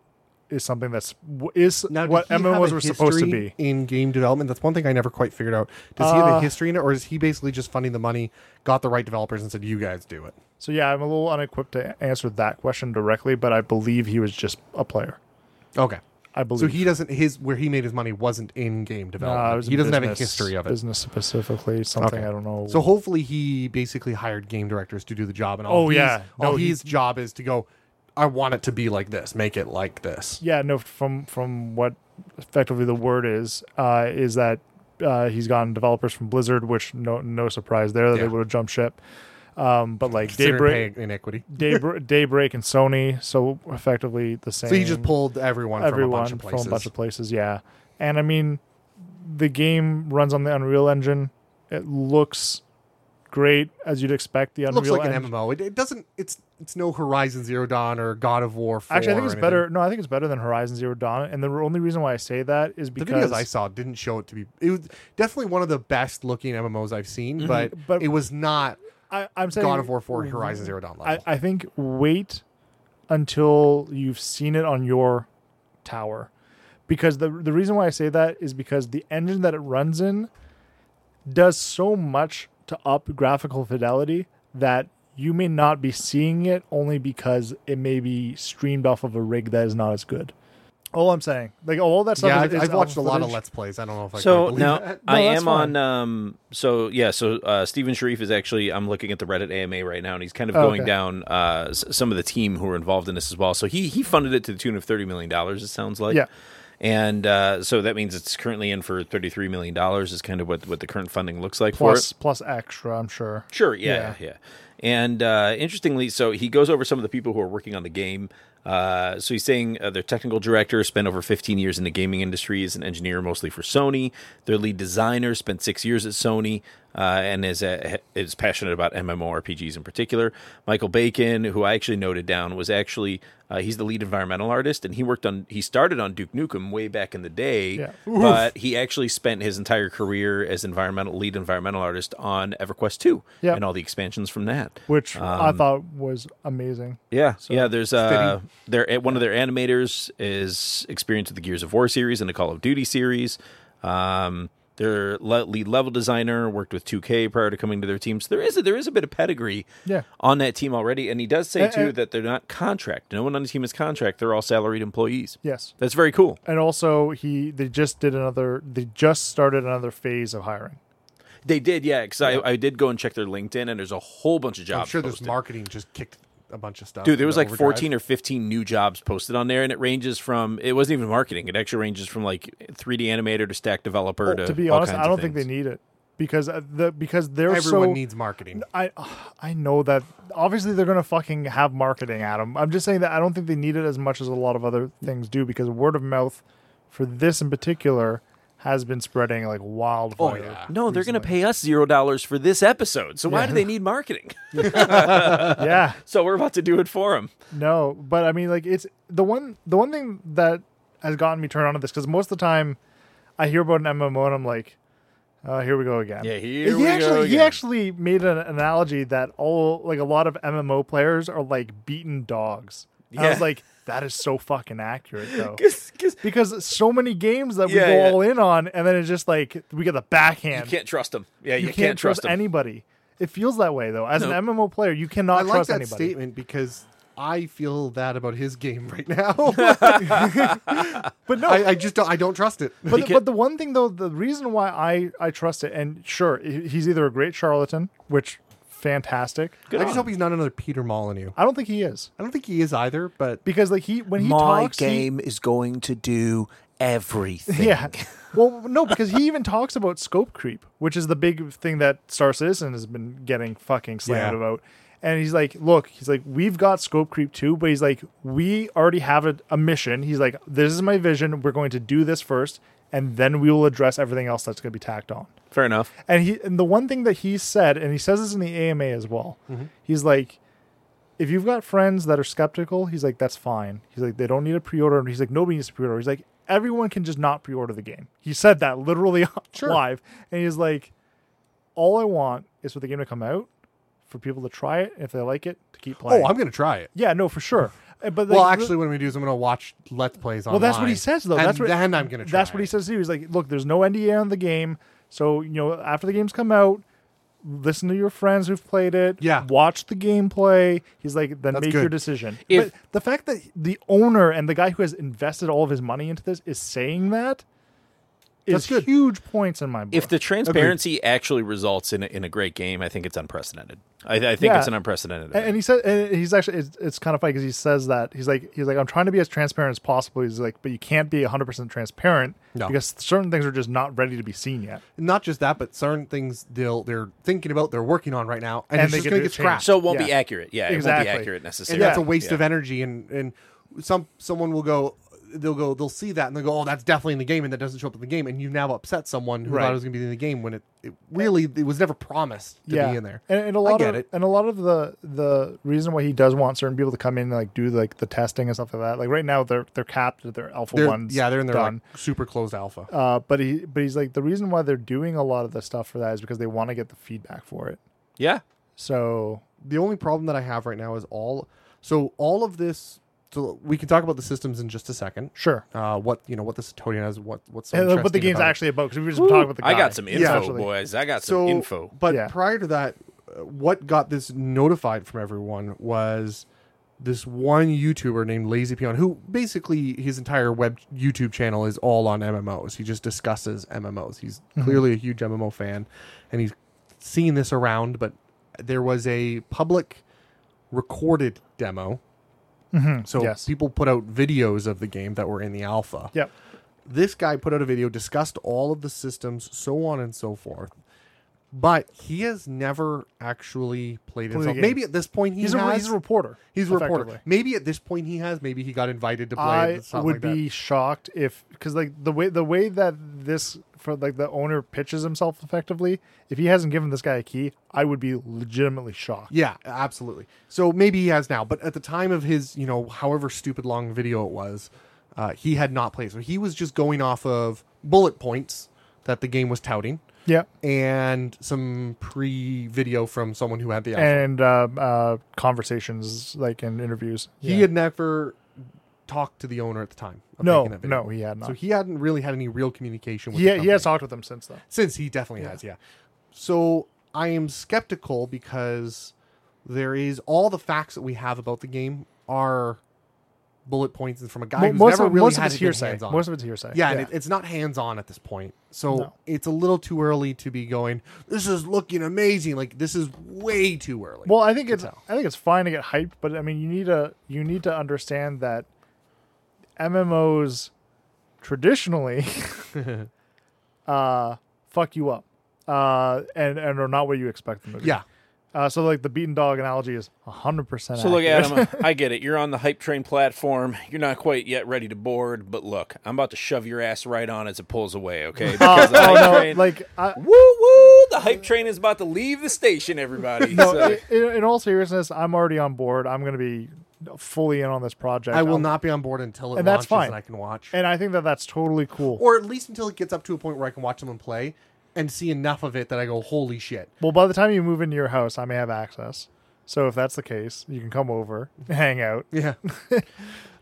Speaker 2: is something that's w- is
Speaker 4: Now, does
Speaker 2: what
Speaker 4: he have
Speaker 2: MMOs
Speaker 4: a
Speaker 2: were supposed to be."
Speaker 4: history in game development? That's one thing I never quite figured out. Does he have
Speaker 2: Uh,
Speaker 4: a history in it, or is he basically just funding the money, got the right developers, and said, "You guys do it"?
Speaker 2: So yeah, I'm a little unequipped to answer that question directly, but I believe he was just a player.
Speaker 4: Okay,
Speaker 2: I believe.
Speaker 4: So he doesn't his where he made his money wasn't in game
Speaker 2: Nah, it
Speaker 4: development.
Speaker 2: was
Speaker 4: he doesn't have a
Speaker 2: business-
Speaker 4: history of it.
Speaker 2: Business specifically, something I don't know.
Speaker 4: So hopefully he basically hired game directors to do the job, and all
Speaker 2: Oh,
Speaker 4: he's-
Speaker 2: yeah.
Speaker 4: all
Speaker 2: No, he-
Speaker 4: his job is to go. I want it to be like this. Make it like this.
Speaker 2: yeah, no, from from what effectively the word is, uh, is that uh, he's gotten developers from Blizzard, which no no surprise there that
Speaker 4: Yeah.
Speaker 2: they would have jumped ship. Um, but like
Speaker 4: Considering
Speaker 2: Daybreak,
Speaker 4: pay inequity.
Speaker 2: Daybreak, Daybreak, and Sony, so effectively the same.
Speaker 4: So he just pulled everyone, from a
Speaker 2: everyone
Speaker 4: bunch of places.
Speaker 2: bunch of places, yeah. And I mean, the game runs on the Unreal Engine. It looks great as you'd expect. The
Speaker 4: It
Speaker 2: Unreal
Speaker 4: looks like
Speaker 2: Engine.
Speaker 4: an MMO. It, it doesn't. It's it's no Horizon Zero Dawn or God of War. 4
Speaker 2: Actually, I think
Speaker 4: or
Speaker 2: it's
Speaker 4: anything.
Speaker 2: better. No, I think it's better than Horizon Zero Dawn. And the only reason why I say that is
Speaker 4: The
Speaker 2: because
Speaker 4: videos I saw didn't show it to be. It was definitely one of the best looking MMOs I've seen,
Speaker 2: Mhm.
Speaker 4: but,
Speaker 2: But-
Speaker 4: it was not.
Speaker 2: I, I'm saying
Speaker 4: God of War 4 Horizon Zero Dawn level.
Speaker 2: I, I think wait until you've seen it on your tower, because the the reason why I say that is because the engine that it runs in does so much to up graphical fidelity that you may not be seeing it only because it may be streamed off of a rig that is not as good. All I'm saying, like all that stuff.
Speaker 4: Yeah,
Speaker 2: is-
Speaker 4: I've-
Speaker 2: is
Speaker 4: I've watched
Speaker 2: album
Speaker 4: a lot of
Speaker 2: footage.
Speaker 4: Let's Plays. I don't know if
Speaker 3: so now I
Speaker 2: that's
Speaker 3: am on.
Speaker 2: fine.
Speaker 3: Um, so yeah, so uh, Stephen Sharif is actually. I'm looking at the Reddit AMA right now, and he's kind of
Speaker 2: Oh,
Speaker 3: going
Speaker 2: okay.
Speaker 3: down uh, s- some of the team who were involved in this as well. So he he funded it to the tune of thirty million dollars. It sounds like.
Speaker 2: Yeah.
Speaker 3: And uh, so that means it's currently in for thirty three million dollars. Is kind of what what the current funding looks like for it.
Speaker 2: plus plus extra. I'm sure.
Speaker 3: Sure, yeah, yeah. And uh, interestingly, so he goes over some of the people who are working on the game. Uh, so he's saying uh, their technical director spent over 15 years in the gaming industry as an engineer, mostly for Sony. Their lead designer spent six years at Sony uh, and is uh, is passionate about MMORPGs in particular. Michael Bacon, who I actually noted down, was actually uh, he's the lead environmental artist, and he worked on he started on Duke Nukem way back in the day,
Speaker 2: Yeah.
Speaker 3: but he actually spent his entire career as environmental lead environmental artist on EverQuest two
Speaker 2: Yeah.
Speaker 3: and all the expansions from that.
Speaker 2: Which I
Speaker 3: Um,
Speaker 2: thought was amazing.
Speaker 3: Yeah, yeah. There's uh, their one of their animators is experienced with the Gears of War series and the Call of Duty series. Um, their le- lead level designer worked with 2K prior to coming to their team, so there is a, there is a bit of pedigree
Speaker 2: Yeah. Eh,
Speaker 3: on that team already. And he does say
Speaker 2: And-
Speaker 3: too
Speaker 2: and-
Speaker 3: that they're not contract. No one on the team is contract. They're all salaried employees.
Speaker 2: Yes.
Speaker 3: that's very cool.
Speaker 2: And also, he they just did another. They just started another phase of hiring.
Speaker 3: They did, yeah. Because I, I did go and check their LinkedIn, and there's a whole bunch of jobs.
Speaker 4: I'm sure this
Speaker 3: posted.
Speaker 4: marketing just kicked a bunch of stuff.
Speaker 3: Dude, there was
Speaker 4: into
Speaker 3: like
Speaker 4: overdrive.
Speaker 3: 14 or 15 new jobs posted on there, and it ranges from it wasn't even marketing. It actually ranges from like 3D animator to stack developer
Speaker 2: Well,
Speaker 3: to,
Speaker 2: to be
Speaker 3: all
Speaker 2: honest,
Speaker 3: kinds
Speaker 2: I
Speaker 3: of
Speaker 2: don't think
Speaker 3: things.
Speaker 2: they need it because uh, the because they're
Speaker 4: Everyone
Speaker 2: so-
Speaker 4: needs marketing.
Speaker 2: I I know that obviously they're gonna fucking have marketing, Adam. I'm just saying that I don't think they need it as much as a lot of other things do because word of mouth for this in particular has been spreading like
Speaker 4: Oh,
Speaker 2: wildfire.
Speaker 3: No, they're going to pay us zero dollars for this episode. So why do they need marketing? Oh,
Speaker 2: Yeah.
Speaker 3: So we're about to do it for them.
Speaker 2: No, but I mean, like it's the one the one thing that has gotten me turned on to this because most of the time I hear about an MMO and I'm like, uh, here we go again.
Speaker 3: Yeah, here
Speaker 2: he
Speaker 3: we go
Speaker 2: actually, He
Speaker 3: again.
Speaker 2: actually made an analogy that all like a lot of MMO players are like beaten dogs. And I was
Speaker 3: Yeah.
Speaker 2: like, that is so fucking accurate though.
Speaker 3: Cause,
Speaker 2: because so many games that
Speaker 3: Yeah,
Speaker 2: we go
Speaker 3: yeah.
Speaker 2: all in on, and then it's just like we get the backhand.
Speaker 3: You can't trust them. Yeah, you,
Speaker 2: You can't trust
Speaker 3: them.
Speaker 2: anybody. It feels that way though. As
Speaker 3: No.
Speaker 2: an MMO player, you cannot
Speaker 4: I like
Speaker 2: trust
Speaker 4: that
Speaker 2: anybody.
Speaker 4: statement because I feel that about his game right now.
Speaker 2: but no,
Speaker 4: I, I just don't. I don't trust it.
Speaker 2: But, but the one thing though, the reason why I I trust it, and sure, he- he's either a great charlatan, which fantastic.
Speaker 4: I just hope he's not another Peter Molyneux.
Speaker 2: I don't think he is.
Speaker 4: I don't think he is either. But
Speaker 2: because like he when he
Speaker 12: My
Speaker 2: talks, he-
Speaker 12: game is going to do everything.
Speaker 2: yeah. Well, no, because he even talks about scope creep, which is the big thing that Star Citizen has been getting fucking slammed
Speaker 4: Yeah.
Speaker 2: about. And he's like, look, he's like, we've got scope creep too, but he's like, we already have a, a mission. He's like, this is my vision. We're going to do this first, and then we will address everything else that's going to be tacked on.
Speaker 3: Fair enough.
Speaker 2: And he and the one thing that he said, and he says this in the AMA as well.
Speaker 4: Mm-hmm.
Speaker 2: He's like, if you've got friends that are skeptical, he's like, that's fine. He's like, they don't need a pre-order. And he's like, nobody needs to pre-order. He's like, everyone can just not pre-order the game. He said that literally live. And he's like, all I want is for the game to come out, for people to try it, and if they like it, to keep playing.
Speaker 4: oh, I'm gonna try it.
Speaker 2: Yeah, no, for sure. Uh, But
Speaker 4: well,
Speaker 2: like,
Speaker 4: actually, what I'm gonna do is I'm gonna watch Let's Plays online.
Speaker 2: well, that's what he says though.
Speaker 4: And
Speaker 2: that's what
Speaker 4: then I'm gonna. Try
Speaker 2: That's what he says too. He's like, look, there's no NDA on the game, so you know after the game's come out, listen to your friends who've played it.
Speaker 4: Yeah.
Speaker 2: watch the gameplay. He's like, then
Speaker 4: That's
Speaker 2: make your
Speaker 4: good.
Speaker 2: decision.
Speaker 3: If-
Speaker 2: but the fact that the owner and the guy who has invested all of his money into this is saying that is
Speaker 4: That's good.
Speaker 2: huge points in my book.
Speaker 3: If the transparency actually results in a, in a great game, I think it's unprecedented. I, I think
Speaker 2: Yeah.
Speaker 3: it's an unprecedented.
Speaker 2: And, and he said, and he's actually, it's, it's kind of funny because he says that he's like, he's like, I'm trying to be as transparent as possible. He's like, but you can't be 100 percent transparent
Speaker 4: No.
Speaker 2: because certain things are just not ready to be seen yet.
Speaker 4: Not just that, but certain things they'll they're thinking about, they're working on right now, and,
Speaker 2: And
Speaker 4: it's
Speaker 2: they
Speaker 4: just
Speaker 2: get
Speaker 4: gonna
Speaker 2: to
Speaker 4: get
Speaker 2: change.
Speaker 4: scrapped.
Speaker 3: so it won't be
Speaker 2: Yeah.
Speaker 3: accurate. Yeah, it
Speaker 2: Exactly.
Speaker 3: won't be accurate
Speaker 4: and
Speaker 3: necessarily.
Speaker 4: that's a waste
Speaker 3: Yeah.
Speaker 4: of energy. And and some someone will go, they'll go, they'll see that and they'll go, oh, that's definitely in the game, and that doesn't show up in the game, and you've now upset someone who
Speaker 2: Right.
Speaker 4: thought it was gonna be in the game when it, it really it was never promised to be in there.
Speaker 2: And, and a
Speaker 4: I
Speaker 2: lot
Speaker 4: get
Speaker 2: of
Speaker 4: it.
Speaker 2: and a lot of the the reason why he does want certain people to come in and like do like the testing and stuff like that. Like right now they're they're capped at their alpha
Speaker 4: They're-
Speaker 2: ones.
Speaker 4: yeah, they're in their
Speaker 2: done.
Speaker 4: like, super closed alpha.
Speaker 2: uh, but he but he's like the reason why they're doing a lot of the stuff for that is because they want to get the feedback for it.
Speaker 3: Yeah.
Speaker 2: So
Speaker 4: the only problem that I have right now is all. So all of this. So we can talk about the systems in just a second.
Speaker 2: Sure.
Speaker 4: Uh, what you know, what the Satodian has, what what's so
Speaker 2: and what the
Speaker 4: interesting
Speaker 2: game's
Speaker 4: about it.
Speaker 2: actually about because we were just talking about the guy.
Speaker 3: I got some info,
Speaker 4: actually.
Speaker 3: boys. I got
Speaker 4: So,
Speaker 3: some info.
Speaker 4: But prior to that, uh, what got this notified from everyone was this one YouTuber named Lazy Peon, who basically his entire web YouTube channel is all on MMOs. He just discusses MMOs. He's
Speaker 10: Mhm.
Speaker 4: clearly a huge MMO fan, and he's seen this around. But there was a public recorded demo,
Speaker 2: Mhm,
Speaker 4: so
Speaker 2: yes.
Speaker 4: people put out videos of the game that were in the alpha.
Speaker 2: Yep.
Speaker 4: This guy put out a video, discussed all of the systems, so on and so forth. But he has never actually played
Speaker 2: Play the
Speaker 4: himself.
Speaker 2: game.
Speaker 4: Maybe at this point he
Speaker 2: He's a-
Speaker 4: has.
Speaker 2: he's a reporter,
Speaker 4: He's a reporter.
Speaker 2: effectively.
Speaker 4: Maybe at this point he has. Maybe he got invited to play.
Speaker 2: I
Speaker 4: and something
Speaker 2: would
Speaker 4: like that.
Speaker 2: be shocked if because like the way the way that this for like the owner pitches himself effectively, if he hasn't given this guy a key, I would be legitimately shocked.
Speaker 4: Yeah, absolutely. So maybe he has now, but at the time of his, you know, however stupid long video it was, uh, he had not played. So he was just going off of bullet points that the game was touting.
Speaker 2: Yeah.
Speaker 4: And some pre video from someone who had the alpha.
Speaker 2: And uh, uh, conversations like in interviews.
Speaker 4: He had never talked to the owner at the time. of
Speaker 2: No,
Speaker 4: making that video.
Speaker 2: no, he had
Speaker 4: So
Speaker 2: not.
Speaker 4: he hadn't really had any real communication with
Speaker 2: He,
Speaker 4: the
Speaker 2: he has talked with them since though.
Speaker 4: since he definitely
Speaker 2: Yeah.
Speaker 4: has yeah so i am skeptical because there is all the facts that we have about the game are bullet points from a guy
Speaker 2: Mo-
Speaker 4: who's
Speaker 2: most
Speaker 4: never
Speaker 2: of-
Speaker 4: really
Speaker 2: most of
Speaker 4: had
Speaker 2: it's
Speaker 4: it in
Speaker 2: hearsay.
Speaker 4: hands-on.
Speaker 2: Most of it's hearsay.
Speaker 4: yeah, And
Speaker 2: Yeah.
Speaker 4: it, it's not hands-on at this point so
Speaker 2: No.
Speaker 4: it's a little too early to be going this is looking amazing like this is way too early
Speaker 2: Well, I think it's I think it's fine to get hyped, but I mean you need to you need to understand that MMOs traditionally uh fuck you up. Uh and and are not what you expect them to be.
Speaker 3: Yeah.
Speaker 2: Uh, so like the beaten dog analogy is 100%
Speaker 3: So look,
Speaker 2: accurate.
Speaker 3: Adam, I get it. You're on the hype train platform. You're not quite yet ready to board, but look, I'm about to shove your ass right on as it pulls away. Okay?
Speaker 2: Oh,
Speaker 3: the
Speaker 2: oh,
Speaker 3: hype
Speaker 2: no,
Speaker 3: train-
Speaker 2: like, I-
Speaker 3: woo woo, the hype train is about to leave the station. Everybody,
Speaker 2: no,
Speaker 3: So-
Speaker 2: i- oh, in, in all seriousness, I'm already on board. I'm going to be fully in on this project.
Speaker 4: i will
Speaker 2: I'll-
Speaker 4: not be on board until it
Speaker 2: and
Speaker 4: launches
Speaker 2: that's fine.
Speaker 4: and i can watch
Speaker 2: And I think that that's totally cool.
Speaker 4: or at least until it gets up to a point where i can watch someone play and see enough of it that i go holy shit
Speaker 2: Well, by the time you move into your house, I may have access. So if that's the case, you can come over, hang out.
Speaker 4: Yeah.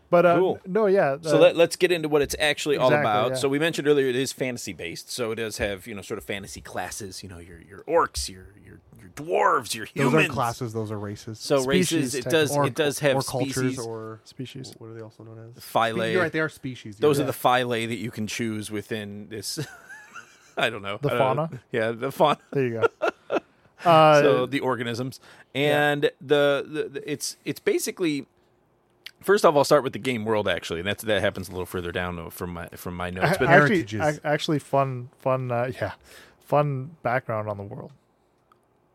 Speaker 2: but uh,
Speaker 3: Cool.
Speaker 2: no, yeah.
Speaker 3: So
Speaker 2: uh,
Speaker 3: let, let's get into what it's actually all
Speaker 2: Exactly,
Speaker 3: about.
Speaker 2: yeah.
Speaker 3: So we mentioned earlier it is fantasy based, so it does have you know sort of fantasy classes. You know your your orcs, your your your dwarves, your
Speaker 4: Those
Speaker 3: humans.
Speaker 4: aren't classes; those are races.
Speaker 3: So races, it does it does have
Speaker 4: or cultures
Speaker 3: species.
Speaker 4: or
Speaker 2: species.
Speaker 4: What are they also known as?
Speaker 3: Philae.
Speaker 4: You're right; they are species. you're
Speaker 3: Those
Speaker 4: right.
Speaker 3: are the philae that you can choose within this. I don't know.
Speaker 2: The
Speaker 3: I don't know.
Speaker 2: fauna?
Speaker 3: Yeah, the fauna.
Speaker 2: There you go. Uh,
Speaker 3: so the organisms and the, the, the it's it's basically. First off, I'll start with the game world actually, and that's that happens a little further down from my from my notes.
Speaker 2: a- actually, ac- actually, fun, fun, uh, yeah, fun background on the world.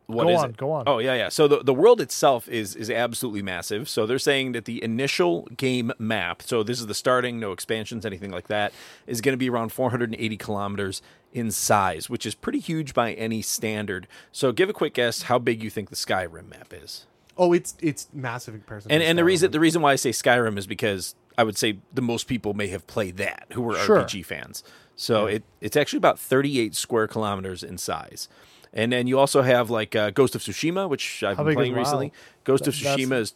Speaker 3: What
Speaker 2: go
Speaker 3: is
Speaker 2: on,
Speaker 3: it?
Speaker 2: go on.
Speaker 3: Oh yeah, yeah. So the, the world itself is is absolutely massive. So they're saying that the initial game map, so this is the starting, no expansions, anything like that, is going to be around 480 kilometers in size, which is pretty huge by any standard. So give a quick guess how big you think the Skyrim map is.
Speaker 4: Oh, it's it's massive in comparison. to
Speaker 3: And and the
Speaker 4: Skyrim.
Speaker 3: reason the reason why I say Skyrim is because I would say the most people may have played that who were
Speaker 4: Sure.
Speaker 3: RPG fans. So it it's actually about 38 square kilometers in size. And then you also have like uh, Ghost of Tsushima, which I've
Speaker 2: How
Speaker 3: been
Speaker 2: big is-
Speaker 3: playing recently.
Speaker 2: wow.
Speaker 3: Ghost of
Speaker 2: Th- that's-
Speaker 3: Tsushima is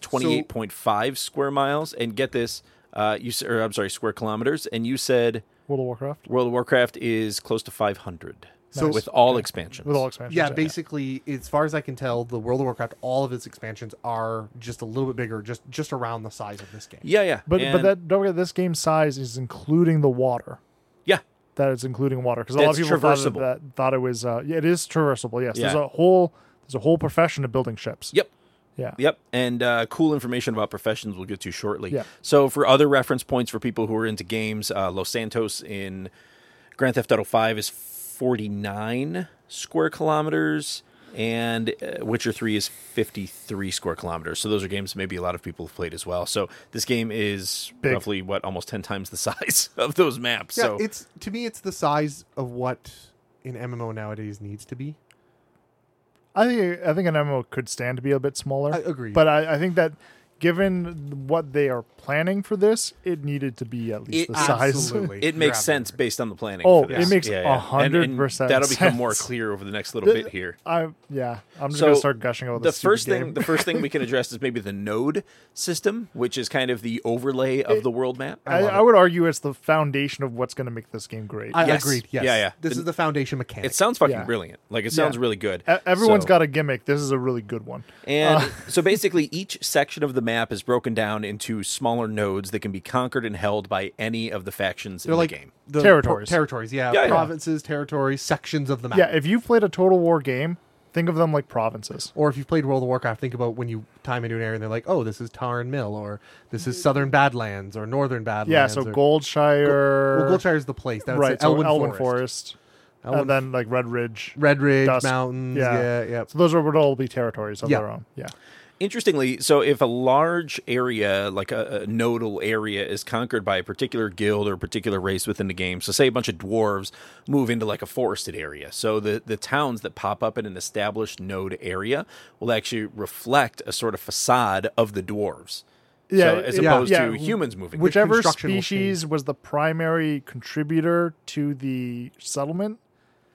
Speaker 3: 28.5 square miles. And get this, uh, you s- or I'm sorry, square kilometers. And you said
Speaker 2: World of Warcraft.
Speaker 3: World of Warcraft is close to 500.
Speaker 4: So-
Speaker 3: So with all expansions,
Speaker 2: With all expansions,
Speaker 4: yeah,
Speaker 2: yeah.
Speaker 4: basically, as far as I can tell, the World of Warcraft, all of its expansions are just a little bit bigger, just just around the size of this game.
Speaker 3: Yeah, yeah.
Speaker 2: But but
Speaker 3: And-
Speaker 2: that don't forget this game size is including the water.
Speaker 3: Yeah.
Speaker 2: that is including water because a lot of
Speaker 3: That's
Speaker 2: people thought of
Speaker 3: traversable.
Speaker 2: that thought it was. Uh, yeah, it is traversable. Yes, there's
Speaker 3: Yeah.
Speaker 2: a whole there's a whole profession of building ships.
Speaker 3: Yep.
Speaker 2: Yeah.
Speaker 3: Yep. And uh, cool information about professions we'll get to shortly.
Speaker 2: Yeah.
Speaker 3: So for other reference points for people who are into games, uh, Los Santos in Grand Theft Auto Five is forty nine square kilometers, and uh, Witcher Three is fifty three square kilometers. So those are games maybe a lot of people have played as well. So this game is
Speaker 4: Big.
Speaker 3: roughly what almost ten times the size of those maps.
Speaker 4: Yeah,
Speaker 3: so
Speaker 4: it's to me, it's the size of what an MMO nowadays needs to be.
Speaker 2: I think I think an MMO could stand to be a bit smaller. I
Speaker 4: agree.
Speaker 2: but I, I think that given what they are planning for this, it needed to be at least
Speaker 3: It-
Speaker 2: the size.
Speaker 3: It makes sense based on the planning.
Speaker 2: Oh,
Speaker 3: for this.
Speaker 2: it makes
Speaker 3: Yeah, yeah. And- and
Speaker 2: 100%
Speaker 3: That'll become more
Speaker 2: sense.
Speaker 3: clear over the next little
Speaker 2: The-
Speaker 3: bit here.
Speaker 2: I yeah, I'm just gonna start gushing about
Speaker 3: the
Speaker 2: this stupid
Speaker 3: first thing.
Speaker 2: game.
Speaker 3: the first thing we can address is maybe the node system, which is kind of the overlay of
Speaker 2: It-
Speaker 3: the world map.
Speaker 2: I, I would argue it's the foundation of what's going to make this game great. E,
Speaker 3: I Yes. agreed, yes. Yeah, yeah.
Speaker 4: This is the foundation mechanic.
Speaker 3: It sounds fucking
Speaker 2: Yeah.
Speaker 3: brilliant. Like it
Speaker 2: Yeah.
Speaker 3: sounds really good.
Speaker 2: E- Everyone's
Speaker 3: So-
Speaker 2: got a gimmick. This is a really good one.
Speaker 3: And
Speaker 2: Uh,
Speaker 3: so basically, each section of the map is broken down into smaller nodes that can be conquered and held by any of the factions
Speaker 4: They're
Speaker 3: in
Speaker 4: like
Speaker 3: the game.
Speaker 4: the pro- territories, yeah,
Speaker 3: Yeah, yeah.
Speaker 4: provinces, territories, sections of the map.
Speaker 2: Yeah, if you've played a Total War game, think of them like provinces.
Speaker 4: Or if you've played World of Warcraft, think about when you time into an area and they're like, oh, this is Tarn Mill, or this is Southern Badlands, or Northern Badlands.
Speaker 2: yeah, so
Speaker 4: or-
Speaker 2: Goldshire.
Speaker 4: Well, Goldshire is the place. That's
Speaker 2: right,
Speaker 4: it.
Speaker 2: so
Speaker 4: Elwyn
Speaker 2: Elwyn
Speaker 4: Forest.
Speaker 2: Forest.
Speaker 4: Elwyn-
Speaker 2: and then like Red Ridge.
Speaker 4: Red Ridge,
Speaker 2: Dusk.
Speaker 4: mountains, yeah, yeah.
Speaker 2: So those would all be territories of
Speaker 3: Yeah.
Speaker 2: their own. Yeah.
Speaker 3: Interestingly, so if a large area, like a, a nodal area, is conquered by a particular guild or a particular race within the game, so say a bunch of dwarves move into like a forested area, so the, the towns that pop up in an established node area will actually reflect a sort of facade of the dwarves. so, as
Speaker 2: it-
Speaker 3: opposed
Speaker 2: yeah,
Speaker 3: to humans moving.
Speaker 2: Whichever species was the primary contributor to the settlement,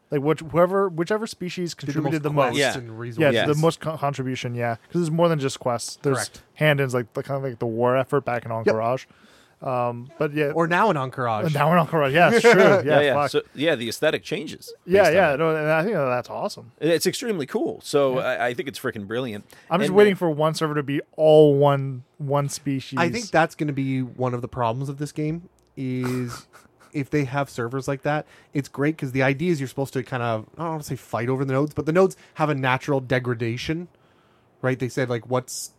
Speaker 2: like which, whoever, whichever species
Speaker 4: the most
Speaker 2: contributed the most,
Speaker 4: quests Yeah. and
Speaker 2: yeah,
Speaker 4: resources.
Speaker 2: yeah, the
Speaker 4: Yes.
Speaker 2: most con- contribution, yeah, because there's more than just quests. There's
Speaker 4: Correct.
Speaker 2: hand-ins, like the kind of like the war effort back in Encourage, um, but yeah,
Speaker 4: or now in Encourage,
Speaker 2: now in Encourage, yeah, it's true, yeah,
Speaker 3: yeah, yeah.
Speaker 2: fuck.
Speaker 3: So, yeah, the aesthetic changes.
Speaker 2: yeah,
Speaker 3: based on
Speaker 2: yeah, no, and I think that's awesome.
Speaker 3: it. It's extremely cool. So I, I think it's freaking brilliant.
Speaker 2: I'm just
Speaker 3: And-
Speaker 2: waiting for one server to be all one one species.
Speaker 4: I think that's going to be one of the problems of this game is if they have servers like that, it's great because the idea is you're supposed to kind of I don't want to say fight over the nodes, but the nodes have a natural degradation, right? They said like what's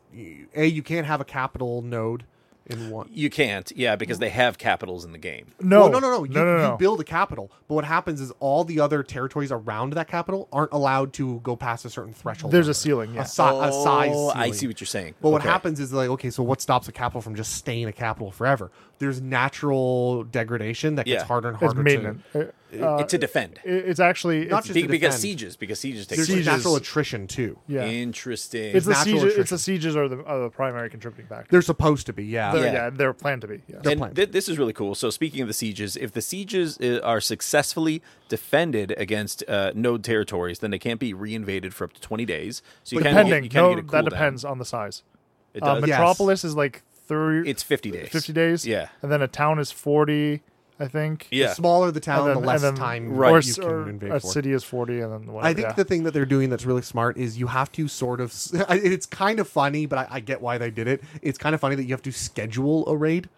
Speaker 4: a you can't have a capital node in one.
Speaker 3: You can't, yeah, because they have capitals in the game.
Speaker 4: Well, no, no, no. You,
Speaker 2: No, no,
Speaker 4: you
Speaker 2: no.
Speaker 4: build a capital, but what happens is all the other territories around that capital aren't allowed to go past a certain threshold.
Speaker 2: There's a
Speaker 4: number.
Speaker 2: ceiling, yeah.
Speaker 4: a, si- a size.
Speaker 3: Oh, I
Speaker 4: ceiling.
Speaker 3: see what you're saying.
Speaker 4: But what
Speaker 3: Okay.
Speaker 4: happens is like, okay, so what stops a capital from just staying a capital forever? There's natural degradation that gets
Speaker 3: Yeah.
Speaker 4: harder and
Speaker 2: It's
Speaker 4: harder
Speaker 2: maintenance.
Speaker 4: to.
Speaker 2: Uh,
Speaker 3: it's a defend.
Speaker 2: it- it's actually
Speaker 4: Not
Speaker 2: it's,
Speaker 4: just
Speaker 3: Be-
Speaker 4: to
Speaker 3: because
Speaker 4: defend.
Speaker 3: sieges, because sieges take
Speaker 4: There's
Speaker 3: place.
Speaker 4: natural attrition too.
Speaker 2: Yeah.
Speaker 3: Interesting.
Speaker 2: it's the
Speaker 4: natural
Speaker 2: sieges. It's
Speaker 4: attrition.
Speaker 2: the sieges are the, are the primary contributing factor.
Speaker 4: They're supposed to be, yeah.
Speaker 2: They're-
Speaker 3: Yeah.
Speaker 2: yeah. they're planned to be. Yeah.
Speaker 3: and th- this is really cool. So, speaking of the sieges, if the sieges uh, are successfully defended against uh, node territories, then they can't be reinvaded for up to 20 days. So, you can
Speaker 2: depending,
Speaker 3: get, you can
Speaker 2: no,
Speaker 3: get a cooldown.
Speaker 2: that depends on the size.
Speaker 3: It
Speaker 2: Uh,
Speaker 3: does. Yes.
Speaker 2: Metropolis is like thirty.
Speaker 3: It's 50 days.
Speaker 2: 50 days.
Speaker 3: Yeah.
Speaker 2: and then a town is forty, I think.
Speaker 3: Yeah. The
Speaker 4: smaller the town,
Speaker 2: And
Speaker 4: the
Speaker 2: and
Speaker 4: less time
Speaker 2: or
Speaker 4: you
Speaker 2: s-
Speaker 4: can
Speaker 2: or
Speaker 4: invade
Speaker 2: A
Speaker 4: for.
Speaker 2: city is forty, and then whatever.
Speaker 4: I think
Speaker 2: yeah.
Speaker 4: the thing that they're doing that's really smart is you have to sort of. It's kind of funny, but I, I get why they did it. It's kind of funny that you have to schedule a raid.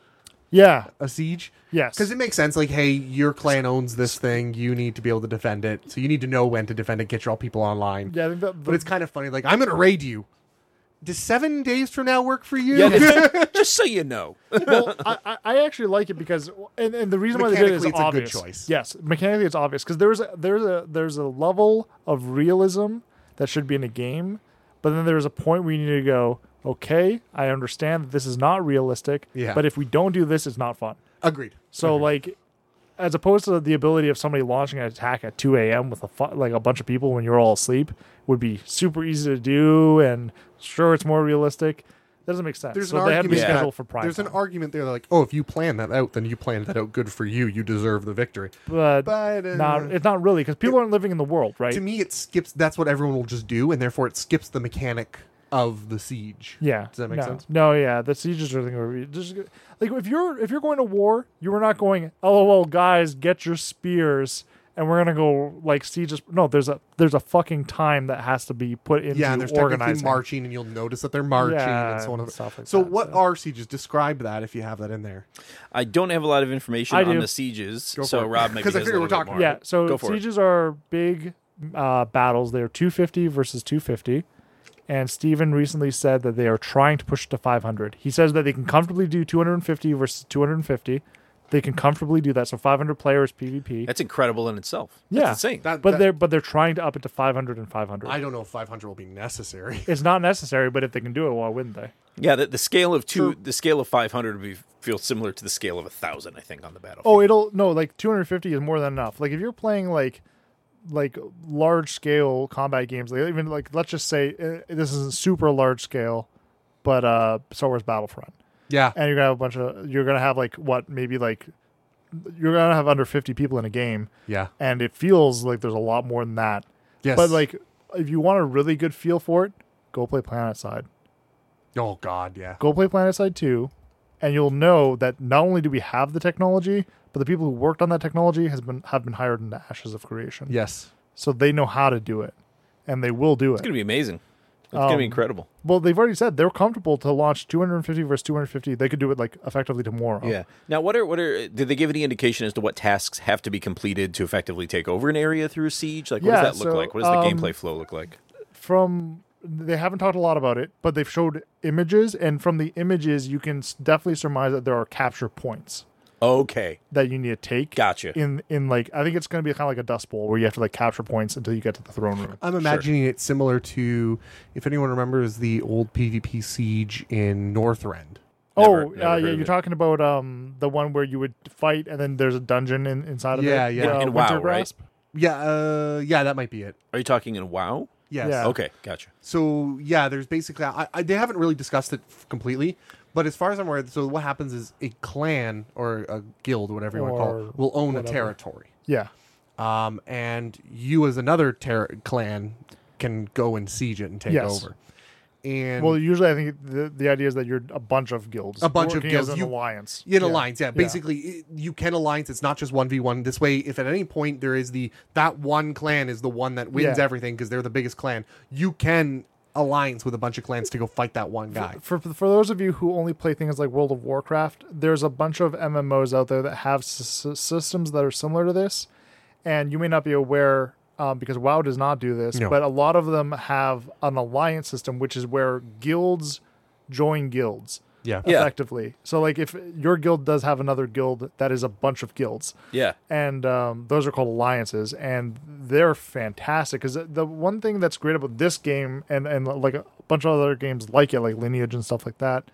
Speaker 2: yeah,
Speaker 4: a siege?
Speaker 2: Yes.
Speaker 4: Because it makes sense. Like, hey, your clan owns this thing. You need to be able to defend it. So you need to know when to defend it. Get your all people online.
Speaker 2: yeah. I think that,
Speaker 4: But it's kind of funny. Like, I'm going to raid you. Does seven days from now work for you?
Speaker 3: Yeah, just, just so you know.
Speaker 2: well, I, I- I actually like it because, and, and the reason why they did it is
Speaker 4: Mechanically, it's a good
Speaker 2: obvious.
Speaker 4: choice.
Speaker 2: Yes, mechanically it's obvious because there's a, there's a there's a level of realism that should be in a game, but then there's a point where you need to go. Okay, I understand that this is not realistic.
Speaker 4: Yeah. Mm-hmm.
Speaker 2: But if we don't do this, it's not fun.
Speaker 4: Agreed.
Speaker 2: So like, as opposed to the ability of somebody launching an attack at 2 a.m. with a fu- like a bunch of people when you're all asleep would be super easy to do, and sure it's more realistic. That doesn't make sense.
Speaker 4: There's
Speaker 2: so
Speaker 4: an
Speaker 2: they had to
Speaker 4: argument.
Speaker 2: be
Speaker 4: that-
Speaker 2: scheduled for prime.
Speaker 4: There's an
Speaker 2: time.
Speaker 4: argument there. Like, oh, if you plan that out, then you planned that out. Good for you. You deserve the victory.
Speaker 2: but,
Speaker 4: But, uh,
Speaker 2: not it's not really because people aren't living in the world, right?
Speaker 4: To me, it skips. That's what everyone will just do, and therefore it skips the mechanic of the siege.
Speaker 2: yeah,
Speaker 4: Does that make
Speaker 2: no.
Speaker 4: sense?
Speaker 2: No, yeah, the sieges are the thing where you just like if you're if you're going to war, you are not going. LOL, guys, get your spears, and we're gonna go like sieges. No, there's a there's a fucking time that has to be put into
Speaker 4: yeah, and there's technically
Speaker 2: organizing.
Speaker 4: marching, and you'll notice that they're marching
Speaker 2: Yeah,
Speaker 4: and so on.
Speaker 2: and
Speaker 4: And
Speaker 2: stuff like
Speaker 4: so,
Speaker 2: that,
Speaker 4: what
Speaker 2: so-
Speaker 4: are sieges? Describe that if you have that in there.
Speaker 3: I don't have a lot of information
Speaker 2: I
Speaker 3: on
Speaker 2: do.
Speaker 3: the sieges,
Speaker 4: Go
Speaker 3: so
Speaker 4: for it.
Speaker 3: Rob maybe
Speaker 4: 'Cause I
Speaker 3: knows a
Speaker 4: figure we're
Speaker 3: little bit
Speaker 4: talking-
Speaker 3: more.
Speaker 2: Yeah, so
Speaker 3: Go for it.
Speaker 2: sieges are big uh, battles. They are 250 versus 250. And Steven recently said that they are trying to push to 500. He says that they can comfortably do 250 versus 250. They can comfortably do that. So 500 players PvP.
Speaker 3: That's incredible in itself.
Speaker 2: yeah,
Speaker 3: That's insane.
Speaker 4: That-
Speaker 2: but
Speaker 4: that-
Speaker 2: they're but they're trying to up it to 500 and 500.
Speaker 4: I don't know if 500 will be necessary.
Speaker 2: it's not necessary, but if they can do it, why wouldn't they?
Speaker 3: Yeah, the, the scale of two, the scale of five hundred would be, feel similar to the scale of a thousand. I think on the battlefield.
Speaker 2: Oh, it'll no like 250 is more than enough. Like if you're playing like like large scale combat games, like even like let's just say uh, this isn't super large scale, but uh Star Wars Battlefront,
Speaker 4: Yeah.
Speaker 2: and you're gonna have a bunch of you're gonna have like what maybe like you're gonna have under 50 people in a game,
Speaker 4: Yeah.
Speaker 2: and it feels like there's a lot more than that.
Speaker 4: Yes.
Speaker 2: But like if you want a really good feel for it, go play Planet Side
Speaker 4: Oh God, yeah.
Speaker 2: go play Planet Side 2, and you'll know that not only do we have the technology, but the people who worked on that technology has been have been hired in the ashes of creation.
Speaker 4: Yes.
Speaker 2: So they know how to do it, and they will do it.
Speaker 3: it's gonna be amazing. gonna
Speaker 2: Um,
Speaker 3: be incredible.
Speaker 2: Well, they've already said they're comfortable to launch 250 versus 250. They could do it like effectively
Speaker 4: oh.
Speaker 2: tomorrow.
Speaker 3: Yeah. Now, what are what are did they give any indication as to what tasks have to be completed to effectively take over an area through a siege? Like, what
Speaker 2: Yeah,
Speaker 3: does that look
Speaker 2: so,
Speaker 3: like? What does the
Speaker 2: um,
Speaker 3: gameplay flow look like?
Speaker 2: From they haven't talked a lot about it, but they've showed images, and from the images, you can s- definitely surmise that there are capture points
Speaker 3: Okay,
Speaker 2: that you need to take.
Speaker 3: Gotcha.
Speaker 2: In in like, I think it's going to be kind of like a dust bowl where you have to like capture points until you get to the throne room.
Speaker 4: I'm imagining it similar to if anyone remembers the old PvP siege in Northrend.
Speaker 2: oh, uh, yeah, you're talking about um the one where you would fight, and then there's a dungeon in, inside of
Speaker 4: Yeah,
Speaker 2: it.
Speaker 4: yeah.
Speaker 2: uh,
Speaker 4: In- in WoW,
Speaker 2: Winter
Speaker 4: right?
Speaker 2: Grasp.
Speaker 4: Yeah, uh, yeah, that might be it.
Speaker 3: Are you talking in WoW?
Speaker 4: Yes. Yeah.
Speaker 3: Okay, gotcha.
Speaker 4: So yeah, there's basically I, I, they haven't really discussed it f- completely, but as far as I'm aware, so what happens is a clan or a guild, whatever you want to call
Speaker 2: Or
Speaker 4: it, will own a
Speaker 2: whatever.
Speaker 4: territory.
Speaker 2: Yeah.
Speaker 4: Um, and you as another ter- clan can go and siege it and take
Speaker 2: Yes.
Speaker 4: over. And
Speaker 2: well, usually I think the, the idea is that you're a bunch of guilds,
Speaker 4: a bunch of
Speaker 2: working
Speaker 4: guilds.
Speaker 2: as an
Speaker 4: You-
Speaker 2: alliance,
Speaker 4: In alliance, yeah. Basically, it- you can alliance. It's not just one v one. This way, if at any point there is the that one clan is the one that wins
Speaker 2: Yeah.
Speaker 4: everything because they're the biggest clan, you can alliance with a bunch of clans to go fight that one guy.
Speaker 2: For for those of you who only play things like World of Warcraft, there's a bunch of MMOs out there that have s- s- systems that are similar to this, and you may not be aware um, because WoW does not do this,
Speaker 4: No.
Speaker 2: but a lot of them have an alliance system, which is where guilds join guilds.
Speaker 4: Yeah. Yeah.
Speaker 2: effectively. So, like, if your guild does have another guild that is a bunch of guilds,
Speaker 3: Yeah.
Speaker 2: and um, those are called alliances, and they're fantastic. Because the one thing that's great about this game, and and like a bunch of other games like it, like Lineage and stuff like that,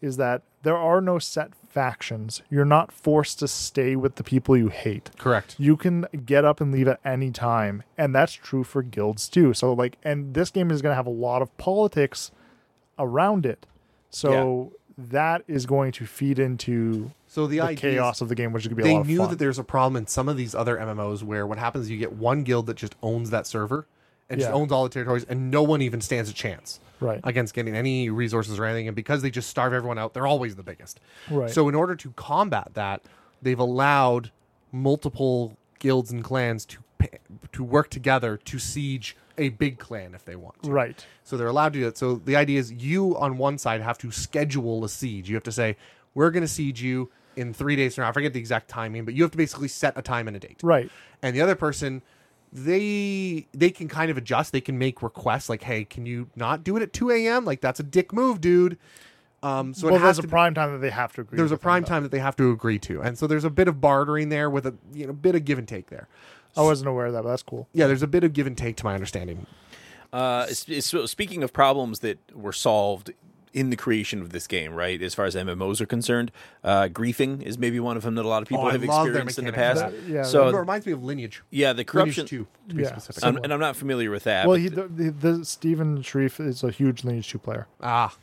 Speaker 2: is that there are no set factions. You're not forced to stay with the people you hate.
Speaker 4: Correct.
Speaker 2: You can get up and leave at any time, and that's true for guilds too. So like, and this game is going to have a lot of politics around it. So that is going to feed into
Speaker 4: So the idea is
Speaker 2: chaos of the game, which is going to be a
Speaker 4: they
Speaker 2: lot of
Speaker 4: knew
Speaker 2: fun.
Speaker 4: that there's a problem in some of these other MMOs where what happens is you get one guild that just owns that server and just
Speaker 2: Yeah.
Speaker 4: owns all the territories, and no one even stands a chance
Speaker 2: Right.
Speaker 4: against getting any resources or anything. And because they just starve everyone out, they're always the biggest.
Speaker 2: Right.
Speaker 4: So in order to combat that, they've allowed multiple guilds and clans to pa- to work together to siege a big clan if they want. to.
Speaker 2: Right.
Speaker 4: So they're allowed to do that. So the idea is you on one side have to schedule a siege. You have to say, we're going to siege you in three days from now. I forget the exact timing, but you have to basically set a time and a date.
Speaker 2: Right.
Speaker 4: And the other person, they they can kind of adjust. They can make requests like, hey, can you not do it at 2 a.m.? Like that's a dick move, dude. Um, so it
Speaker 2: well,
Speaker 4: has
Speaker 2: there's a
Speaker 4: to be-
Speaker 2: prime time that they have to agree.
Speaker 4: there's a
Speaker 2: with them,
Speaker 4: prime
Speaker 2: though.
Speaker 4: time that they have to agree to, and so there's a bit of bartering there with a you know bit of give and take there.
Speaker 2: I wasn't aware of that, but that's cool.
Speaker 4: Yeah, there's a bit of give and take to my understanding.
Speaker 3: Uh, s- so speaking of problems that were solved in the creation of this game, right? As far as MMOs are concerned, uh, griefing is maybe one of them that a lot of people
Speaker 4: Oh, I
Speaker 3: have
Speaker 4: love their
Speaker 3: experienced in the
Speaker 4: mechanics.
Speaker 3: past.
Speaker 4: That- yeah, it
Speaker 3: so
Speaker 4: reminds me of Lineage.
Speaker 3: yeah, the corruption.
Speaker 4: Lineage 2, to be
Speaker 2: Yeah,
Speaker 4: specific.
Speaker 3: I'm, Um, and I'm not familiar with that.
Speaker 2: well,
Speaker 3: but
Speaker 2: he, the, the, the Steven Sharif is a huge Lineage two player.
Speaker 4: Ah,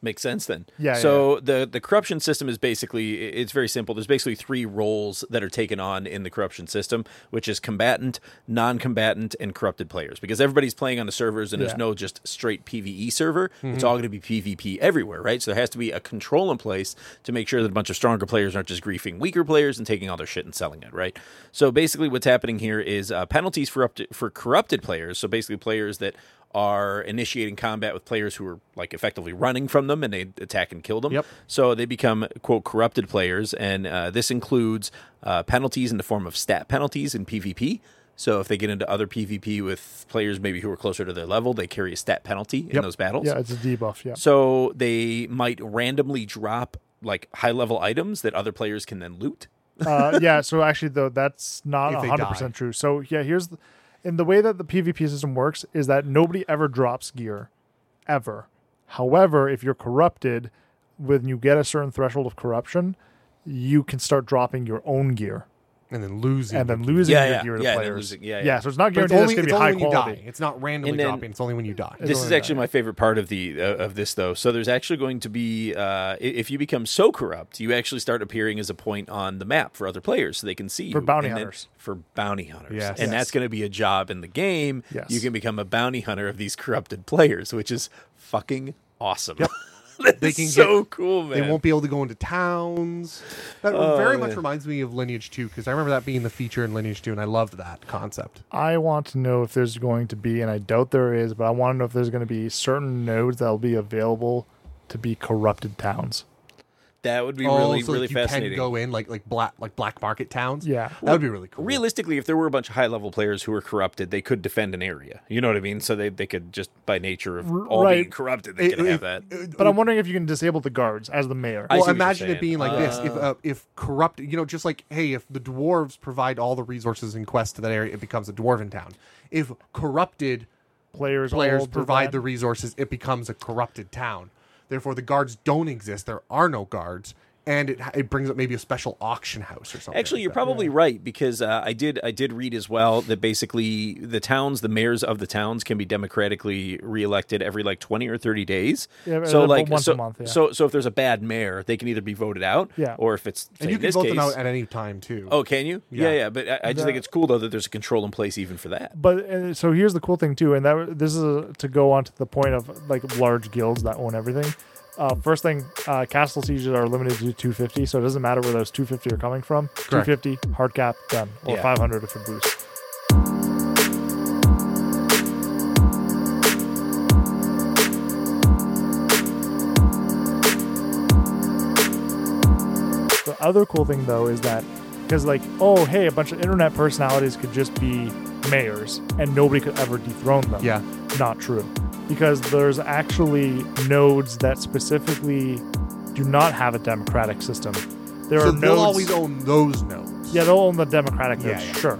Speaker 3: makes sense then.
Speaker 2: Yeah,
Speaker 3: So the the corruption system is basically i- it's very simple. There's basically three roles that are taken on in the corruption system, which is combatant, non-combatant, and corrupted players. Because everybody's playing on the servers, and
Speaker 13: Yeah.
Speaker 3: there's no just straight PVE server. It's
Speaker 2: Mm-hmm.
Speaker 13: Mhm.
Speaker 3: all going to be PvP everywhere, right? So there has to be a control in place to make sure that a bunch of stronger players aren't just griefing weaker players and taking all their shit and selling it, right? So basically, what's happening here is uh, penalties for up to, for corrupted players. So basically, players that are initiating combat with players who are like effectively running from them and they attack and kill them. So they become quote corrupted players, and uh, this includes uh, penalties in the form of stat penalties in PvP. So if they get into other PvP with players maybe who are closer to their level, they carry a stat penalty in
Speaker 2: Yep.
Speaker 3: those battles.
Speaker 2: Yeah, it's a debuff. Yeah.
Speaker 3: So they might randomly drop like high level items that other players can then loot.
Speaker 2: uh, yeah. So actually, though, that's not
Speaker 3: If they
Speaker 2: hundred percent true. So yeah, here's the, and the way that the PvP system works is that nobody ever drops gear, ever. However, if you're corrupted, when you get a certain threshold of corruption, you can start dropping your own gear.
Speaker 4: And then losing,
Speaker 2: and then
Speaker 4: your gear.
Speaker 2: losing
Speaker 4: Yeah,
Speaker 2: your
Speaker 4: yeah,
Speaker 2: gear to
Speaker 4: yeah, and then
Speaker 2: players.
Speaker 4: losing- yeah, yeah.
Speaker 2: yeah, so it's not
Speaker 4: But it's
Speaker 2: guaranteed it's,
Speaker 4: only-
Speaker 2: going to
Speaker 4: it's
Speaker 2: be high
Speaker 4: only when you
Speaker 2: quality.
Speaker 4: die. It's not randomly
Speaker 3: And then-
Speaker 4: dropping. It's only when you die.
Speaker 3: This is actually my favorite part of the uh, of this though. So there's actually going to be uh, i- if you become so corrupt, you actually start appearing as a point on the map for other players, so they can see
Speaker 2: For
Speaker 3: you.
Speaker 2: bounty
Speaker 3: And then-
Speaker 2: hunters.
Speaker 3: For bounty hunters,
Speaker 2: Yes.
Speaker 3: and
Speaker 2: Yes.
Speaker 3: that's going to be a job in the game.
Speaker 2: Yes.
Speaker 3: You can become a bounty hunter of these corrupted players, which is fucking awesome.
Speaker 4: they can
Speaker 3: so
Speaker 4: get,
Speaker 3: cool,
Speaker 4: They
Speaker 3: man.
Speaker 4: won't be able to go into towns. That
Speaker 3: Oh,
Speaker 4: very much
Speaker 3: man.
Speaker 4: reminds me of Lineage 2 because I remember that being the feature in Lineage 2 and I loved that concept.
Speaker 2: I want to know if there's going to be, and I doubt there is, but I want to know if there's going to be certain nodes that'll be available to be corrupted towns.
Speaker 3: That would be
Speaker 4: Oh,
Speaker 3: really,
Speaker 4: so, like,
Speaker 3: really
Speaker 4: you can
Speaker 3: fascinating.
Speaker 4: go in like like black like black market towns.
Speaker 2: Yeah.
Speaker 4: that would be really cool.
Speaker 3: Realistically, if there were a bunch of high level players who were corrupted, they could defend an area. You know what I mean? So they, they could just by nature of
Speaker 2: R-
Speaker 3: all
Speaker 2: right.
Speaker 3: being corrupted, they
Speaker 4: It-
Speaker 3: could have
Speaker 4: it-
Speaker 3: that.
Speaker 2: But I'm wondering if you can disable the guards as the mayor.
Speaker 3: I see
Speaker 4: well,
Speaker 3: what you're
Speaker 4: imagine
Speaker 3: saying.
Speaker 4: it being like this: if
Speaker 3: Oh.
Speaker 4: uh, if corrupt, you know, just like hey, if the dwarves provide all the resources and quests to that area, it becomes a dwarven town. If corrupted
Speaker 2: players all
Speaker 4: players
Speaker 2: do
Speaker 4: provide
Speaker 2: that.
Speaker 4: the resources, it becomes a corrupted town. Therefore, the guards don't exist. There are no guards, and it it brings up maybe a special auction house or something.
Speaker 3: Actually, you're probably right because uh, I did I did read as well that basically the towns, the mayors of the towns, can be democratically reelected every like 20 or 30 days.
Speaker 2: Yeah,
Speaker 3: so
Speaker 2: but
Speaker 3: like
Speaker 2: once
Speaker 3: so,
Speaker 2: a month, yeah.
Speaker 3: so so if there's a bad mayor, they can either be voted out,
Speaker 2: Yeah.
Speaker 3: or if it's say,
Speaker 4: and you
Speaker 3: in
Speaker 4: can
Speaker 3: this
Speaker 4: vote
Speaker 3: case,
Speaker 4: them out at any time too.
Speaker 3: oh, can you? Yeah, yeah.
Speaker 4: Yeah.
Speaker 3: but I, I just
Speaker 2: The-
Speaker 3: think it's cool though that there's a control in place even for that.
Speaker 2: But and so here's the cool thing too, and that this is a, to go on to the point of like large guilds that own everything. Uh, first thing, uh, castle sieges are limited to 250, so it doesn't matter where those 250 are coming from.
Speaker 4: Correct.
Speaker 2: 250 hard cap done, or
Speaker 4: Yeah.
Speaker 2: 500 if it boosts. The other cool thing though is that because like oh hey a bunch of internet personalities could just be mayors and nobody could ever dethrone them.
Speaker 4: Yeah.
Speaker 2: Not true. Because there's actually nodes that specifically do not have a democratic system. There
Speaker 4: so
Speaker 2: are
Speaker 4: they'll
Speaker 2: nodes
Speaker 4: always own those nodes.
Speaker 2: Yeah, they'll own the democratic
Speaker 4: Yeah,
Speaker 2: nodes,
Speaker 4: yeah.
Speaker 2: sure.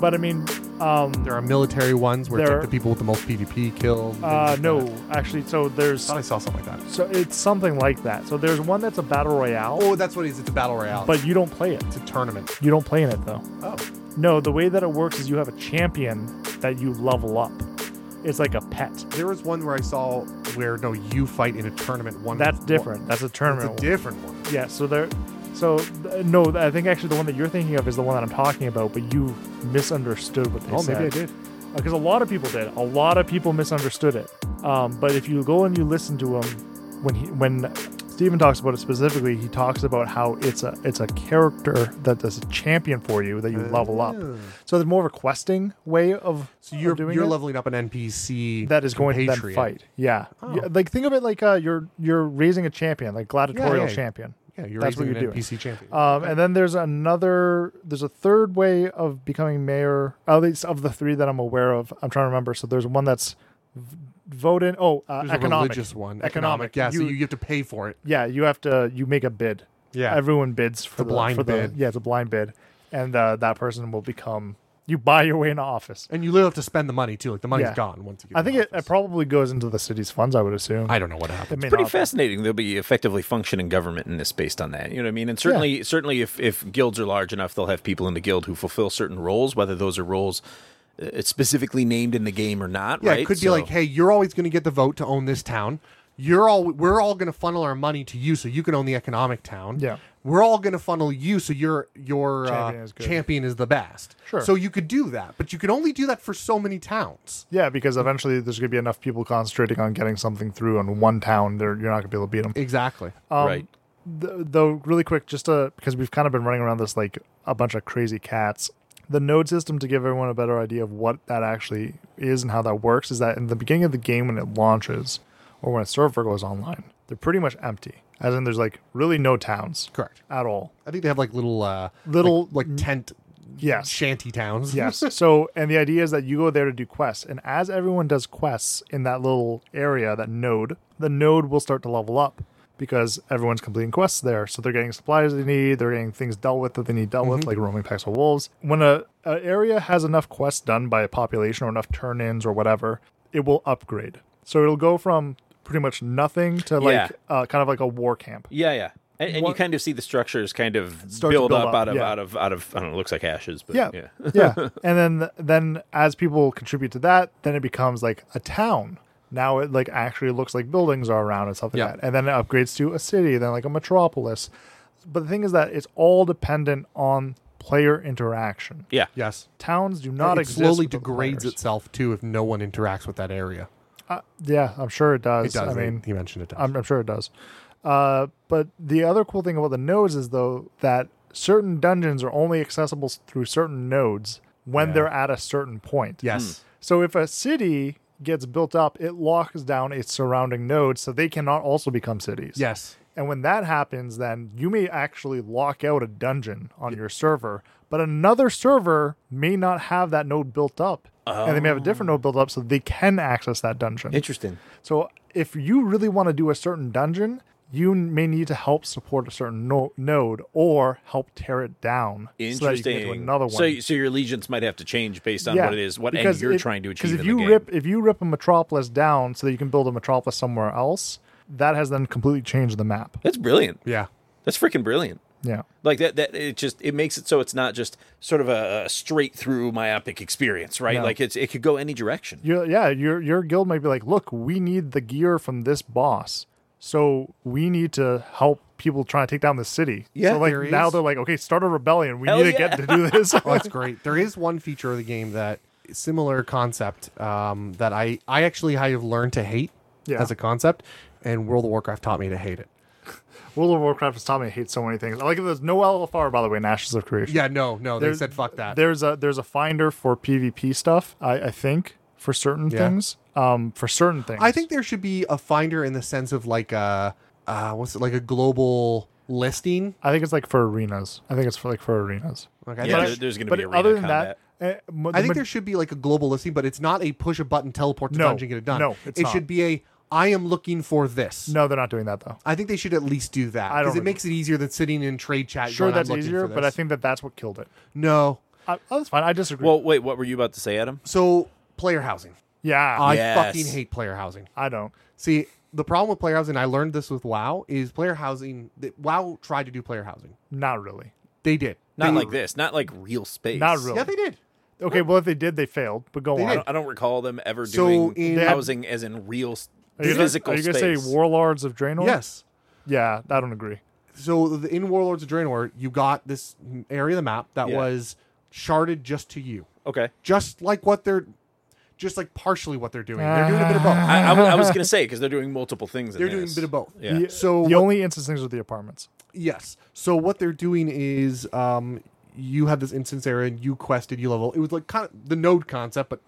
Speaker 2: But I mean um
Speaker 4: There are military ones where it's
Speaker 2: There
Speaker 4: like the
Speaker 2: are-
Speaker 4: people with the most PvP killed. and things
Speaker 2: uh
Speaker 4: like
Speaker 2: no,
Speaker 4: that.
Speaker 2: actually so
Speaker 4: I
Speaker 2: there's
Speaker 4: thought I saw something like that.
Speaker 2: so it's something like that. So there's one that's a battle royale.
Speaker 4: Oh, that's what it is. It's a battle royale.
Speaker 2: But you don't play it.
Speaker 4: it's a tournament.
Speaker 2: You don't play in it though.
Speaker 4: Oh,
Speaker 2: No, the way that it works is you have a champion that you level up. It's like a pet.
Speaker 4: there was one where I saw where no, you fight in a tournament. One
Speaker 2: That's different. That's a tournament.
Speaker 4: It's a different one.
Speaker 2: Yeah. So there. So th- no, I think actually the one that you're thinking of is the one that I'm talking about, but you misunderstood what they
Speaker 4: Oh,
Speaker 2: said.
Speaker 4: maybe I did.
Speaker 2: Because a lot of people did. A lot of people misunderstood it. Um, but if you go and you listen to him, when he when Stephen talks about it specifically, he talks about how it's a it's a character that does a champion for you that you level up.
Speaker 4: Oh.
Speaker 2: So there's more of a questing way of
Speaker 4: So you're
Speaker 2: of doing
Speaker 4: you're
Speaker 2: it
Speaker 4: leveling up an NPC
Speaker 2: that is going to then
Speaker 4: compatriot.
Speaker 2: fight. Yeah.
Speaker 4: Oh.
Speaker 2: Yeah, like think of it like uh, you're you're raising a champion, like gladiatorial
Speaker 4: yeah.
Speaker 2: champion.
Speaker 4: Yeah, you're
Speaker 2: That's what
Speaker 4: raising
Speaker 2: you're
Speaker 4: an
Speaker 2: doing.
Speaker 4: NPC champion.
Speaker 2: Um, and then there's another, there's a third way of becoming mayor. At least of the three that I'm aware of, I'm trying to remember. So there's one that's v- vote in. Oh, uh,
Speaker 4: There's
Speaker 2: economic.
Speaker 4: a religious one.
Speaker 2: Economic.
Speaker 4: Yeah, so
Speaker 2: You-
Speaker 4: you have to pay for it.
Speaker 2: yeah, you have to you make a bid.
Speaker 4: Yeah.
Speaker 2: everyone bids for
Speaker 4: The
Speaker 2: the,
Speaker 4: blind
Speaker 2: for the-
Speaker 4: bid.
Speaker 2: yeah, it's a blind bid, and uh, that person will become. You buy your way into office.
Speaker 4: And you literally have to spend the money too. Like the money's
Speaker 2: Yeah.
Speaker 4: gone once you get
Speaker 2: I think it, it probably goes into the city's funds. I would assume.
Speaker 4: I don't know what happened.
Speaker 2: It may
Speaker 3: Pretty
Speaker 2: not.
Speaker 3: fascinating. They'll be effectively functioning government in this based on that. You know what I mean? And certainly, certainly, if if guilds are large enough, they'll have people in the guild who fulfill certain roles, whether those are roles uh, specifically named in the game or not.
Speaker 4: Yeah,
Speaker 3: right?
Speaker 4: it could be
Speaker 3: So-
Speaker 4: like, hey, you're always going to get the vote to own this town. You're all we're all going to funnel our money to you, so you can own the economic town.
Speaker 2: Yeah.
Speaker 4: we're all going to funnel you, so your your
Speaker 2: Champion
Speaker 4: uh,
Speaker 2: is good.
Speaker 4: champion is the best.
Speaker 2: Sure.
Speaker 4: So you could do that, but you could only do that for so many towns.
Speaker 2: Yeah, because eventually there's going to be enough people concentrating on getting something through in one town. They're, you're not going to be able to beat them.
Speaker 4: Exactly.
Speaker 2: Um,
Speaker 3: Right.
Speaker 2: th- though, really quick, just to, because we've kind of been running around this like a bunch of crazy cats. The node system, to give everyone a better idea of what that actually is and how that works, is that in the beginning of the game when it launches or when a server goes online, they're pretty much empty. As in, there's like really no towns
Speaker 4: Correct.
Speaker 2: at all.
Speaker 4: I think they have like little uh
Speaker 2: Little-
Speaker 4: like, like tent
Speaker 2: Yes.
Speaker 4: shanty towns.
Speaker 2: Yes. So, and the idea is that you go there to do quests, and as everyone does quests in that little area, that node, the node will start to level up because everyone's completing quests there. So they're getting supplies they need, they're getting things dealt with that they need dealt with, like roaming packs of wolves. When a, a area has enough quests done by a population or enough turn-ins or whatever, it will upgrade. So it'll go from pretty much nothing to like
Speaker 3: Yeah.
Speaker 2: uh, kind of like a war camp.
Speaker 3: Yeah, yeah. And, and you
Speaker 2: What-
Speaker 3: kind of see the structures kind of
Speaker 2: Start
Speaker 3: build,
Speaker 2: to build
Speaker 3: up,
Speaker 2: up,
Speaker 3: out of
Speaker 2: yeah.
Speaker 3: out of out of I don't know, it looks like ashes, but
Speaker 2: yeah
Speaker 3: yeah.
Speaker 2: yeah and then then as people contribute to that then it becomes like a town now it like actually looks like buildings are around and stuff like
Speaker 4: Yeah.
Speaker 2: that and then it upgrades to a city then like a metropolis but the thing is that it's all dependent on player interaction
Speaker 3: Yeah.
Speaker 4: Yes.
Speaker 2: towns do not
Speaker 4: it
Speaker 2: exist
Speaker 4: slowly
Speaker 2: without the
Speaker 4: degrades
Speaker 2: players.
Speaker 4: itself too if no one interacts with that area.
Speaker 2: Uh, yeah, I'm sure it does.
Speaker 4: It does.
Speaker 2: I
Speaker 4: They-
Speaker 2: mean,
Speaker 4: he mentioned it does.
Speaker 2: I'm, I'm sure it does. Uh, but the other cool thing about the nodes is though that certain dungeons are only accessible s- through certain nodes when
Speaker 4: Yeah.
Speaker 2: they're at a certain point.
Speaker 4: Yes.
Speaker 2: So if a city gets built up, it locks down its surrounding nodes so they cannot also become cities.
Speaker 4: Yes.
Speaker 2: And when that happens, then you may actually lock out a dungeon on your server, but another server may not have that node built up. And they may have a different node built up so they can access that dungeon.
Speaker 3: Interesting.
Speaker 2: So if you really want to do a certain dungeon, you n- may need to help support a certain no- node or help tear it down so that you can
Speaker 3: Interesting.
Speaker 2: get to another one.
Speaker 3: So, so your allegiance might have to change based on what it is, what end
Speaker 2: because
Speaker 3: you're
Speaker 2: if-
Speaker 3: trying to
Speaker 2: 'cause
Speaker 3: achieve
Speaker 2: If
Speaker 3: in
Speaker 2: you
Speaker 3: the game.
Speaker 2: rip, if you rip a metropolis down so that you can build a metropolis somewhere else, that has then completely changed the map.
Speaker 3: That's brilliant.
Speaker 4: Yeah.
Speaker 3: That's freaking brilliant.
Speaker 2: Yeah.
Speaker 3: Like that, that it just it makes it so it's not just sort of a, a straight through myopic experience, right?
Speaker 2: No.
Speaker 3: Like it's it could go any direction.
Speaker 2: Your yeah, your your guild might be like, look, we need the gear from this boss, so we need to help people trying to take down the city.
Speaker 4: Yeah,
Speaker 2: so like
Speaker 4: there
Speaker 2: now
Speaker 4: is.
Speaker 2: they're like, okay, start a rebellion. We
Speaker 4: Hell
Speaker 2: need to
Speaker 4: yeah.
Speaker 2: get to do this.
Speaker 4: oh, that's great. There is one feature of the game that similar concept um, that I I actually have learned to hate
Speaker 2: Yeah.
Speaker 4: as a concept, and World of Warcraft taught me to hate it.
Speaker 2: World of Warcraft has taught me to hate so many things. I like it. there's no LFR by the way, in Ashes of Creation.
Speaker 4: Yeah, no, no, they
Speaker 2: There's-
Speaker 4: said fuck that.
Speaker 2: There's a there's a finder for PvP stuff. I, I think for certain
Speaker 4: Yeah.
Speaker 2: things. Um, for certain things.
Speaker 4: I think there should be a finder in the sense of like a uh, what's it like a global listing.
Speaker 2: I think it's like for arenas. I think it's for like for arenas.
Speaker 4: Okay, I
Speaker 3: Yeah,
Speaker 4: thought-
Speaker 3: there- there's gonna
Speaker 2: but
Speaker 3: be arena
Speaker 2: other than
Speaker 3: combat.
Speaker 2: that. uh, mo-
Speaker 4: I
Speaker 2: the
Speaker 4: think
Speaker 2: ma-
Speaker 4: there should be like a global listing, but it's not a push a button teleport to
Speaker 2: No,
Speaker 4: dungeon get it done.
Speaker 2: no, it's
Speaker 4: it
Speaker 2: not.
Speaker 4: should be a I am looking for this.
Speaker 2: No, they're not doing that though.
Speaker 4: I think they should at least do that
Speaker 2: I don't
Speaker 4: because it
Speaker 2: really-
Speaker 4: makes it easier than sitting in trade chat.
Speaker 2: Sure,
Speaker 4: going,
Speaker 2: that's
Speaker 4: I'm looking
Speaker 2: easier,
Speaker 4: for
Speaker 2: but I
Speaker 4: this."
Speaker 2: think that that's what killed it.
Speaker 4: no.
Speaker 2: I, oh, that's fine. I disagree.
Speaker 3: Well, wait, what were you about to say, Adam?
Speaker 4: So player housing.
Speaker 2: yeah,
Speaker 4: I
Speaker 3: Yes.
Speaker 4: fucking hate player housing.
Speaker 2: I don't.
Speaker 4: See, the problem with player housing, I learned this with WoW, is player housing. That WoW tried to do player housing.
Speaker 2: Not really.
Speaker 4: They did.
Speaker 3: Not
Speaker 4: They-
Speaker 3: like this. Not like real space.
Speaker 2: Not really.
Speaker 4: Yeah, they did.
Speaker 2: Okay, well if they did, they failed. But go
Speaker 4: They
Speaker 2: on.
Speaker 4: did.
Speaker 3: I don't, I don't recall them ever
Speaker 4: So
Speaker 3: doing
Speaker 4: in-
Speaker 3: housing as in real s-
Speaker 2: Are you,
Speaker 3: physical
Speaker 2: gonna, are you
Speaker 3: space.
Speaker 2: gonna say warlords of Draenor?
Speaker 4: Yes.
Speaker 2: Yeah, I don't agree.
Speaker 4: So the, in Warlords of Draenor, you got this area of the map that
Speaker 3: Yeah.
Speaker 4: was sharded just to you,
Speaker 3: okay.
Speaker 4: just like what they're, just like partially what they're doing. They're doing a bit of both.
Speaker 3: I, I, was- I was gonna say because they're doing multiple things. in
Speaker 4: they're doing a
Speaker 3: this.
Speaker 4: bit of both.
Speaker 3: Yeah.
Speaker 2: The,
Speaker 4: So
Speaker 2: the
Speaker 4: what-
Speaker 2: only instances are the apartments.
Speaker 4: Yes. So what they're doing is um, you had this instance area and you quested, you level. It was like kind of the node concept, but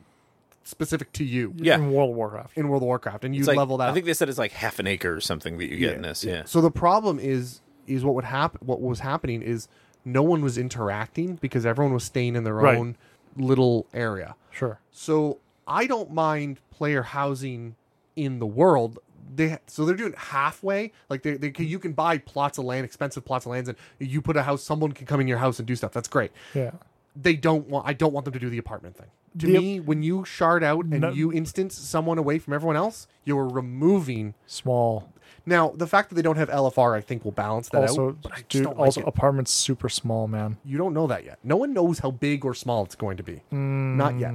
Speaker 4: specific to you
Speaker 3: Yeah.
Speaker 2: In World of Warcraft.
Speaker 4: in World of Warcraft, and you
Speaker 3: It's like-
Speaker 4: level that.
Speaker 3: I think they said it's like half an acre or something that you get in this. Yeah.
Speaker 4: So the problem is is what would happen. What was happening is no one was interacting because everyone was staying in their
Speaker 2: Right.
Speaker 4: own little area.
Speaker 2: Sure.
Speaker 4: So I don't mind player housing in the world. They so they're doing halfway. Like they, they can, you can buy plots of land, expensive plots of lands, and you put a house. Someone can come in your house and do stuff. That's great.
Speaker 2: Yeah.
Speaker 4: They don't want. I don't want them to do the apartment thing. To
Speaker 2: The-
Speaker 4: me, when you shard out and
Speaker 2: No.
Speaker 4: you instance someone away from everyone else, you're removing.
Speaker 2: Small.
Speaker 4: Now the fact that they don't have LFR, I think, will balance that
Speaker 2: also,
Speaker 4: out. But I just
Speaker 2: dude,
Speaker 4: don't like
Speaker 2: also
Speaker 4: it.
Speaker 2: apartments super small, man.
Speaker 4: you don't know that yet. No one knows how big or small it's going to be. Not
Speaker 2: Hmm.
Speaker 4: yet.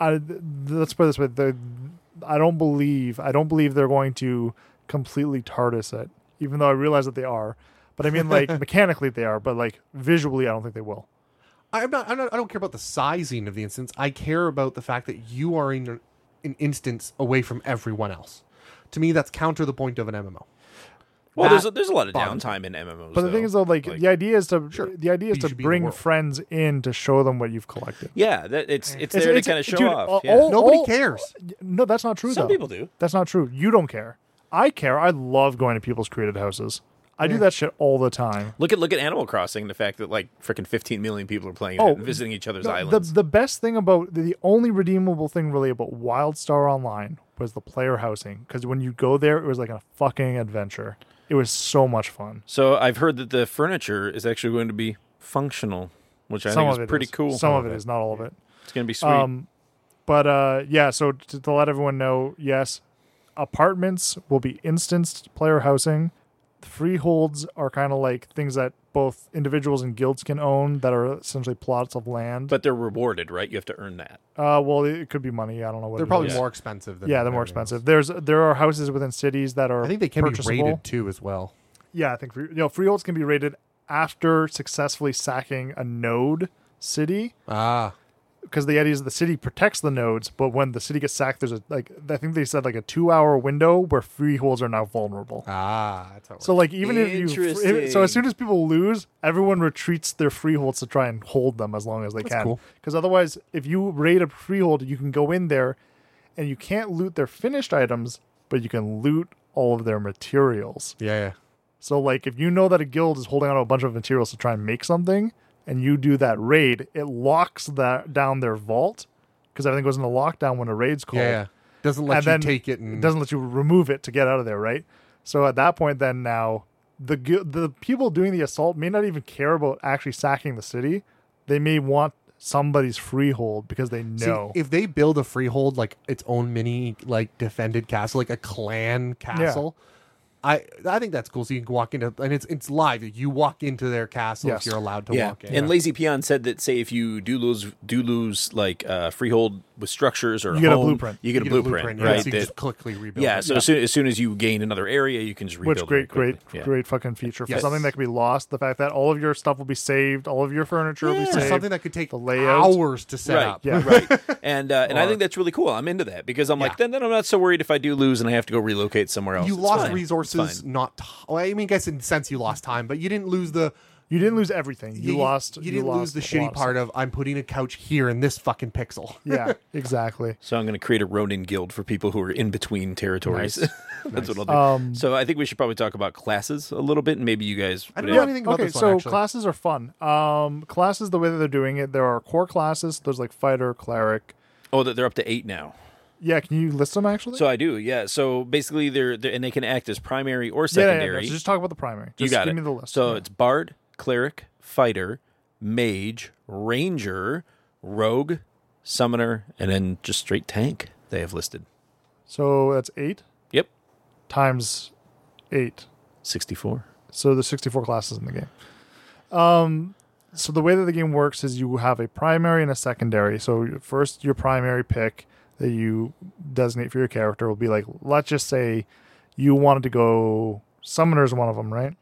Speaker 2: I, th- let's put it this way: the, I don't believe I don't believe they're going to completely TARDIS it, even though I realize that they are. But I mean, like mechanically they are, but like visually, I don't think they will.
Speaker 4: I'm not, I'm not. I don't care about the sizing of the instance. I care about the fact that you are in an instance away from everyone else. To me, that's counter the point of an MMO.
Speaker 3: Well,
Speaker 4: That
Speaker 3: there's a, there's a lot of
Speaker 4: bothers
Speaker 3: downtime in MMOs.
Speaker 2: But the thing is, though, like, the idea is to
Speaker 4: Sure.
Speaker 2: the idea is
Speaker 4: You
Speaker 2: to
Speaker 4: should be in the
Speaker 2: bring
Speaker 4: world.
Speaker 2: friends in to show them what you've collected.
Speaker 3: yeah, that, it's it's
Speaker 2: It's-
Speaker 3: there
Speaker 2: it's-
Speaker 3: to kind of show
Speaker 2: dude,
Speaker 3: off.
Speaker 2: all-
Speaker 3: yeah.
Speaker 2: all-
Speaker 4: Nobody
Speaker 2: all-
Speaker 4: cares.
Speaker 2: No, that's not true.
Speaker 3: Some
Speaker 2: though.
Speaker 3: people do.
Speaker 2: That's not true. You don't care. I care. I love going to people's created houses. I do that shit all the time.
Speaker 3: Look at look at Animal Crossing. The fact that like freaking 15 million people are playing
Speaker 2: Oh,
Speaker 3: it and visiting each other's
Speaker 2: No,
Speaker 3: islands.
Speaker 2: The, the best thing about the only redeemable thing really about Wildstar Online was the player housing because when you go there, it was like a fucking adventure. It was so much fun.
Speaker 3: So I've heard that the furniture is actually going to be functional, which I
Speaker 2: Some
Speaker 3: think
Speaker 2: of
Speaker 3: is
Speaker 2: it
Speaker 3: pretty
Speaker 2: is.
Speaker 3: cool.
Speaker 2: Some of it is not all of it.
Speaker 3: It's going to be sweet.
Speaker 2: Um, but uh, yeah, so to, to let everyone know, yes, apartments will be instanced player housing. Freeholds are kind of like things that both individuals and guilds can own that are essentially plots of land.
Speaker 3: but they're rewarded, right? You have to earn that.
Speaker 2: uh, well, it could be money. I don't know what
Speaker 4: They're
Speaker 2: it
Speaker 4: probably
Speaker 2: is.
Speaker 4: more expensive. Than
Speaker 2: yeah, they're more
Speaker 4: everything else.
Speaker 2: expensive. There's there are houses within cities that are
Speaker 4: I think they can be
Speaker 2: purchasable.
Speaker 4: rated too as well.
Speaker 2: Yeah, I think free, you know freeholds can be rated after successfully sacking a node city,
Speaker 4: Ah,
Speaker 2: because the idea is the city protects the nodes, but when the city gets sacked, there's a like I think they said like a two hour window where freeholds are now vulnerable.
Speaker 4: Ah, that's how it
Speaker 2: so like even if you if- so as soon as people lose, everyone retreats their freeholds to try and hold them as long as they
Speaker 4: That's
Speaker 2: can.
Speaker 4: cool.
Speaker 2: Because otherwise, if you raid a freehold, you can go in there, and you can't loot their finished items, but you can loot all of their materials.
Speaker 4: Yeah, yeah.
Speaker 2: So like if you know that a guild is holding on to a bunch of materials to try and make something, and you do that raid, it locks that down their vault because everything goes into lockdown when a raid's called.
Speaker 4: Yeah, yeah. Doesn't let
Speaker 2: And
Speaker 4: you
Speaker 2: then
Speaker 4: take it and-
Speaker 2: doesn't let you remove it to get out of there, right? So at that point, then now the gu- the people doing the assault may not even care about actually sacking the city. They may want somebody's freehold because they
Speaker 4: See,
Speaker 2: know.
Speaker 4: if they build a freehold like its own mini like defended castle, like a clan castle, I I think that's cool. So you can walk into and it's it's live. You walk into their castle if you're allowed to walk in.
Speaker 3: And Lazy Peon said that say if you do lose do lose like uh, freehold with structures or
Speaker 4: You get a
Speaker 3: home,
Speaker 4: blueprint.
Speaker 3: You get a blueprint,
Speaker 4: yeah.
Speaker 3: right?
Speaker 4: So you
Speaker 3: that-
Speaker 4: just quickly rebuild
Speaker 3: Yeah,
Speaker 4: it.
Speaker 3: so
Speaker 4: Yeah.
Speaker 3: As, soon, as soon as you gain another area, you can just rebuild.
Speaker 2: Which
Speaker 3: it
Speaker 2: great,
Speaker 3: quickly.
Speaker 2: great,
Speaker 3: Yeah.
Speaker 2: great fucking feature for
Speaker 3: Yes.
Speaker 2: something that can be lost. The fact that all of your stuff will be saved, all of your furniture will be
Speaker 4: Yeah.
Speaker 2: saved.
Speaker 4: Something that could take
Speaker 2: the layout.
Speaker 4: hours to set
Speaker 3: right,
Speaker 4: up.
Speaker 2: Yeah.
Speaker 3: right. And uh, and I
Speaker 4: Or-
Speaker 3: think that's really cool. I'm into that because I'm like then, then I'm not so worried if I do lose and I have to go relocate somewhere else.
Speaker 4: You
Speaker 3: It's
Speaker 4: lost
Speaker 3: fine. It's
Speaker 4: resources,
Speaker 3: fine.
Speaker 4: not. T- well, I mean, I guess in a sense you lost time, but you didn't lose the.
Speaker 2: You didn't lose everything. You lost-
Speaker 4: You,
Speaker 2: you
Speaker 4: didn't lose
Speaker 2: lost
Speaker 4: the
Speaker 2: a lot
Speaker 4: shitty
Speaker 2: of
Speaker 4: part of I'm putting a couch here in this fucking pixel.
Speaker 2: yeah, exactly.
Speaker 3: So I'm going to create a Ronin guild for people who are in between territories.
Speaker 2: Nice.
Speaker 3: That's
Speaker 2: Nice.
Speaker 3: what I'll do.
Speaker 2: Um,
Speaker 3: so I think we should probably talk about classes a little bit, and maybe you guys. I
Speaker 2: okay, so classes are fun. Um, classes, the way that they're doing it, there are core classes. There's like fighter, cleric.
Speaker 3: Oh, that they're up to eight now.
Speaker 2: Yeah, can you list them actually?
Speaker 3: So I do, yeah. So basically, they're, they're and they can act as primary or
Speaker 2: Yeah, yeah, yeah, no,
Speaker 3: secondary.
Speaker 2: so just talk about the primary.
Speaker 3: you
Speaker 2: Just
Speaker 3: got
Speaker 2: give
Speaker 3: it.
Speaker 2: me the list.
Speaker 3: So
Speaker 2: Yeah.
Speaker 3: it's bard, cleric, fighter, mage, ranger, rogue, summoner, and then just straight tank. They have listed
Speaker 2: So that's eight.
Speaker 3: Yep.
Speaker 2: Times eight.
Speaker 3: sixty-four.
Speaker 2: So there's 64 classes in the game. Um, so the way that the game works is you have a primary and a secondary. So first, your primary pick that you designate for your character will be like, let's just say you wanted to go summoner is one of them, right?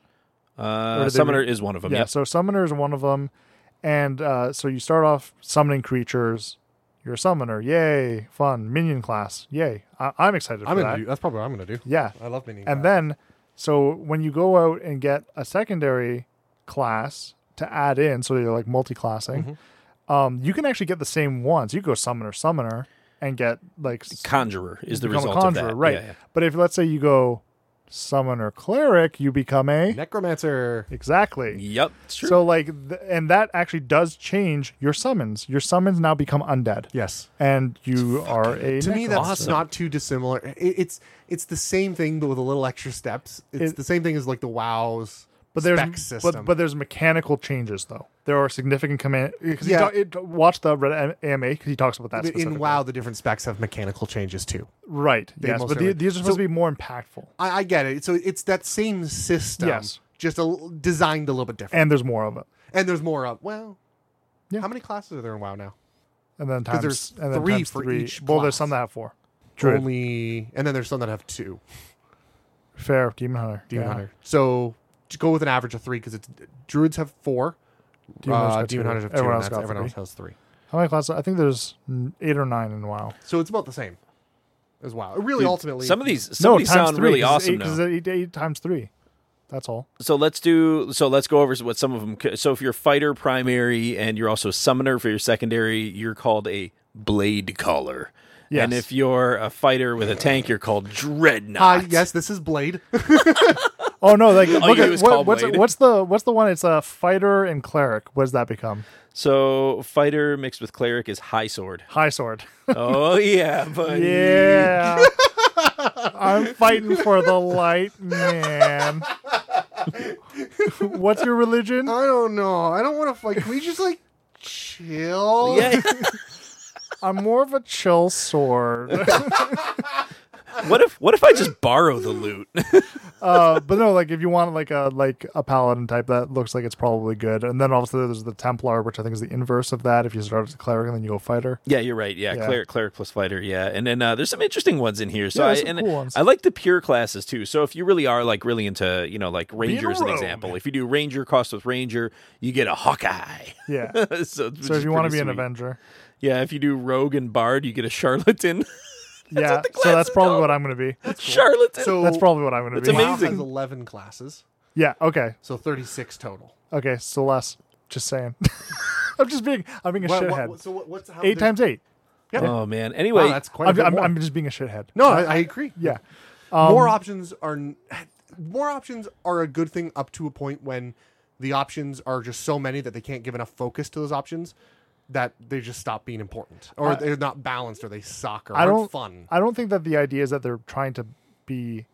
Speaker 2: Or
Speaker 3: Uh,
Speaker 2: do they
Speaker 3: summoner
Speaker 2: re-
Speaker 3: is one of them.
Speaker 2: Yeah.
Speaker 3: Yes.
Speaker 2: So summoner is one of them, and uh, so you start off summoning creatures. You're a summoner, yay! Fun minion class, yay! I- I'm excited.
Speaker 4: I'm
Speaker 2: for
Speaker 4: gonna
Speaker 2: that.
Speaker 4: do. That's probably what I'm gonna do.
Speaker 2: Yeah.
Speaker 4: I love mini.
Speaker 2: And then, so when you go out and get a secondary class to add in, so you're like multi classing,
Speaker 3: Mm-hmm.
Speaker 2: um, you can actually get the same ones. You go summoner, summoner, and get like s-
Speaker 3: Conjurer is the
Speaker 2: become
Speaker 3: result
Speaker 2: a
Speaker 3: of
Speaker 2: conjurer,
Speaker 3: that.
Speaker 2: right?
Speaker 3: Yeah, yeah.
Speaker 2: But if let's say you go summoner cleric, you become a
Speaker 4: necromancer.
Speaker 2: Exactly.
Speaker 3: Yep. it's true.
Speaker 2: So like, th- and that actually does change your summons. Your summons now become undead.
Speaker 4: Yes.
Speaker 2: And you are a
Speaker 4: to me that's
Speaker 2: necromancer.
Speaker 4: not too dissimilar. It, it's it's the same thing but with a little extra steps. It's
Speaker 2: It-
Speaker 4: the same thing as like the WoW's
Speaker 2: But there's
Speaker 4: spec system.
Speaker 2: But, but there's mechanical changes though. There are significant command. Cause he
Speaker 4: Yeah.
Speaker 2: ta- it, watch the Reddit AMA because he talks about that.
Speaker 4: But in
Speaker 2: specifically.
Speaker 4: WoW, the different specs have mechanical changes too.
Speaker 2: right?
Speaker 4: They
Speaker 2: Yes,
Speaker 4: most
Speaker 2: but the,
Speaker 4: certainly-
Speaker 2: these are supposed
Speaker 4: So-
Speaker 2: to be more impactful,
Speaker 4: I, I get it. So it's that same system,
Speaker 2: Yes.
Speaker 4: just a, l- designed a little bit different.
Speaker 2: and there's more of it.
Speaker 4: And there's more of. Well, how many classes are there in WoW now?
Speaker 2: And then
Speaker 4: 'Cause
Speaker 2: times
Speaker 4: there's
Speaker 2: and then
Speaker 4: three
Speaker 2: times
Speaker 4: for
Speaker 2: three.
Speaker 4: each
Speaker 2: Well, there's
Speaker 4: class.
Speaker 2: some that have four. Druid.
Speaker 4: Only, and then there's some that have two.
Speaker 2: Fair demon hunter.
Speaker 4: Demon
Speaker 2: yeah.
Speaker 4: Hunter. So to go with an average of three because it's druids have four,
Speaker 2: Demon Hunter's
Speaker 4: uh,
Speaker 2: got
Speaker 4: demon
Speaker 2: two.
Speaker 4: hunters have two,
Speaker 2: Everyone
Speaker 4: and
Speaker 2: else
Speaker 4: that's-
Speaker 2: got
Speaker 4: everyone
Speaker 2: three.
Speaker 4: else has three.
Speaker 2: How many classes? I think there's n- eight or nine in WoW.
Speaker 4: So it's about the same as WoW. Really,
Speaker 3: Dude,
Speaker 4: ultimately,
Speaker 3: some of these- some of these
Speaker 2: times
Speaker 3: sound
Speaker 2: three,
Speaker 3: really
Speaker 2: 'cause it's
Speaker 3: awesome
Speaker 2: Eight, 'cause
Speaker 3: now.
Speaker 2: it's eight, eight times three. That's all.
Speaker 3: So let's do. So let's go over what some of them. c- So if you're fighter primary and you're also a summoner for your secondary, you're called a blade caller. And
Speaker 4: Yes.
Speaker 3: if you're a fighter with a tank, you're called dreadnought.
Speaker 4: Uh, yes, this is Blade.
Speaker 2: Oh no! Like
Speaker 3: All
Speaker 2: look
Speaker 3: you
Speaker 2: at-
Speaker 3: do is call
Speaker 2: what, what's,
Speaker 3: Blade.
Speaker 2: what's the what's the one? It's a fighter and cleric. What does that become?
Speaker 3: So fighter mixed with cleric is high sword.
Speaker 2: High sword.
Speaker 3: Oh yeah, buddy.
Speaker 2: Yeah. I'm fighting for the light, man. What's your religion?
Speaker 4: I don't know. I don't want to fight. Can we just like chill? Yeah.
Speaker 2: I'm more of a chill sword.
Speaker 3: What if what if I just borrow the loot?
Speaker 2: uh, but no, like if you want like a like a paladin type, that looks like it's probably good. And then obviously there's the Templar, which I think is the inverse of that. If you start as a cleric and then you go fighter.
Speaker 3: Yeah, you're right. Yeah,
Speaker 2: Yeah.
Speaker 3: cleric, cleric plus fighter. Yeah, and then uh, there's some interesting ones in here. So
Speaker 2: Yeah,
Speaker 3: I
Speaker 2: there's some
Speaker 3: and
Speaker 2: cool ones.
Speaker 3: I like the pure classes too. So if you really are like really into you know like ranger as an
Speaker 2: rogue.
Speaker 3: example, if you do ranger crossed with ranger, you get a Hawkeye.
Speaker 2: Yeah.
Speaker 3: so,
Speaker 2: so if you want to be an Avenger,
Speaker 3: Yeah, if you do rogue and bard, you get a charlatan.
Speaker 2: yeah, so that's probably what I'm going to be.
Speaker 3: charlatan.
Speaker 2: So that's probably what I'm going to be.
Speaker 4: WoW has 11 classes,
Speaker 2: Yeah. Okay.
Speaker 4: so 36 total.
Speaker 2: Okay. So less. Just saying. I'm just being. I'm being a
Speaker 4: Well,
Speaker 2: shithead.
Speaker 4: what- so what- what's- how
Speaker 2: eight
Speaker 4: they-
Speaker 2: times eight.
Speaker 4: Yeah.
Speaker 3: Oh man. Anyway,
Speaker 4: Wow, that's quite a
Speaker 2: I'm,
Speaker 4: bit
Speaker 2: I'm,
Speaker 4: more.
Speaker 2: I'm um, just being a shithead. Uh,
Speaker 4: No, I, I agree.
Speaker 2: Yeah.
Speaker 4: more options are n- more options are a good thing up to a point when the options are just so many that they can't give enough focus to those options that they just stop being important or
Speaker 2: I-
Speaker 4: they're not balanced or they suck or
Speaker 2: I
Speaker 4: aren't
Speaker 2: don't.
Speaker 4: fun.
Speaker 2: I don't think that the idea is that they're trying to be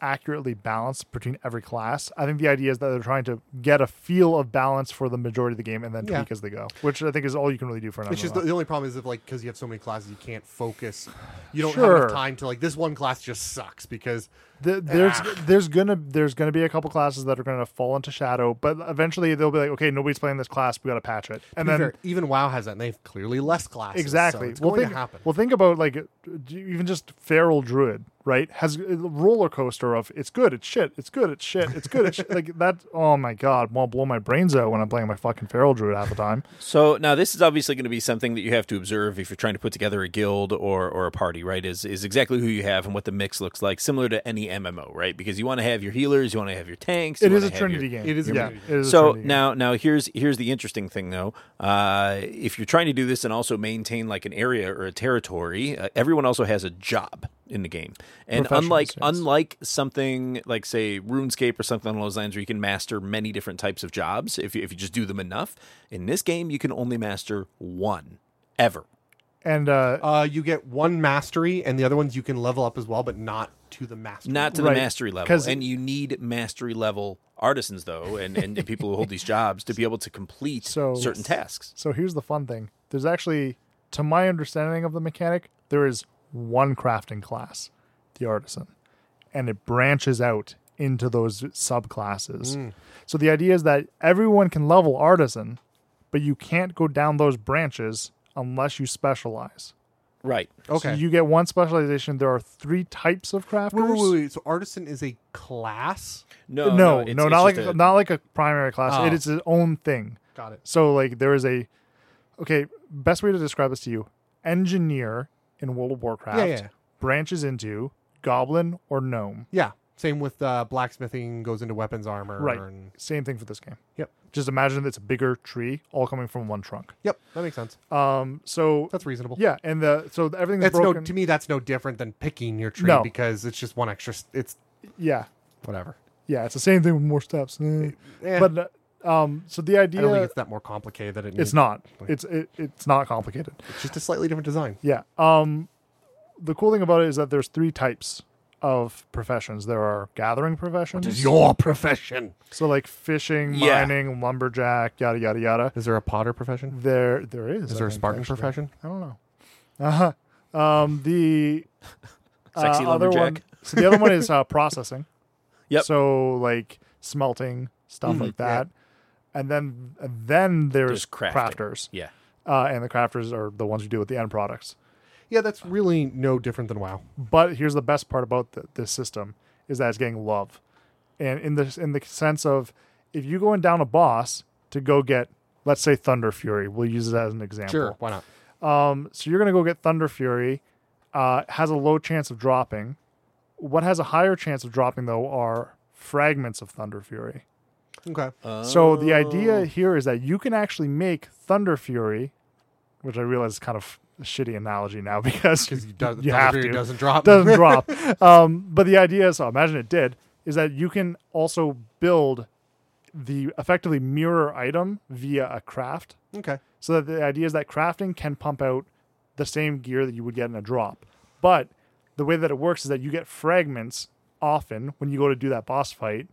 Speaker 2: accurately balanced between every class. I think the idea is that they're trying to get a feel of balance for the majority of the game and then
Speaker 4: Yeah.
Speaker 2: tweak as they go, which I think is all you can really do for an
Speaker 4: It's just
Speaker 2: MMO.
Speaker 4: the, the only problem is if like because you have so many classes you can't focus. You don't have
Speaker 2: Sure.
Speaker 4: enough time to like this one class just sucks because
Speaker 2: Th there's
Speaker 4: Ah.
Speaker 2: there's gonna there's gonna be a couple classes that are gonna fall into shadow, but eventually they'll be like, okay, nobody's playing this class, we gotta patch it, and
Speaker 4: to be
Speaker 2: then
Speaker 4: fair, even WoW has that and they've clearly less classes. so
Speaker 2: exactly.
Speaker 4: it's
Speaker 2: well,
Speaker 4: going
Speaker 2: think,
Speaker 4: to happen.
Speaker 2: well, think about like d- even just feral druid, right? Has a roller coaster of it's good, it's shit, it's good, it's shit, it's good, it's shit. like that. Oh my god, want to blow my brains out when I'm playing my fucking feral druid half the time.
Speaker 3: So now this is obviously going to be something that you have to observe if you're trying to put together a guild or or a party, right? Is is exactly who you have and what the mix looks like, similar to any MMO, right? Because you want to have your healers, you want to have your tanks.
Speaker 2: It
Speaker 3: you
Speaker 2: is
Speaker 3: wanna
Speaker 2: a
Speaker 3: have
Speaker 2: Trinity
Speaker 3: your-
Speaker 2: game. It is a
Speaker 3: your-
Speaker 2: Trinity game. It is a
Speaker 3: So
Speaker 2: Trinity game.
Speaker 3: now now here's here's the interesting thing though. Uh, if you're trying to do this and also maintain like an area or a territory, uh, everyone also has a job in the game, and
Speaker 1: Professionals,
Speaker 3: unlike
Speaker 1: yes.
Speaker 3: unlike something like say RuneScape or something along those lines, where you can master many different types of jobs if you, if you just do them enough. In this game, you can only master one ever.
Speaker 2: And uh,
Speaker 4: uh, you get one mastery, and the other ones you can level up as well, but not to the mastery.
Speaker 3: Not to
Speaker 4: level.
Speaker 3: the mastery level.
Speaker 4: 'Cause-
Speaker 3: And you need mastery level artisans, though, and, and the people who hold these jobs to be able to complete
Speaker 2: So
Speaker 3: certain tasks.
Speaker 2: So here's the fun thing: there's actually, to my understanding of the mechanic, there is one crafting class, the artisan, and it branches out into those subclasses.
Speaker 4: Mm.
Speaker 2: So the idea is that everyone can level artisan, but you can't go down those branches unless you specialize.
Speaker 3: Right.
Speaker 2: So you get one specialization. There are three types of crafters.
Speaker 4: Wait, wait, wait, wait. So artisan is a class?
Speaker 3: No,
Speaker 2: no, no, not like not like a primary class.
Speaker 4: Oh.
Speaker 2: It is its own thing.
Speaker 4: Got it.
Speaker 2: So like there is a okay. Best way to describe this to you: engineer in World of Warcraft
Speaker 4: Yeah, yeah.
Speaker 2: branches into goblin or gnome.
Speaker 4: Yeah. Same with uh, blacksmithing goes into weapons armor.
Speaker 2: Right.
Speaker 4: And,
Speaker 2: Same thing for this game.
Speaker 4: Yep.
Speaker 2: Just imagine it's a bigger tree, all coming from one trunk.
Speaker 4: yep. That makes sense.
Speaker 2: Um. So
Speaker 4: That's reasonable.
Speaker 2: yeah, and the so everything's
Speaker 4: That's no,
Speaker 2: broken.
Speaker 4: to me, that's no different than picking your tree
Speaker 2: No.
Speaker 4: because it's just one extra. s- It's
Speaker 2: yeah.
Speaker 4: whatever.
Speaker 2: Yeah, it's the same thing with more steps. Eh.
Speaker 4: Eh.
Speaker 2: But uh, um, so the idea
Speaker 4: I don't think it's that more complicated than it needs.
Speaker 2: it's not.
Speaker 4: Like,
Speaker 2: It's it, it's not complicated.
Speaker 4: it's just a slightly different design.
Speaker 2: Yeah. Um, the cool thing about it is that there's three types of professions. There are gathering professions.
Speaker 4: is your profession?
Speaker 2: So like fishing,
Speaker 4: Yeah.
Speaker 2: mining, lumberjack, yada yada yada.
Speaker 4: Is there a potter profession?
Speaker 2: There there is.
Speaker 4: Is
Speaker 2: I
Speaker 4: there a
Speaker 2: think,
Speaker 4: Spartan
Speaker 2: actually.
Speaker 4: profession?
Speaker 2: I don't know. Uh huh. Um, the uh,
Speaker 3: Sexy
Speaker 2: other one.
Speaker 3: lumberjack.
Speaker 2: So the other one is uh, processing.
Speaker 3: Yep. Mm-hmm.
Speaker 2: So like smelting stuff like that, and then and then there's,
Speaker 3: There's crafting.
Speaker 2: crafters.
Speaker 3: Yeah.
Speaker 2: Uh, and the crafters are the ones who deal with the end products.
Speaker 4: Yeah, that's really no different than WoW.
Speaker 2: But here's the best part about th this system is that it's getting love, and in the in the sense of if you going down a boss to go get, let's say Thunder Fury, we'll use it as an example.
Speaker 4: Sure, why not?
Speaker 2: Um, so you're gonna go get Thunder Fury. Uh, it has a low chance of dropping. What has a higher chance of dropping though are fragments of Thunder Fury.
Speaker 4: Okay.
Speaker 2: So the
Speaker 4: Oh.
Speaker 2: idea here is that you can actually make Thunder Fury, which I realize is kind of a shitty analogy now because you,
Speaker 4: does- Thunder
Speaker 2: have
Speaker 4: Fury
Speaker 2: to
Speaker 4: doesn't drop.
Speaker 2: doesn't drop. Um, but the idea is, so imagine it did, is that you can also build the effectively mirror item via a craft.
Speaker 4: Okay.
Speaker 2: So that the idea is that crafting can pump out the same gear that you would get in a drop. But the way that it works is that you get fragments often when you go to do that boss fight.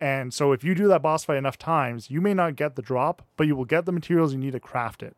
Speaker 2: And so if you do that boss fight enough times, you may not get the drop, but you will get the materials you need to craft it.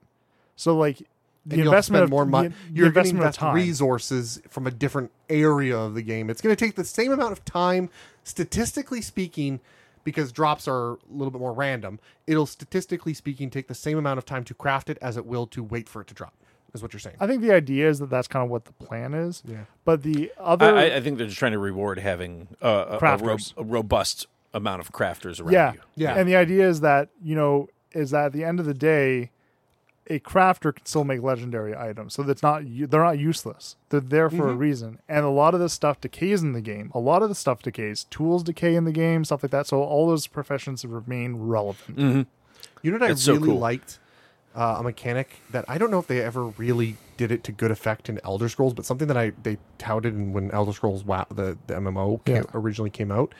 Speaker 2: So like the
Speaker 4: and
Speaker 2: investment
Speaker 4: you'll spend
Speaker 2: of
Speaker 4: more money.
Speaker 2: the- the
Speaker 4: You're going to
Speaker 2: investment of
Speaker 4: invest
Speaker 2: time.
Speaker 4: resources from a different area of the game. It's going to take the same amount of time, statistically speaking, because drops are a little bit more random. It'll statistically speaking take the same amount of time to craft it as it will to wait for it to drop. Is what you're saying?
Speaker 2: I think the idea is that that's kind of what the plan is.
Speaker 4: Yeah.
Speaker 2: But the
Speaker 3: I,
Speaker 2: other,
Speaker 3: I- I think they're just trying to reward having uh, a, a, ro-
Speaker 2: Crafters.
Speaker 3: a robust amount of crafters around
Speaker 2: yeah,
Speaker 3: you.
Speaker 2: And the idea is that you know is that at the end of the day, a crafter can still make legendary items, so that's not u- they're not useless. They're there for a
Speaker 13: Mhm.
Speaker 2: reason, and a lot of this stuff decays in the game. A lot of the stuff decays. Tools decay in the game, stuff like that. So all those professions remain relevant.
Speaker 4: Mm. You know what
Speaker 2: That's
Speaker 4: I
Speaker 2: so
Speaker 4: really
Speaker 2: cool.
Speaker 4: liked? Uh, a mechanic that I don't know if they ever really did it to good effect in Elder Scrolls, but something that I they touted in when Elder Scrolls WoW the, the MMO came,
Speaker 2: Yeah.
Speaker 4: originally came out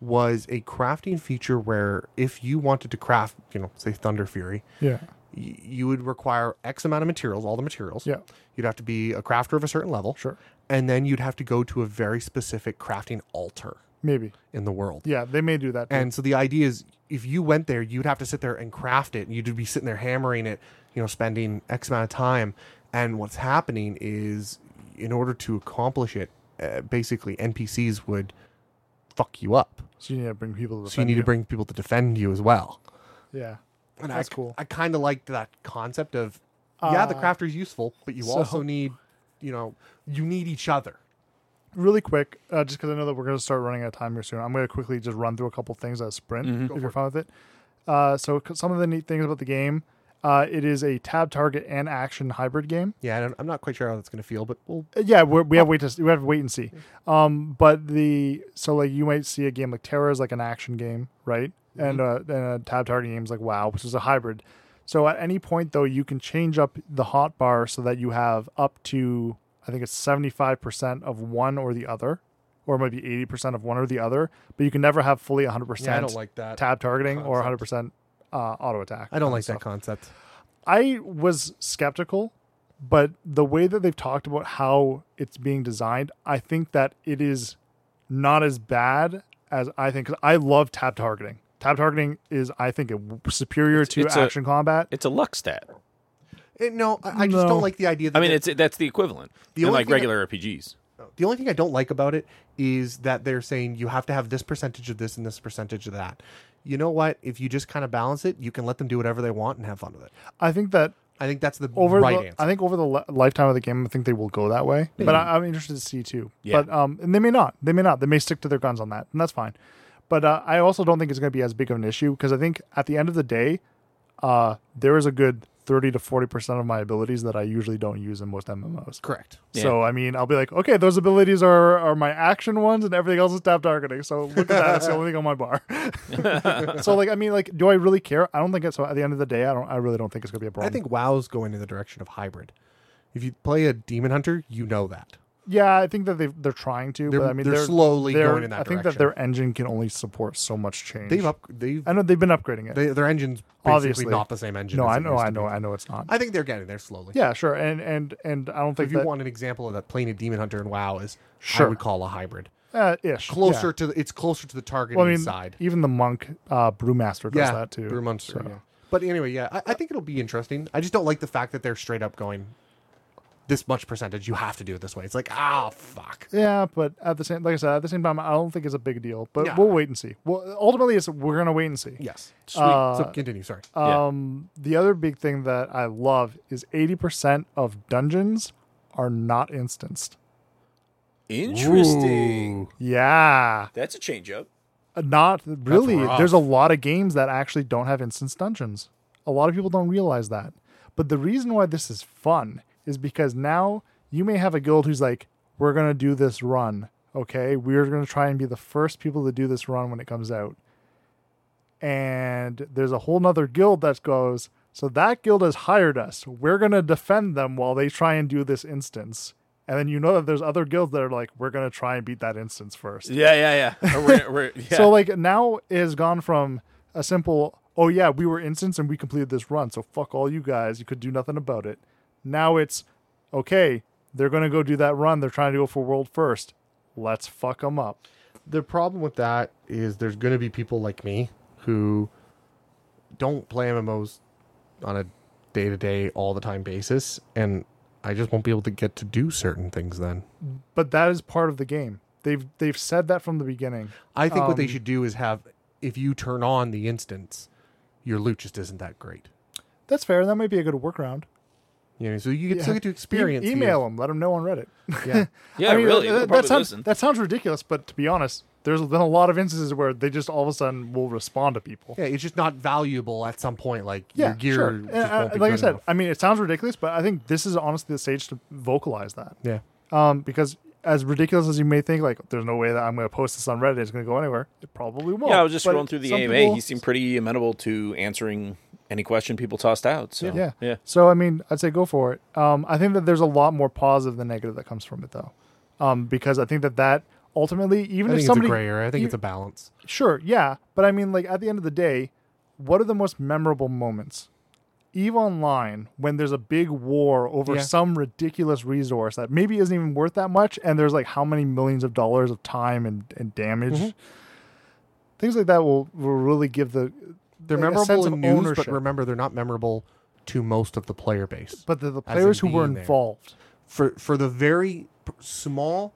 Speaker 4: was a crafting feature where if you wanted to craft, you know, say Thunder Fury,
Speaker 2: Yeah.
Speaker 4: y- you would require X amount of materials, all the materials.
Speaker 2: Yeah.
Speaker 4: You'd have to be a crafter of a certain level.
Speaker 2: Sure.
Speaker 4: And then you'd have to go to a very specific crafting altar
Speaker 2: Maybe.
Speaker 4: in the world.
Speaker 2: Yeah, they may do that. too.
Speaker 4: And so the idea is if you went there, you'd have to sit there and craft it. You'd be sitting there hammering it, you know, spending X amount of time. And what's happening is, in order to accomplish it, uh, basically NPCs would fuck you up.
Speaker 2: so you need to bring people. To
Speaker 4: So you
Speaker 2: defend
Speaker 4: need to bring people to defend you as well.
Speaker 2: Yeah,
Speaker 4: And
Speaker 2: that's
Speaker 4: I,
Speaker 2: cool.
Speaker 4: I kind of liked that concept of, yeah, the
Speaker 2: Uh,
Speaker 4: crafter's useful, but you
Speaker 2: so-
Speaker 4: also need, you know, you need each other.
Speaker 2: really quick, uh, just because I know that we're going to start running out of time here soon, I'm going to quickly just run through a couple things as a sprint
Speaker 4: Mhm. Go
Speaker 2: if
Speaker 4: for
Speaker 2: you're
Speaker 4: it.
Speaker 2: fine with it. Uh, so, c- some of the neat things about the game uh, it is a tab target and action hybrid game.
Speaker 4: Yeah, I don't, I'm not quite sure how that's going to feel, but we'll Mm-hmm.
Speaker 2: Uh, yeah we're, we have wait to we have to wait and see um but the so like you might see a game like terra is like an action game right and uh
Speaker 4: Mm-hmm.
Speaker 2: and a tab target game is like wow which is a hybrid so at any point though you can change up the hot bar so that you have up to i think it's 75% of one or the other or maybe 80% of one or the other but you can never have fully 100%
Speaker 4: Yeah, I don't like that
Speaker 2: tab targeting or 100% uh, auto attack
Speaker 4: I don't
Speaker 2: on
Speaker 4: like
Speaker 2: stuff.
Speaker 4: that concept.
Speaker 2: I was skeptical, but the way that they've talked about how it's being designed, I think that it is not as bad as I think. 'cause I love tab targeting. Tab targeting is, I think, a- superior to
Speaker 3: it's a-
Speaker 2: action combat.
Speaker 3: It's a luck stat.
Speaker 4: Eh, no, I, I just
Speaker 2: No.
Speaker 4: don't like the idea. That
Speaker 3: I mean,
Speaker 4: the-
Speaker 3: it's that's the equivalent
Speaker 4: The
Speaker 3: in
Speaker 4: only
Speaker 3: like
Speaker 4: thing I-
Speaker 3: regular RPGs.
Speaker 4: The only thing I don't like about it is that they're saying you have to have this percentage of this and this percentage of that. You know what? If you just kind of balance it, you can let them do whatever they want and have fun with it.
Speaker 2: I think that
Speaker 4: I think that's the
Speaker 2: over
Speaker 4: right
Speaker 2: the,
Speaker 4: answer.
Speaker 2: I think over the li- lifetime of the game, I think they will go that way. But I, I'm interested to see too.
Speaker 4: Yeah.
Speaker 2: But um, and they may not. They may not. They may stick to their guns on that, and that's fine. But uh, I also don't think it's going to be as big of an issue because I think at the end of the day, uh, there is a good thirty to forty percent of my abilities that I usually don't use in most MMOs.
Speaker 4: Correct.
Speaker 2: So I mean, I'll be like, okay, those abilities are are my action ones, and everything else is tap targeting. So look at that; it's the only thing on my bar. so like, I mean, like, do I really care? I don't think it's. So at the end of the day, I don't. I really don't think it's going to be a problem.
Speaker 4: I think WoW's going in the direction of hybrid. If you play a demon hunter, you know that.
Speaker 2: Yeah, I think that they they're trying to,
Speaker 4: They're-
Speaker 2: but I mean
Speaker 4: they're slowly going in that
Speaker 2: I think that
Speaker 4: direction.
Speaker 2: their engine can only support so much change.
Speaker 4: They've up. They've.
Speaker 2: I know they've been upgrading it.
Speaker 4: They, their engine's basically
Speaker 2: obviously
Speaker 4: not the same engine.
Speaker 2: No,
Speaker 4: as
Speaker 2: I
Speaker 4: it
Speaker 2: know,
Speaker 4: used
Speaker 2: I
Speaker 4: to
Speaker 2: know,
Speaker 4: be.
Speaker 2: I know it's not.
Speaker 4: I think they're getting there slowly.
Speaker 2: yeah, sure, and and and I don't think
Speaker 4: If you
Speaker 2: that,
Speaker 4: want an example of that, playing a demon hunter in WoW is
Speaker 2: Sure.
Speaker 4: I would call a hybrid.
Speaker 2: uh, ish
Speaker 4: Closer
Speaker 2: yeah.
Speaker 4: to the, it's closer to the targeting
Speaker 2: well, I mean,
Speaker 4: side.
Speaker 2: even the monk uh, brewmaster does
Speaker 4: yeah,
Speaker 2: that too.
Speaker 4: Brew Monster,
Speaker 2: so.
Speaker 4: yeah. But anyway, yeah, I, I think it'll be interesting. I just don't like the fact that they're straight up going this much percentage. You have to do it this way. It's like ah, fuck.
Speaker 2: Yeah, but at the same, like I said, at the same time, I don't think it's a big deal. But
Speaker 4: Yeah.
Speaker 2: we'll wait and see. Well, ultimately, it's we're gonna wait and see.
Speaker 4: Yes.
Speaker 2: Sweet.
Speaker 4: so continue. Sorry.
Speaker 2: Um, the other big thing that I love is eighty percent of dungeons are not instanced.
Speaker 3: Interesting.
Speaker 2: Yeah,
Speaker 3: That's a change up.
Speaker 2: Uh, not really.
Speaker 3: rough.
Speaker 2: There's a lot of games that actually don't have instance dungeons. A lot of people don't realize that. But the reason why this is fun is because now you may have a guild who's like, "We're gonna do this run, okay? We're gonna try and be the first people to do this run when it comes out." and there's a whole nother guild that goes so that guild has hired us we're going to defend them while they try and do this instance and then you know that there's other guilds that are like we're going to try and beat that instance first
Speaker 3: Yeah, yeah, yeah. Or we're- we're- yeah.
Speaker 2: so like now it has gone from a simple oh yeah we were instance and we completed this run so fuck all you guys you could do nothing about it now it's okay they're going to go do that run they're trying to go for world first let's fuck them up
Speaker 4: the problem with that is there's going to be people like me who don't play MMOs on a day to day, all the time basis, and I just won't be able to get to do certain things then.
Speaker 2: but that is part of the game they've they've said that from the beginning
Speaker 4: I think what they
Speaker 2: Um,
Speaker 4: should do is have if you turn on the instance, your loot just isn't that great.
Speaker 2: That's fair. That might be a good workaround.
Speaker 4: You know, so you get,
Speaker 2: Yeah.
Speaker 4: still get to
Speaker 2: E-
Speaker 4: experience. the-
Speaker 2: email them. Let them know on Reddit. uh,
Speaker 4: Yeah.
Speaker 3: Yeah, really, they'll
Speaker 2: that,
Speaker 3: probably
Speaker 2: sounds,
Speaker 3: listen.
Speaker 2: that sounds ridiculous, but to be honest, there's been a lot of instances where they just all of a sudden will respond to people.
Speaker 4: Yeah, it's just not valuable at some point. Like your gear,
Speaker 2: sure.
Speaker 4: just
Speaker 2: And I-
Speaker 4: won't be
Speaker 2: like I
Speaker 4: good
Speaker 2: said,
Speaker 4: enough.
Speaker 2: I mean, it sounds ridiculous, but I think this is honestly the stage to vocalize that.
Speaker 4: Yeah.
Speaker 2: Um, because as ridiculous as you may think, like there's no way that I'm going to post this on Reddit. It's going to go anywhere. It probably won't.
Speaker 3: yeah, I was just
Speaker 2: But
Speaker 3: scrolling through the
Speaker 2: some
Speaker 3: AMA.
Speaker 2: people-
Speaker 3: he seemed pretty amenable to answering any question people tossed out. So
Speaker 2: yeah.
Speaker 3: yeah.
Speaker 2: So I mean, I'd say go for it. Um, I think that there's a lot more positive than negative that comes from it, though, um, because I think that that ultimately, even
Speaker 4: I
Speaker 2: if
Speaker 4: think
Speaker 2: somebody,
Speaker 4: it's a gray area. I think
Speaker 2: you-
Speaker 4: it's a balance.
Speaker 2: Sure, yeah, but I mean, like at the end of the day, what are the most memorable moments? Eve Online, when there's a big war over
Speaker 4: Yeah.
Speaker 2: some ridiculous resource that maybe isn't even worth that much, and there's like how many millions of dollars of time and, and damage.
Speaker 4: Mhm.
Speaker 2: Things like that will, will really give the
Speaker 4: They're
Speaker 2: like, a sense
Speaker 4: memorable
Speaker 2: of
Speaker 4: in news,
Speaker 2: ownership.
Speaker 4: but remember they're not memorable to most of the player base.
Speaker 2: But the, the
Speaker 4: as in
Speaker 2: players who were
Speaker 4: being there.
Speaker 2: involved.
Speaker 4: for for the very p- small.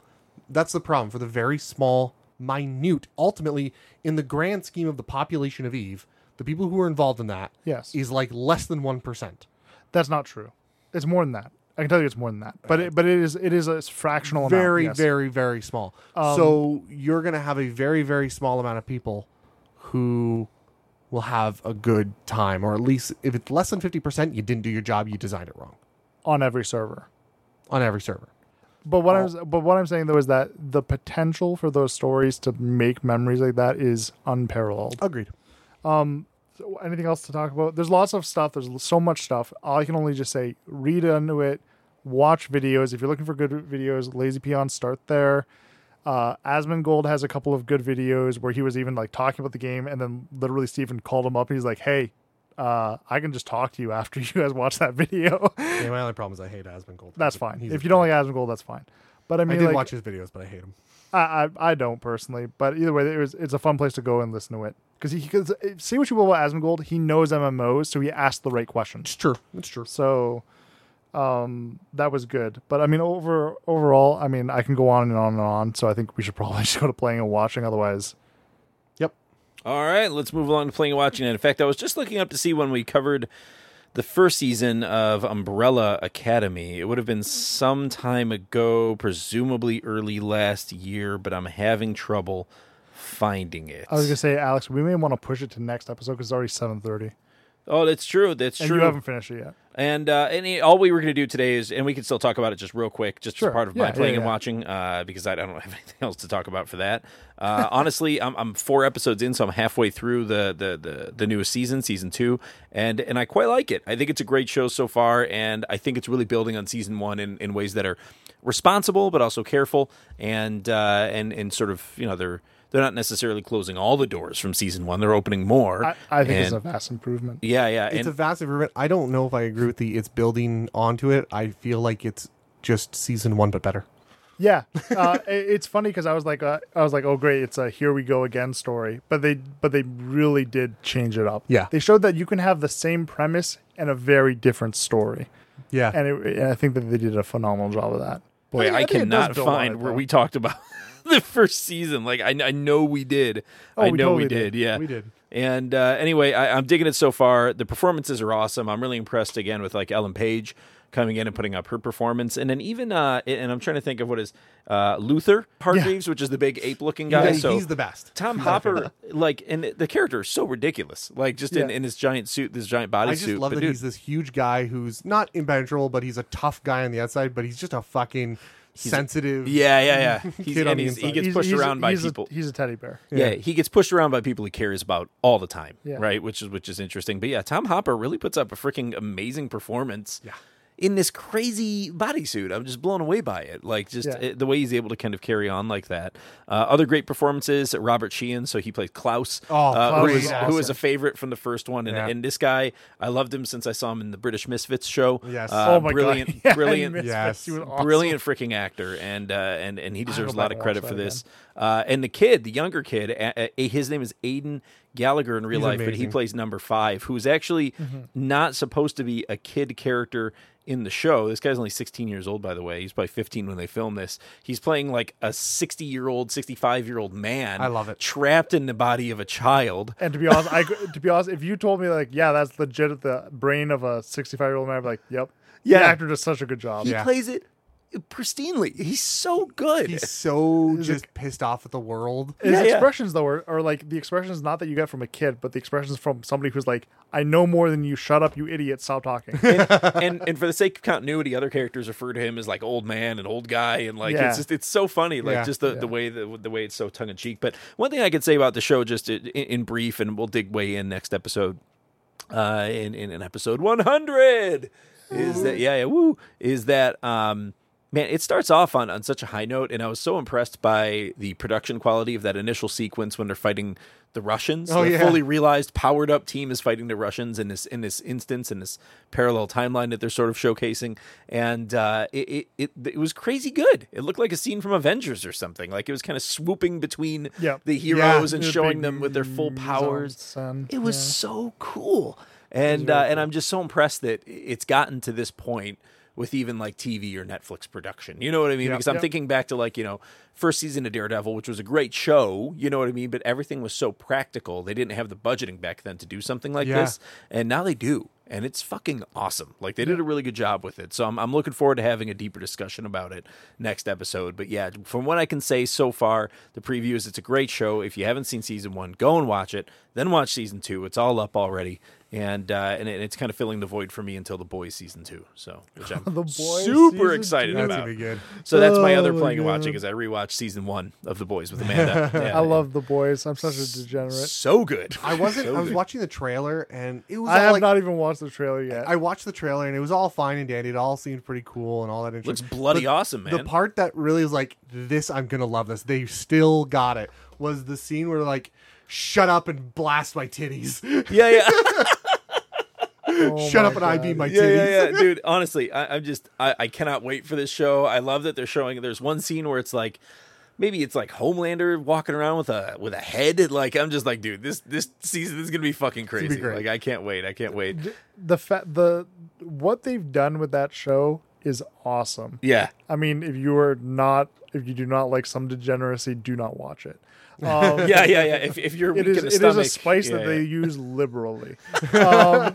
Speaker 4: That's the problem for the very small, minute. Ultimately, in the grand scheme of the population of Eve, the people who were involved in that
Speaker 2: Yes.
Speaker 4: is like less than one percent.
Speaker 2: That's not true. It's more than that. I can tell you it's more than that. But it, but it is it is a fractional amount.
Speaker 4: very
Speaker 2: yes.
Speaker 4: very very small
Speaker 2: Um,
Speaker 4: so you're going to have a very very small amount of people who will have a good time or at least if it's less than 50% you didn't do your job you designed it wrong
Speaker 2: on every server
Speaker 4: on every server
Speaker 2: But what I'm but what I'm saying though is that the potential for those stories to make memories like that is unparalleled.
Speaker 4: Agreed.
Speaker 2: Um, so Uh, anything else to talk about? There's lots of stuff. There's so much stuff. I can only just say read into it, watch videos. If you're looking for good videos, Lazy Peon start there. Uh, Asmongold has a couple of good videos where he was even like talking about the game, and then literally Stephen called him up and he's like, "Hey, uh, I can just talk to you after you guys watch that video."
Speaker 4: yeah, my only problem is i hate asmongold
Speaker 2: that's fine. If you don't like Asmongold, that's fine. But I
Speaker 4: i,
Speaker 2: mean,
Speaker 4: did
Speaker 2: like,
Speaker 4: watch his videos but i hate him
Speaker 2: I, I I don't personally, but either way, it was it's a fun place to go and listen to it because he because say what you will about Asmongold, he knows MMOs, so he asked the right questions. It's
Speaker 4: true. It's true.
Speaker 2: So, um, that was good. But I mean, over overall, I mean, I can go on and on and on. So I think we should probably just go to playing and watching. Otherwise,
Speaker 3: All right, let's move along to playing and watching. And in fact, I was just looking up to see when we covered the first season of Umbrella Academy. It would have been some time ago, presumably early last year, but I'm having trouble finding it.
Speaker 2: I was gonna say, Alex, we may want to push it to next episode because it's already seven thirty,
Speaker 3: Oh, that's true. That's
Speaker 2: and
Speaker 3: true.
Speaker 2: you haven't finished it yet.
Speaker 3: And uh, and it- all we were going to do today is, and we can still talk about it just real quick, just
Speaker 2: Sure.
Speaker 3: as part of
Speaker 2: Yeah,
Speaker 3: my playing
Speaker 2: yeah,
Speaker 3: and
Speaker 2: yeah.
Speaker 3: watching, uh, because I, I don't have anything else to talk about for that. Uh, honestly, I'm, I'm four episodes in, so I'm halfway through the, the the the newest season, season two, and and I quite like it. I think it's a great show so far, and I think it's really building on season one in, in ways that are responsible but also careful, and uh, and and sort of you know they're they're not necessarily closing all the doors from season one; they're opening more.
Speaker 2: I, I think it's a
Speaker 3: and-
Speaker 2: vast improvement.
Speaker 3: yeah, yeah,
Speaker 4: it's
Speaker 3: and-
Speaker 4: a vast improvement i don't know if i agree with the it's building onto it i feel like it's just season one but better
Speaker 2: Yeah, uh, i- it's funny because I was like, uh, I was like, oh great, it's a here we go again story. But they, but they really did change it up.
Speaker 4: Yeah.
Speaker 2: they showed that you can have the same premise and a very different story.
Speaker 4: Yeah.
Speaker 2: and, it, and I think that they did a phenomenal job of that.
Speaker 3: Boy, I,
Speaker 2: think- think it does
Speaker 3: cannot
Speaker 2: build on
Speaker 3: find
Speaker 2: it,
Speaker 3: where
Speaker 2: though.
Speaker 3: we talked about the first season. Like I, I know we did.
Speaker 2: Oh,
Speaker 3: I
Speaker 2: we
Speaker 3: know we
Speaker 2: totally did.
Speaker 3: did. Yeah,
Speaker 2: We did.
Speaker 3: And uh, anyway, I, I'm digging it so far. The performances are awesome. I'm really impressed again with like Ellen Page coming in and putting up her performance, and then even uh, and I'm trying to think of what is uh, Luther Hargreaves, which is the big ape looking guy.
Speaker 4: Yeah,
Speaker 3: so
Speaker 4: he's the best.
Speaker 3: Tom
Speaker 4: He's my
Speaker 3: Hopper, like, and the character is so ridiculous. Like just in,
Speaker 4: Yeah.
Speaker 3: in his giant suit, this giant bodysuit.
Speaker 4: I just love
Speaker 3: but
Speaker 4: that
Speaker 3: dude,
Speaker 4: he's this huge guy who's not impenetrable, but he's a tough guy on the outside. But he's just a fucking sensitive.
Speaker 3: Yeah, yeah, yeah. He's-
Speaker 4: He's, kid
Speaker 3: and
Speaker 4: on the
Speaker 3: he's- he
Speaker 4: inside.
Speaker 3: gets
Speaker 2: He's-
Speaker 3: pushed
Speaker 2: he's a-
Speaker 3: around by
Speaker 2: he's a-
Speaker 3: people.
Speaker 2: he's a teddy bear.
Speaker 3: Yeah. he gets pushed around by people he cares about all the time,
Speaker 2: Yeah.
Speaker 3: right? Which is which is interesting. But yeah, Tom Hopper really puts up a freaking amazing performance. In this crazy bodysuit, I'm just blown away by it. Like just
Speaker 1: Yeah.
Speaker 3: it- the way he's able to kind of carry on like that. Uh, other great performances: Robert Sheehan, so he played Klaus,
Speaker 1: Oh,
Speaker 3: uh, who
Speaker 1: Klaus
Speaker 3: is
Speaker 1: is
Speaker 3: who is
Speaker 1: awesome.
Speaker 3: a favorite from the first one, and,
Speaker 1: Yeah.
Speaker 3: and this guy, I loved him since I saw him in the British Misfits show.
Speaker 1: Yes.
Speaker 3: Uh,
Speaker 1: Oh my God.
Speaker 3: brilliant,
Speaker 1: Yeah, in
Speaker 3: brilliant,
Speaker 1: Misfits, Yes. he was awesome.
Speaker 3: brilliant freaking actor, and uh, and and he
Speaker 1: I'll
Speaker 3: deserves a
Speaker 1: go back
Speaker 3: lot of
Speaker 1: and
Speaker 3: credit
Speaker 1: watch
Speaker 3: for
Speaker 1: that
Speaker 3: this. Uh, and the kid, the younger kid, a- a- his name is Aiden Gallagher in real
Speaker 1: He's
Speaker 3: life, but he
Speaker 1: amazing.
Speaker 3: plays number five, who is actually
Speaker 1: Mhm.
Speaker 3: not supposed to be a kid character in the show. This guy's only 16 years old, by the way. He's probably 15 when they film this. He's playing like a 60 year old, 65 year old man.
Speaker 2: I love it.
Speaker 3: Trapped in the body of a child.
Speaker 2: And to be honest, I to be honest, if you told me like, yeah, that's legit the brain of a sixty-five year old man, I'd be like, yep.
Speaker 3: Yeah.
Speaker 2: the actor does such a good job.
Speaker 3: He Yeah. plays it pristinely. He's so good.
Speaker 4: He's so just pissed off at the world.
Speaker 2: His expressions though are, are like the expressions not that you get from a kid, but the expressions from somebody who's like, "I know more than you. Shut up, you idiot. Stop talking."
Speaker 3: and and for the sake of continuity, other characters refer to him as like old man and old guy, and like
Speaker 2: Yeah.
Speaker 3: it's just it's so funny, like
Speaker 2: Yeah.
Speaker 3: just the,
Speaker 2: Yeah.
Speaker 3: the way the, the way it's so tongue in cheek. But one thing I could say about the show, just in, in brief, and we'll dig way in next episode, uh, in in, in episode one hundred, is that yeah yeah woo is that um. Man, it starts off on, on such a high note, and I was so impressed by the production quality of that initial sequence when they're fighting the Russians.
Speaker 4: Oh,
Speaker 3: the
Speaker 4: yeah.
Speaker 3: fully realized powered up team is fighting the Russians in this in this instance in this parallel timeline that they're sort of showcasing, and uh, it, it it it was crazy good. It looked like a scene from Avengers or something. Like it was kind of swooping between
Speaker 2: Yeah.
Speaker 3: the
Speaker 2: Yeah.
Speaker 3: heroes and
Speaker 2: The
Speaker 3: showing
Speaker 2: big
Speaker 3: them with their full powers. It was so cool, and uh, and I'm just so impressed that it's gotten to this point with even like TV or Netflix production. You know what I mean?
Speaker 2: Yeah.
Speaker 3: Because I'm
Speaker 2: Yeah.
Speaker 3: thinking back to like you know first season of Daredevil, which was a great show. You know what I mean? But everything was so practical. They didn't have the budgeting back then to do something like
Speaker 4: Yeah.
Speaker 3: this, and now they do. And it's fucking awesome. Like they did a really good job with it. So I'm, I'm looking forward to having a deeper discussion about it next episode. But yeah, from what I can say so far, the preview is it's a great show. If you haven't seen season one, go and watch it. Then watch season two. It's all up already, and uh, and it, it's kind of filling the void for me until the boys season two. So which I'm
Speaker 2: The Boys season
Speaker 3: super
Speaker 2: two.
Speaker 3: excited
Speaker 4: That's
Speaker 3: about.
Speaker 4: gonna be good.
Speaker 3: So that's my other
Speaker 2: Oh my
Speaker 3: playing and watching
Speaker 2: God.
Speaker 3: is I rewatched season one of The Boys with Amanda. Yeah.
Speaker 2: I love the boys. I'm such a degenerate.
Speaker 3: so good.
Speaker 4: I wasn't.
Speaker 3: So
Speaker 4: I was
Speaker 3: good.
Speaker 4: watching the trailer, and it was.
Speaker 2: I
Speaker 4: all,
Speaker 2: have
Speaker 4: like,
Speaker 2: not even watched the trailer yet.
Speaker 4: I watched the trailer, and it was all fine and dandy. It all seemed pretty cool, and all that. interesting.
Speaker 3: bloody awesome,
Speaker 4: The
Speaker 3: man.
Speaker 4: part that really was like, "This, I'm gonna love this." They still got it. Was the scene where like, "Shut up and blast my titties."
Speaker 3: Yeah, yeah.
Speaker 2: Oh
Speaker 4: Shut
Speaker 2: my
Speaker 4: up and I beat my
Speaker 3: yeah,
Speaker 4: titties.
Speaker 3: yeah, yeah, dude. Honestly, I, I'm just I, I cannot wait for this show. I love that they're showing. There's one scene where it's like maybe it's like Homelander walking around with a with a head. Like I'm just like, dude, this this season is gonna be fucking
Speaker 4: be
Speaker 3: crazy.
Speaker 4: great.
Speaker 3: like I can't wait. I can't wait.
Speaker 2: the fa- the what they've done with that show is awesome.
Speaker 3: Yeah.
Speaker 2: I mean, if you are not, if you do not like some degeneracy, do not watch it. Um,
Speaker 3: yeah, yeah, yeah. If, if you're
Speaker 2: it
Speaker 3: weak
Speaker 2: is
Speaker 3: in the
Speaker 2: it is
Speaker 3: stomach,
Speaker 2: a spice
Speaker 3: yeah,
Speaker 2: that
Speaker 3: yeah.
Speaker 2: they use liberally, um,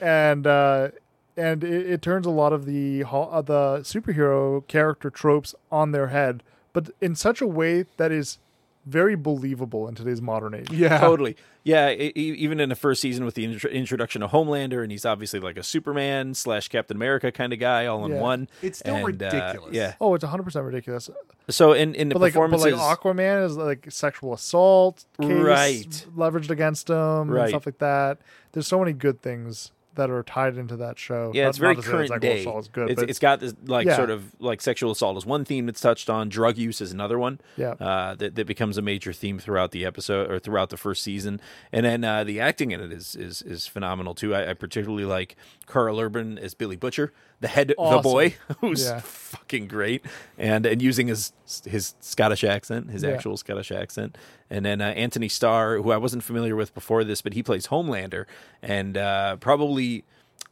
Speaker 2: and uh, and it, it turns a lot of the ho- uh, the superhero character tropes on their head, but in such a way that is very believable in today's modern age.
Speaker 4: Yeah.
Speaker 3: Totally. Yeah. e- e- even in the first season with the intro- introduction of Homelander, and he's obviously like a Superman slash Captain America kind of guy all in
Speaker 2: Yeah.
Speaker 3: one.
Speaker 4: It's still
Speaker 3: And, uh,
Speaker 4: ridiculous.
Speaker 3: yeah.
Speaker 2: Oh, it's 100% ridiculous.
Speaker 3: So in, in the
Speaker 2: but like, but
Speaker 3: performances.
Speaker 2: like Aquaman is like sexual assault case
Speaker 3: Right.
Speaker 2: leveraged against him
Speaker 3: Right.
Speaker 2: and stuff like that. There's so many good things that are tied into that show.
Speaker 3: Yeah,
Speaker 2: Not-
Speaker 3: it's very
Speaker 2: not to say that
Speaker 3: current
Speaker 2: sexual
Speaker 3: day.
Speaker 2: assault is good,
Speaker 3: it's,
Speaker 2: but
Speaker 3: it's got this like
Speaker 2: Yeah.
Speaker 3: sort of like sexual assault is one theme that's touched on. Drug use is another one.
Speaker 2: Yeah.
Speaker 3: uh, that, that becomes a major theme throughout the episode or throughout the first season. And then uh, the acting in it is is is phenomenal too. I, I particularly like Carl Urban as Billy Butcher, the head the
Speaker 2: Awesome.
Speaker 3: boy, who's
Speaker 2: Yeah.
Speaker 3: fucking great, and and using his his Scottish accent, his
Speaker 2: Yeah.
Speaker 3: actual Scottish accent, and then uh, Anthony Starr, who I wasn't familiar with before this, but he plays Homelander, and uh, probably.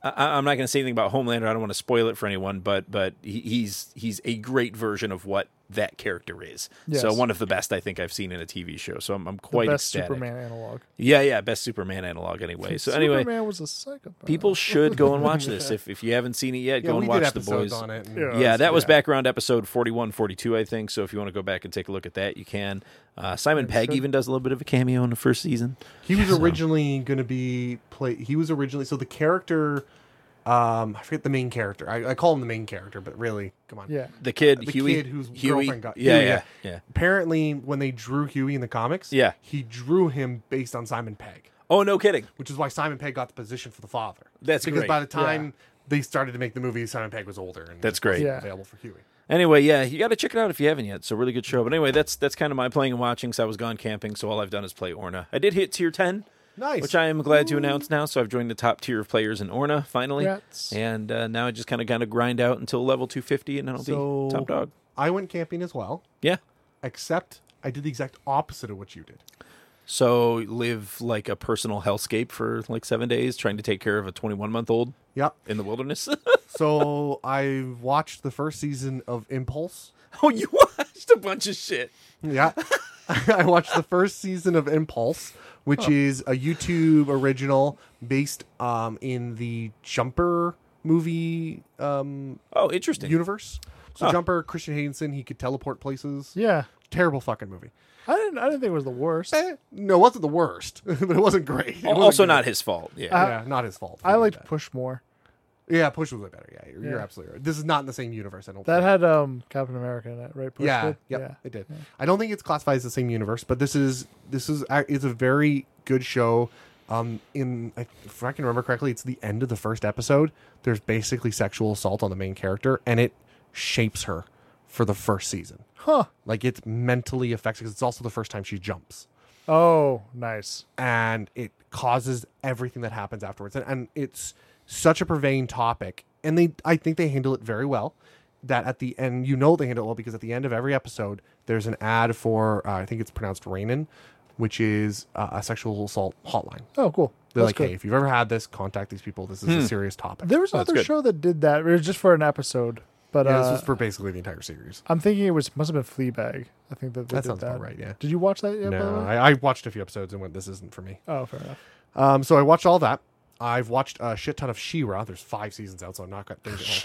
Speaker 3: I, I'm not going to say anything about Homelander. I don't want to spoil it for anyone, but but he, he's he's a great version of what that character is. So
Speaker 2: Yes.
Speaker 3: one of the best I think I've seen in a TV show. So I'm, I'm
Speaker 2: the
Speaker 3: quite
Speaker 2: best
Speaker 3: ecstatic.
Speaker 2: Superman analog.
Speaker 3: Yeah, yeah, best Superman analog anyway. So anyway,
Speaker 2: Superman was a psychopath.
Speaker 3: people should go and watch this if if you haven't seen it yet.
Speaker 4: Yeah,
Speaker 3: go and
Speaker 4: we
Speaker 3: watch
Speaker 4: did
Speaker 3: the
Speaker 4: episodes
Speaker 3: boys
Speaker 4: on it. and-
Speaker 2: Yeah.
Speaker 3: yeah, that was
Speaker 4: yeah.
Speaker 3: background episode 41, 42, I think. So if you want to go back and take a look at that, you can. Uh, Simon Pegg even does a little bit of a cameo in the first season.
Speaker 4: He was originally going to be play. He was originally so the character. Um, I forget the main character. I, I call him the main character, but really, come on.
Speaker 2: Yeah.
Speaker 3: The kid,
Speaker 4: The
Speaker 3: Huey,
Speaker 4: kid whose
Speaker 3: Huey,
Speaker 4: girlfriend got
Speaker 3: yeah,
Speaker 4: Huey,
Speaker 3: yeah, yeah.
Speaker 4: Apparently, when they drew Huey in the comics,
Speaker 3: Yeah.
Speaker 4: he drew him based on Simon Pegg,
Speaker 3: Oh, no kidding.
Speaker 4: which is why Simon Pegg got the position for the father.
Speaker 3: That's
Speaker 4: because
Speaker 3: great.
Speaker 4: by the time they started to make the movie, Simon Pegg was older. And
Speaker 3: That's great.
Speaker 2: Yeah.
Speaker 4: Available for Huey.
Speaker 3: Anyway, yeah, you got to check it out if you haven't yet. It's a really good show. But anyway, that's that's kind of my playing and watching. So I was gone camping, so all I've done is play Orna. I did hit tier ten,
Speaker 4: Nice.
Speaker 3: which I am glad to announce now. So I've joined the top tier of players in Orna finally,
Speaker 2: Congrats.
Speaker 3: and uh, now I just kind of kind of grind out until level two fifty, and then I'll
Speaker 4: So-
Speaker 3: be top dog.
Speaker 4: I went camping as well,
Speaker 3: Yeah.
Speaker 4: except I did the exact opposite of what you did.
Speaker 3: So live like a personal hellscape for like seven days, trying to take care of a twenty-one month old
Speaker 4: Yep.
Speaker 3: in the wilderness.
Speaker 4: So I watched the first season of Impulse.
Speaker 3: oh, you watched a bunch of shit.
Speaker 4: Yeah. I watched the first season of Impulse, which is a YouTube original based um, in the Jumper movie. Um,
Speaker 3: oh, interesting
Speaker 4: universe. So
Speaker 3: Huh.
Speaker 4: Jumper, Christian Haydenson, he could teleport places.
Speaker 2: Yeah.
Speaker 4: terrible fucking movie. Eh,
Speaker 2: I didn't. I didn't think it was the worst.
Speaker 3: Eh.
Speaker 4: No, it wasn't the worst, but it wasn't great. It
Speaker 3: Al-
Speaker 4: wasn't
Speaker 3: also
Speaker 4: good.
Speaker 3: not his fault. Yeah.
Speaker 4: Uh, yeah, not his fault.
Speaker 2: I liked Push more.
Speaker 4: Yeah, Push was way better. Yeah, you're, you're
Speaker 2: Yeah.
Speaker 4: absolutely right. This is not in the same universe. I don't.
Speaker 2: That
Speaker 4: think.
Speaker 2: had um Captain America in it, right? Push
Speaker 4: yeah,
Speaker 2: did?
Speaker 4: yep,
Speaker 2: yeah.
Speaker 4: it did. I don't think it's classified as the same universe, but this is this is uh, it's a very good show. Um, in if I can remember correctly, it's the end of the first episode. There's basically sexual assault on the main character, and it shapes her for the first season.
Speaker 2: Huh.
Speaker 4: Like it mentally affects because it's also the first time she jumps
Speaker 2: Oh, nice.
Speaker 4: and it causes everything that happens afterwards. And, and it's such a purveying topic, and they I think they handle it very well. That at the end, you know they handle it well because at the end of every episode, there's an ad for uh, I think it's pronounced Rainin, which is uh, a sexual assault hotline.
Speaker 2: Oh, cool.
Speaker 4: They're
Speaker 2: That's
Speaker 4: like,
Speaker 2: good.
Speaker 4: hey, if you've ever had this, contact these people. This is
Speaker 2: Hmm.
Speaker 4: a serious topic.
Speaker 2: There
Speaker 3: Oh,
Speaker 2: was another show that did that. It was just for an episode, but
Speaker 4: But yeah,
Speaker 2: uh,
Speaker 4: this was for basically the entire series.
Speaker 2: I'm thinking it was must have been Fleabag. I think that they
Speaker 4: That
Speaker 2: did
Speaker 4: sounds
Speaker 2: that.
Speaker 4: about right, yeah.
Speaker 2: Did you watch that yet? by the
Speaker 4: no,
Speaker 2: way?
Speaker 4: I, I watched a few episodes and went, this isn't for me.
Speaker 2: Oh, fair enough.
Speaker 4: Um, so I watched all that. I've watched a shit ton of She-Ra. There's five seasons out, so I'm not got things. at home.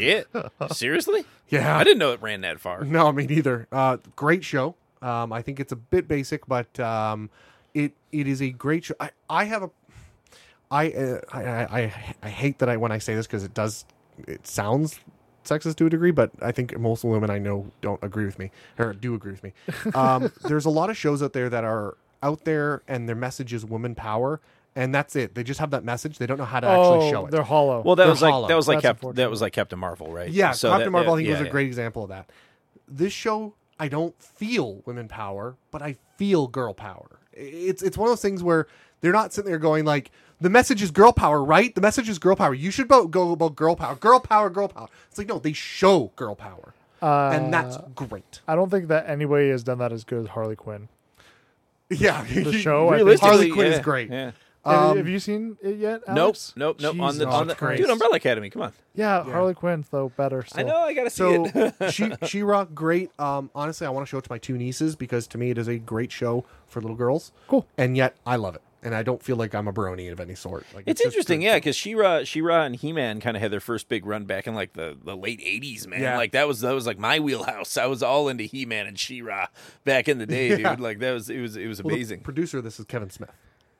Speaker 3: Shit. Seriously?
Speaker 4: Yeah.
Speaker 3: I didn't know it ran that far.
Speaker 4: No, me neither. Uh, great show. Um, I think it's a bit basic, but um, it it is a great show. I, I have a I, uh, I I I I hate that I when I say this because it does it sounds sexist to a degree, but I think most women I know don't agree with me or do agree with me. Um, there's a lot of shows out there that are out there and their message is woman power. And that's it. They just have that message. They don't know how to actually
Speaker 2: Oh,
Speaker 4: show it.
Speaker 2: they're hollow.
Speaker 3: Well, that
Speaker 4: They're
Speaker 3: was like
Speaker 4: hollow.
Speaker 3: that was like
Speaker 4: That's
Speaker 3: Cap- that was like Captain Marvel, right?
Speaker 4: yeah,
Speaker 3: So
Speaker 4: Captain
Speaker 3: that-
Speaker 4: Marvel,
Speaker 3: that-
Speaker 4: I think, was
Speaker 3: yeah,
Speaker 4: a
Speaker 3: yeah.
Speaker 4: great example of that. This show, I don't feel women power, but I feel girl power. It's it's one of those things where they're not sitting there going like, the message is girl power, right? The message is girl power. You should bo- go about girl power, girl power, girl power. It's like no, they show girl power,
Speaker 2: Uh,
Speaker 4: and that's great.
Speaker 2: I don't think that anybody has done that as good as Harley Quinn.
Speaker 4: Yeah,
Speaker 2: the show. I think-
Speaker 3: Realistically,
Speaker 4: Harley Quinn is
Speaker 3: yeah,
Speaker 4: great.
Speaker 3: yeah.
Speaker 2: Have-
Speaker 4: Um,
Speaker 2: have you seen it yet?
Speaker 3: Nope,
Speaker 2: Alex?
Speaker 3: nope, nope. on the
Speaker 2: Jesus
Speaker 3: on the
Speaker 2: Christ.
Speaker 3: dude, Umbrella Academy. Come on.
Speaker 2: Yeah, Harley Quinn though better. Still.
Speaker 3: know, I gotta see
Speaker 4: so
Speaker 3: it.
Speaker 4: she she rock great. Um, honestly, I want to show it to my two nieces because to me it is a great show for little girls.
Speaker 2: Cool.
Speaker 4: And yet I love it, and I don't feel like I'm a brony of any sort. Like
Speaker 3: It's,
Speaker 4: just
Speaker 3: interesting, yeah, because Shira, Shira and He Man kind of had their first big run back in like the, the late '80s, man.
Speaker 4: Yeah.
Speaker 3: Like that was that was like my wheelhouse. I was all into He Man and Shira back in the day,
Speaker 4: Yeah.
Speaker 3: dude. Like that was it was it was
Speaker 4: Well, the
Speaker 3: amazing.
Speaker 4: producer of this is Kevin Smith.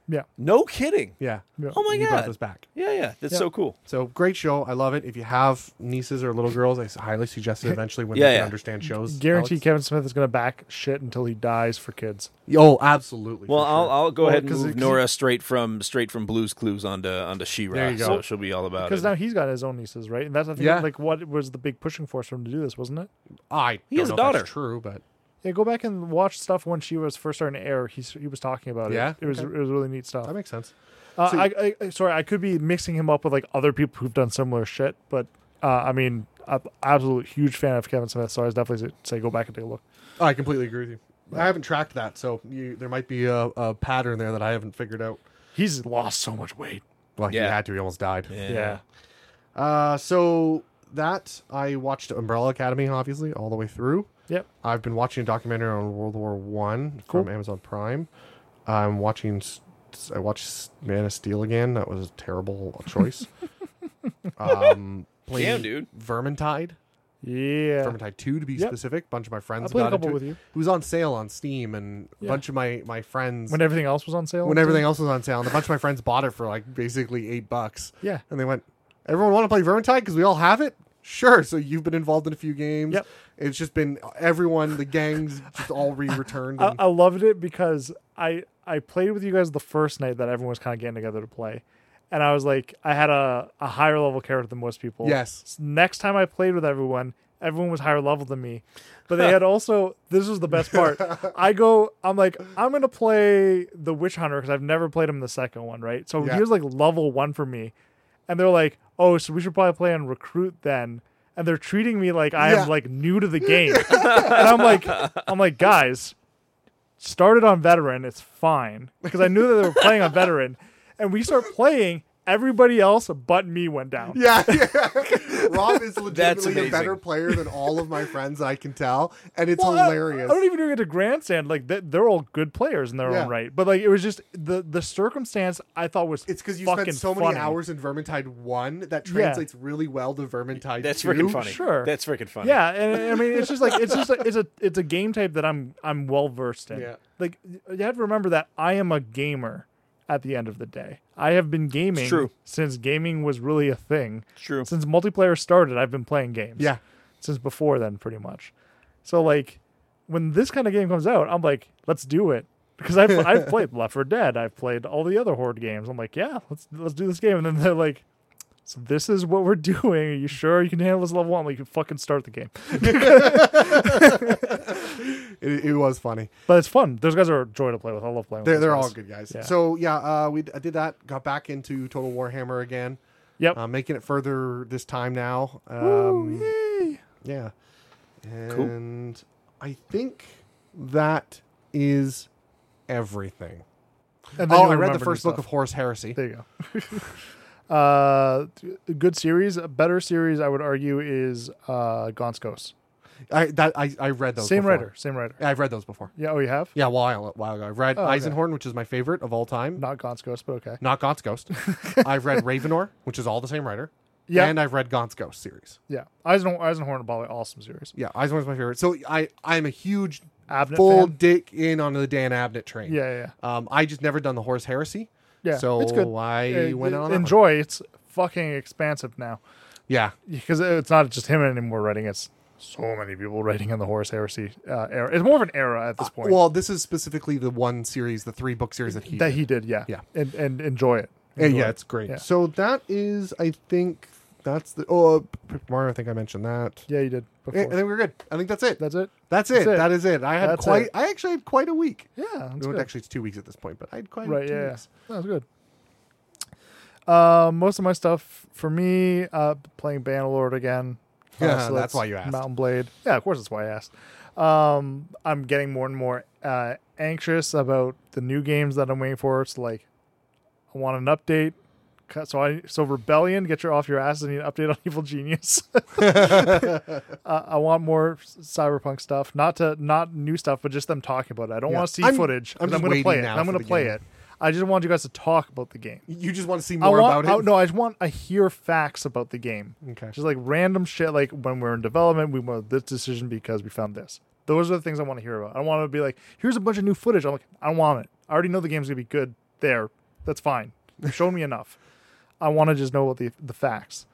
Speaker 2: Yeah.
Speaker 3: No kidding.
Speaker 4: Yeah.
Speaker 3: Oh my
Speaker 4: he
Speaker 3: god.
Speaker 4: brought this back.
Speaker 3: Yeah, yeah. That's
Speaker 4: Yeah.
Speaker 3: so cool.
Speaker 4: So great show. I love it. If you have nieces or little girls, I s- highly suggest it eventually when
Speaker 3: Yeah,
Speaker 4: they
Speaker 3: yeah.
Speaker 4: can understand shows.
Speaker 2: Guarantee
Speaker 4: Alex.
Speaker 2: Kevin Smith is going to back shit until he dies for kids.
Speaker 4: Oh, absolutely.
Speaker 3: Well, I'll I'll go
Speaker 2: Well,
Speaker 3: ahead and
Speaker 2: 'cause it-
Speaker 3: move
Speaker 2: 'cause
Speaker 3: Nora straight from straight from Blue's Clues onto onto She-Ra,
Speaker 4: There you go.
Speaker 3: so she'll be all about it.
Speaker 2: Because now he's got his own nieces, right? And that's I think
Speaker 4: Yeah.
Speaker 2: like what was the big pushing force for him to do this, wasn't it?
Speaker 4: I
Speaker 3: He
Speaker 4: don't
Speaker 3: has a
Speaker 4: know if that's
Speaker 3: daughter.
Speaker 4: true, but
Speaker 2: Yeah, go back and watch stuff when she was first starting to air. He he was talking about it.
Speaker 4: Yeah?
Speaker 2: it was
Speaker 4: Okay.
Speaker 2: it was really neat stuff.
Speaker 4: that makes sense.
Speaker 2: Uh,
Speaker 4: So-
Speaker 2: I, I sorry, I could be mixing him up with like other people who've done similar shit, but uh, I mean, I'm absolute huge fan of Kevin Smith, so I was definitely say go back and take a look.
Speaker 4: I completely agree with you. I haven't tracked that, so you, there might be a, a pattern there that I haven't figured out.
Speaker 2: He's lost so much weight.
Speaker 4: Well, he
Speaker 3: Yeah.
Speaker 4: had to. He almost died.
Speaker 3: Yeah.
Speaker 2: Yeah,
Speaker 4: Uh, so that I watched Umbrella Academy, obviously, all the way through.
Speaker 2: Yep.
Speaker 4: I've been watching a documentary on World War One from
Speaker 2: Cool.
Speaker 4: Amazon Prime. I'm watching. s- s- I watched Man of Steel again. That was a terrible choice. um, playing
Speaker 3: Damn, dude.
Speaker 4: Vermintide.
Speaker 2: yeah.
Speaker 4: Vermintide 2 to be
Speaker 2: Yep.
Speaker 4: specific. A bunch of my friends
Speaker 2: played a
Speaker 4: got into
Speaker 2: couple
Speaker 4: it.
Speaker 2: with you.
Speaker 4: It was on sale on Steam, and a
Speaker 2: Yeah.
Speaker 4: bunch of my, my friends
Speaker 2: When everything else was on sale.
Speaker 4: when everything
Speaker 2: too?
Speaker 4: else was on sale, and a bunch of my friends bought it for like basically eight bucks.
Speaker 2: Yeah.
Speaker 4: and they went, "Everyone want to play Vermintide because we all have it." Sure. So you've been involved in a few games.
Speaker 2: Yep.
Speaker 4: It's just been uh, everyone, the gangs, just all re-returned.
Speaker 2: I,
Speaker 4: And,
Speaker 2: I loved it because I I played with you guys the first night that everyone was kind of getting together to play, and I was like I had a, a higher level character than most people.
Speaker 4: Yes.
Speaker 2: S- Next time I played with everyone, everyone was higher level than me, but they had also this was the best part. I go I'm like I'm gonna play the witch hunter because I've never played him in the second one right. So
Speaker 4: Yeah.
Speaker 2: he was like level one for me, and they're like oh so we should probably play on recruit then. And they're treating me like I
Speaker 4: Yeah.
Speaker 2: am like new to the game, and I'm like, I'm like, guys, started on veteran, it's fine because I knew that they were playing on veteran, and we start playing, everybody else but me went down.
Speaker 4: Yeah, Rob is legitimately a
Speaker 2: amazing.
Speaker 4: better player than all of my friends. I can tell, and it's
Speaker 2: Well, I-
Speaker 4: hilarious.
Speaker 2: I, don't even get to grandstand. Like they, they're all good players in their
Speaker 4: Yeah.
Speaker 2: own right, but like it was just the the circumstance I thought was it's
Speaker 4: because you spent so many hours in Vermintide One that
Speaker 2: Yeah.
Speaker 4: translates really well to Vermintide.
Speaker 3: That's
Speaker 4: 2.
Speaker 3: freaking funny.
Speaker 2: Sure,
Speaker 3: That's freaking funny.
Speaker 2: Yeah, and and I mean it's just like it's just a, it's a it's a game type that I'm I'm well versed in.
Speaker 3: Yeah.
Speaker 2: Like you have to remember that I am a gamer. At the end of the day, I have been gaming
Speaker 3: true.
Speaker 2: since gaming was really a thing.
Speaker 3: True.
Speaker 2: Since multiplayer started, I've been playing games.
Speaker 4: Yeah.
Speaker 2: Since before then, pretty much. So like, when this kind of game comes out, I'm like, let's do it because I've I've played Left 4 Dead, I've played all the other Horde games. I'm like, yeah, let's let's do this game. And then they're like, so this is what we're doing. Are you sure you can handle this level one? Like, you fucking start the game.
Speaker 4: it, it was funny.
Speaker 2: But it's fun. Those guys are a joy to play with. I love playing.
Speaker 4: They're
Speaker 2: with those
Speaker 4: they're all good guys.
Speaker 2: Yeah.
Speaker 4: So yeah, uh, we d- I did that. Got back into Total Warhammer again.
Speaker 2: Yep.
Speaker 4: Uh, making it further this time now. Um, Yeah.
Speaker 10: Cool.
Speaker 4: And I think that is everything.
Speaker 2: And then
Speaker 4: oh,
Speaker 2: you'll
Speaker 4: I read the
Speaker 2: remember new
Speaker 4: first book
Speaker 2: stuff.
Speaker 4: of Horse Heresy.
Speaker 2: There you go. uh, th- good series. A better series, I would argue, is uh, Gaunt's Ghost.
Speaker 4: I that I, I read those.
Speaker 2: Same
Speaker 4: before.
Speaker 2: writer. Same writer.
Speaker 4: Yeah, I've read those before.
Speaker 2: Yeah. Oh, you have.
Speaker 4: Yeah, a while a while ago. I've read
Speaker 2: Oh, okay.
Speaker 4: Eisenhorn, which is my favorite of all time.
Speaker 2: Not Gaunt's Ghost, but okay.
Speaker 4: Not Gaunt's Ghost. I've read Ravenor, which is all the same writer.
Speaker 2: Yeah.
Speaker 4: And I've read Gaunt's Ghost series.
Speaker 2: Yeah. Eisenhorn. Eisenhorn and Bali. Awesome series.
Speaker 4: Yeah, Eisenhorn's my favorite. So I I'm a huge
Speaker 2: Abnett
Speaker 4: full
Speaker 2: fan?
Speaker 4: dick in on the Dan Abnett train.
Speaker 2: Yeah, yeah,
Speaker 4: Um, I just never done the Horse Heresy.
Speaker 2: Yeah.
Speaker 4: So
Speaker 2: it's good.
Speaker 4: I
Speaker 2: Yeah,
Speaker 4: went on. that one.
Speaker 2: Enjoy. It's fucking expansive now.
Speaker 4: Yeah.
Speaker 2: because it's not just him anymore writing; it's so many people writing in the Horse Heresy uh, era. It's more of an era at this point
Speaker 4: Uh, Well, this is specifically the one series, the three book series that he
Speaker 2: that
Speaker 4: did.
Speaker 2: he did, yeah,
Speaker 4: Yeah.
Speaker 2: and and enjoy it.
Speaker 4: And
Speaker 2: Enjoy
Speaker 4: yeah,
Speaker 2: it.
Speaker 4: it's great.
Speaker 2: Yeah.
Speaker 4: So that is, I think, that's the oh uh, Paper Mario. I think I mentioned that. Eh,
Speaker 2: Yeah, you did.
Speaker 4: I think we're good. I think that's it.
Speaker 2: That's it.
Speaker 4: That's it.
Speaker 2: That's it.
Speaker 4: That is it. I had
Speaker 2: That's
Speaker 4: quite.
Speaker 2: it.
Speaker 4: I actually had quite a week.
Speaker 2: Yeah, that's
Speaker 4: No,
Speaker 2: good.
Speaker 4: actually, it's two weeks at this point, but I had quite.
Speaker 2: right.
Speaker 4: two
Speaker 2: Yeah,
Speaker 4: Weeks.
Speaker 2: yeah. that's good. Uh, most of my stuff for me, uh, playing Bannerlord again. Uh,
Speaker 4: Yeah, that's why you asked.
Speaker 2: Mountain Blade. Yeah, of course, that's why I asked. Um, I'm getting more and more uh, anxious about the new games that I'm waiting for. It's like I want an update. Cut- So I so Rebellion, get your off your asses. I need an update on Evil Genius. uh, I want more s- Cyberpunk stuff. Not to not new stuff, but just them talking about it. I don't
Speaker 4: Yeah.
Speaker 2: want to see
Speaker 4: I'm-
Speaker 2: footage.
Speaker 4: I'm
Speaker 2: I'm,
Speaker 4: just
Speaker 2: I'm going to
Speaker 4: waiting
Speaker 2: play it.
Speaker 4: now
Speaker 2: and I'm
Speaker 4: for
Speaker 2: going to
Speaker 4: the
Speaker 2: play
Speaker 4: game.
Speaker 2: it. I just want you guys to talk about the game.
Speaker 4: You just want to see
Speaker 2: I
Speaker 4: more
Speaker 2: want,
Speaker 4: about
Speaker 2: I-
Speaker 4: it.
Speaker 2: no, I just want I hear facts about the game.
Speaker 4: Okay.
Speaker 2: Just like random shit, like when we're in development, we made this decision because we found this. Those are the things I want to hear about. I don't want to be like, here's a bunch of new footage. I'm like, I don't want it. I already know the game's gonna be good. There, that's fine. You've shown me enough. I want to just know about the the facts.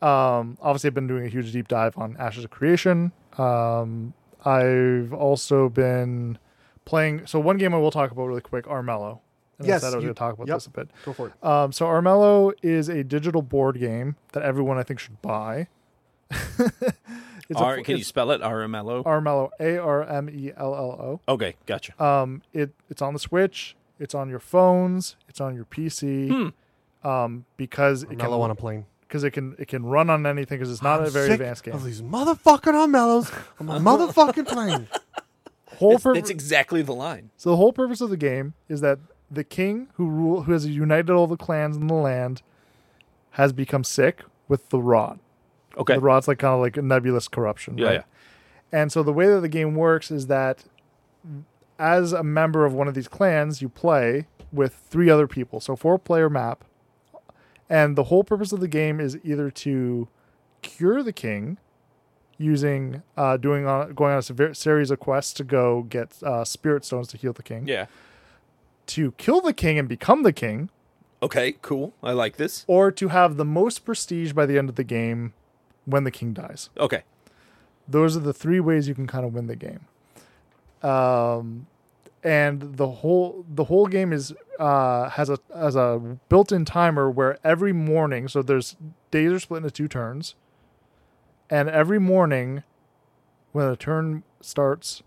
Speaker 2: Um, obviously, I've been doing a huge deep dive on Ashes of Creation. Um, I've also been playing. So one game I will talk about really quick, Armello. And
Speaker 4: Yes,
Speaker 2: I said I was
Speaker 4: you-
Speaker 2: going to talk about
Speaker 4: yep.
Speaker 2: this a bit.
Speaker 4: Go for it.
Speaker 2: Um, so Armello is a digital board game that everyone I think should buy. it's
Speaker 3: R,
Speaker 2: a,
Speaker 3: can you spell it? RMLO?
Speaker 2: Armello? A R M E L L
Speaker 3: okay, gotcha.
Speaker 2: O. Um, it it's on the Switch. It's on your phones. It's on your PC.
Speaker 3: Hmm.
Speaker 2: Um, because it can
Speaker 4: Mellow on a plane.
Speaker 2: because it can it can run on anything because it's not a very
Speaker 4: Sick
Speaker 2: advanced game.
Speaker 4: Of these motherfucking Armellos on my motherfucking plane.
Speaker 2: Whole
Speaker 3: That's,
Speaker 2: purpo-
Speaker 3: that's exactly the line.
Speaker 2: So the whole purpose of the game is that the king who rule who has united all the clans in the land has become sick with the rot.
Speaker 3: Okay.
Speaker 2: The rot's like kind of like a nebulous corruption.
Speaker 3: Yeah,
Speaker 2: right?
Speaker 3: yeah.
Speaker 2: And so the way that the game works is that as a member of one of these clans, you play with three other people. So four player map. And the whole purpose of the game is either to cure the king using uh, doing on going on a sever- series of quests to go get uh, spirit stones to heal the king
Speaker 3: Yeah.
Speaker 2: to kill the king and become the king,
Speaker 3: Okay, cool. I like this.
Speaker 2: or to have the most prestige by the end of the game when the king dies.
Speaker 3: Okay.
Speaker 2: Those are the three ways you can kind of win the game. Um, and the whole the whole game is uh, has a has a built-in timer where every morning, so there's days are split into two turns, and every morning when a turn starts,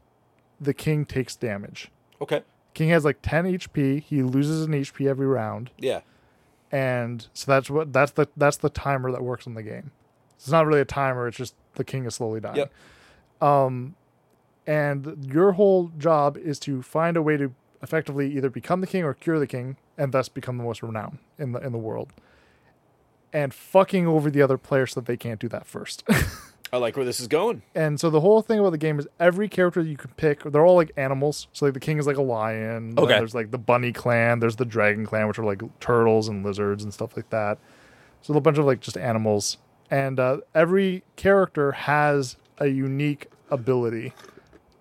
Speaker 2: the king takes damage.
Speaker 3: Okay.
Speaker 2: King has like 10 HP. He loses an HP every round.
Speaker 3: Yeah.
Speaker 2: and so that's what that's the that's the timer that works in the game. It's not really a timer; it's just the king is slowly dying. Um, and your whole job is to find a way to effectively either become the king or cure the king, and thus become the most renowned in the in the world. and fucking over the other player so that they can't do that first.
Speaker 3: I like where this is going.
Speaker 2: and so the whole thing about the game is every character you can pick, they're all like animals. So like the king is like a lion. then
Speaker 3: Okay.
Speaker 2: There's like the bunny clan. There's the dragon clan, which are like turtles and lizards and stuff like that. So a bunch of like just animals. And uh, every character has a unique ability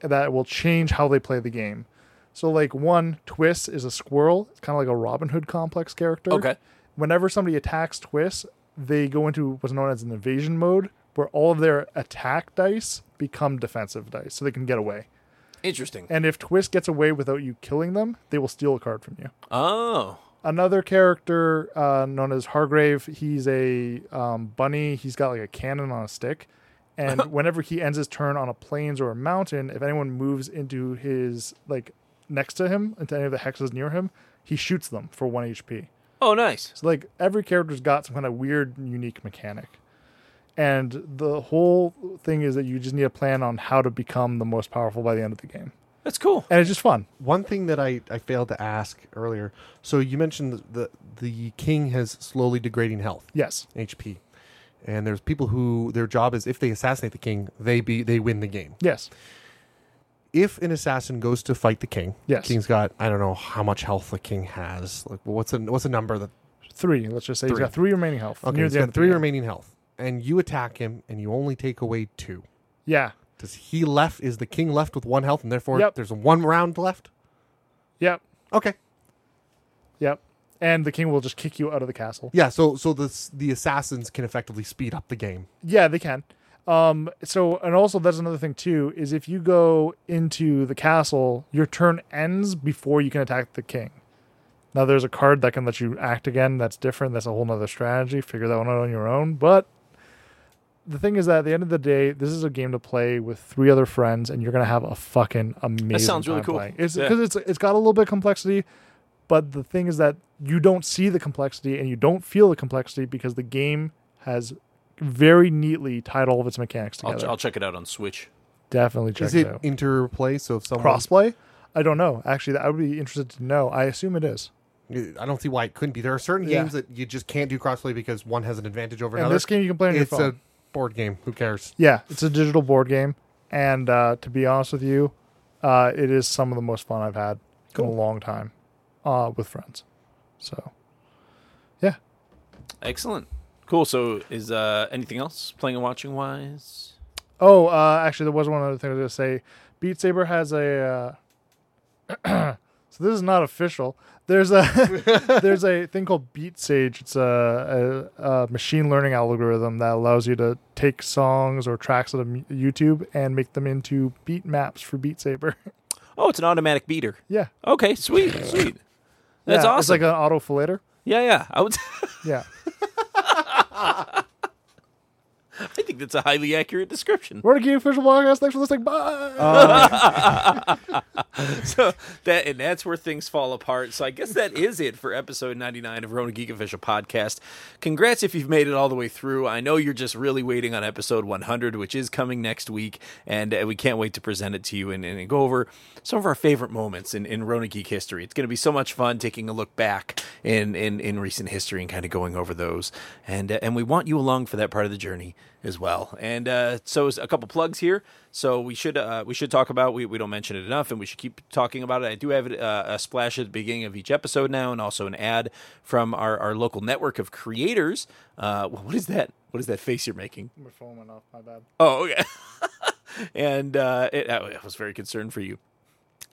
Speaker 2: that will change how they play the game. So like one Twist is a squirrel. It's kind of like a Robin Hood complex character.
Speaker 3: Okay.
Speaker 2: Whenever somebody attacks Twist, they go into what's known as an evasion mode, where all of their attack dice become defensive dice, so they can get away.
Speaker 3: Interesting.
Speaker 2: And if Twist gets away without you killing them, they will steal a card from you.
Speaker 3: Oh.
Speaker 2: Another character uh, known as Hargrave, he's a um, bunny. He's got like a cannon on a stick. And whenever he ends his turn on a plains or a mountain, if anyone moves into his, like, next to him, into any of the hexes near him, he shoots them for one HP.
Speaker 3: Oh, nice.
Speaker 2: So, like, every character's got some kind of weird, unique mechanic. And the whole thing is that you just need a plan on how to become the most powerful by the end of the game.
Speaker 3: That's cool.
Speaker 2: And it's just fun.
Speaker 4: One thing that I, I failed to ask earlier. So you mentioned that the the king has slowly degrading health.
Speaker 2: Yes.
Speaker 4: HP. And there's people who their job is if they assassinate the king, they be they win the game.
Speaker 2: Yes.
Speaker 4: If an assassin goes to fight the king,
Speaker 2: Yes.
Speaker 4: king's got I don't know how much health the king has. Like what's a what's a number that
Speaker 2: Three, let's just say he's got three remaining health.
Speaker 4: Okay,
Speaker 2: near
Speaker 4: he's
Speaker 2: the end
Speaker 4: got
Speaker 2: of the
Speaker 4: three
Speaker 2: game.
Speaker 4: remaining health, and you attack him, and you only take away two.
Speaker 2: Yeah.
Speaker 4: Does he left? Is the king left with one health, and therefore
Speaker 2: Yep.
Speaker 4: there's one round left?
Speaker 2: Yep.
Speaker 4: Okay.
Speaker 2: Yep. And the king will just kick you out of the castle.
Speaker 4: Yeah. So so the s- the assassins can effectively speed up the game.
Speaker 2: Yeah, they can. Um, so, and also that's another thing too is if you go into the castle, your turn ends before you can attack the king. Now, there's a card that can let you act again. That's different. That's a whole nother strategy. Figure that one out on your own. But the thing is that at the end of the day, this is a game to play with three other friends, and you're gonna have a fucking amazing.
Speaker 3: sounds really
Speaker 2: time
Speaker 3: cool.
Speaker 2: playing. It's
Speaker 3: Yeah.
Speaker 2: because it's it's got a little bit of complexity, but the thing is that you don't see the complexity and you don't feel the complexity because the game has very neately tied all of its mechanics
Speaker 3: I'll,
Speaker 2: together.
Speaker 3: ch- I'll check it out on Switch.
Speaker 2: Definitely check
Speaker 4: Is
Speaker 2: it,
Speaker 4: it
Speaker 2: out.
Speaker 4: interplay? So if someone
Speaker 2: Crossplay? I don't know. Actually, I would be interested to know. I assume it is.
Speaker 4: I don't see why it couldn't be. There are certain
Speaker 2: Yeah.
Speaker 4: games that you just can't do crossplay because one has an advantage over
Speaker 2: And
Speaker 4: another.
Speaker 2: this game you can play on your
Speaker 4: it's
Speaker 2: phone.
Speaker 4: a board game. Who cares?
Speaker 2: Yeah, it's a digital board game, and uh, to be honest with you, uh, it is some of the most fun I've had in a long time uh, with friends. So, yeah,
Speaker 3: Excellent. Cool. So, is uh, anything else playing and watching wise?
Speaker 2: Oh, uh, actually, there was one other thing I was going to say. Beat Saber has a. Uh, so this is not official. There's a there's a thing called Beat Sage. It's a, a, a machine learning algorithm that allows you to take songs or tracks out of mu- YouTube and make them into beat maps for Beat Saber.
Speaker 3: Oh, it's an automatic beater.
Speaker 2: Yeah.
Speaker 3: Okay. Sweet. Sweet. That's
Speaker 2: Yeah,
Speaker 3: awesome.
Speaker 2: It's like an auto fillator.
Speaker 3: yeah. Yeah. I would.
Speaker 2: Yeah.
Speaker 3: I think that's a highly accurate description.
Speaker 2: We're the Geek Official Podcast. Thanks for listening. Bye.
Speaker 3: Uh, so that and that's where things fall apart. So I guess that is it for episode 99 of Rona Geek Official podcast. Congrats if you've made it all the way through. I know you're just really waiting on episode 100, which is coming next week, and uh, we can't wait to present it to you and, and go over some of our favorite moments in, in Rona Geek history. It's going to be so much fun taking a look back in in, in recent history and kind of going over those. And uh, and we want you along for that part of the journey as well. And uh, so is a couple plugs here. So we should uh, we should talk about we, we don't mention it enough, and we should keep talking about it. I do have it, uh, a splash at the beginning of each episode now, and also an ad from our, our local network of creators. Uh, what is that? What is that face you're making?
Speaker 2: My phone went off. My bad.
Speaker 3: Oh, okay. and uh, it, I was very concerned for you.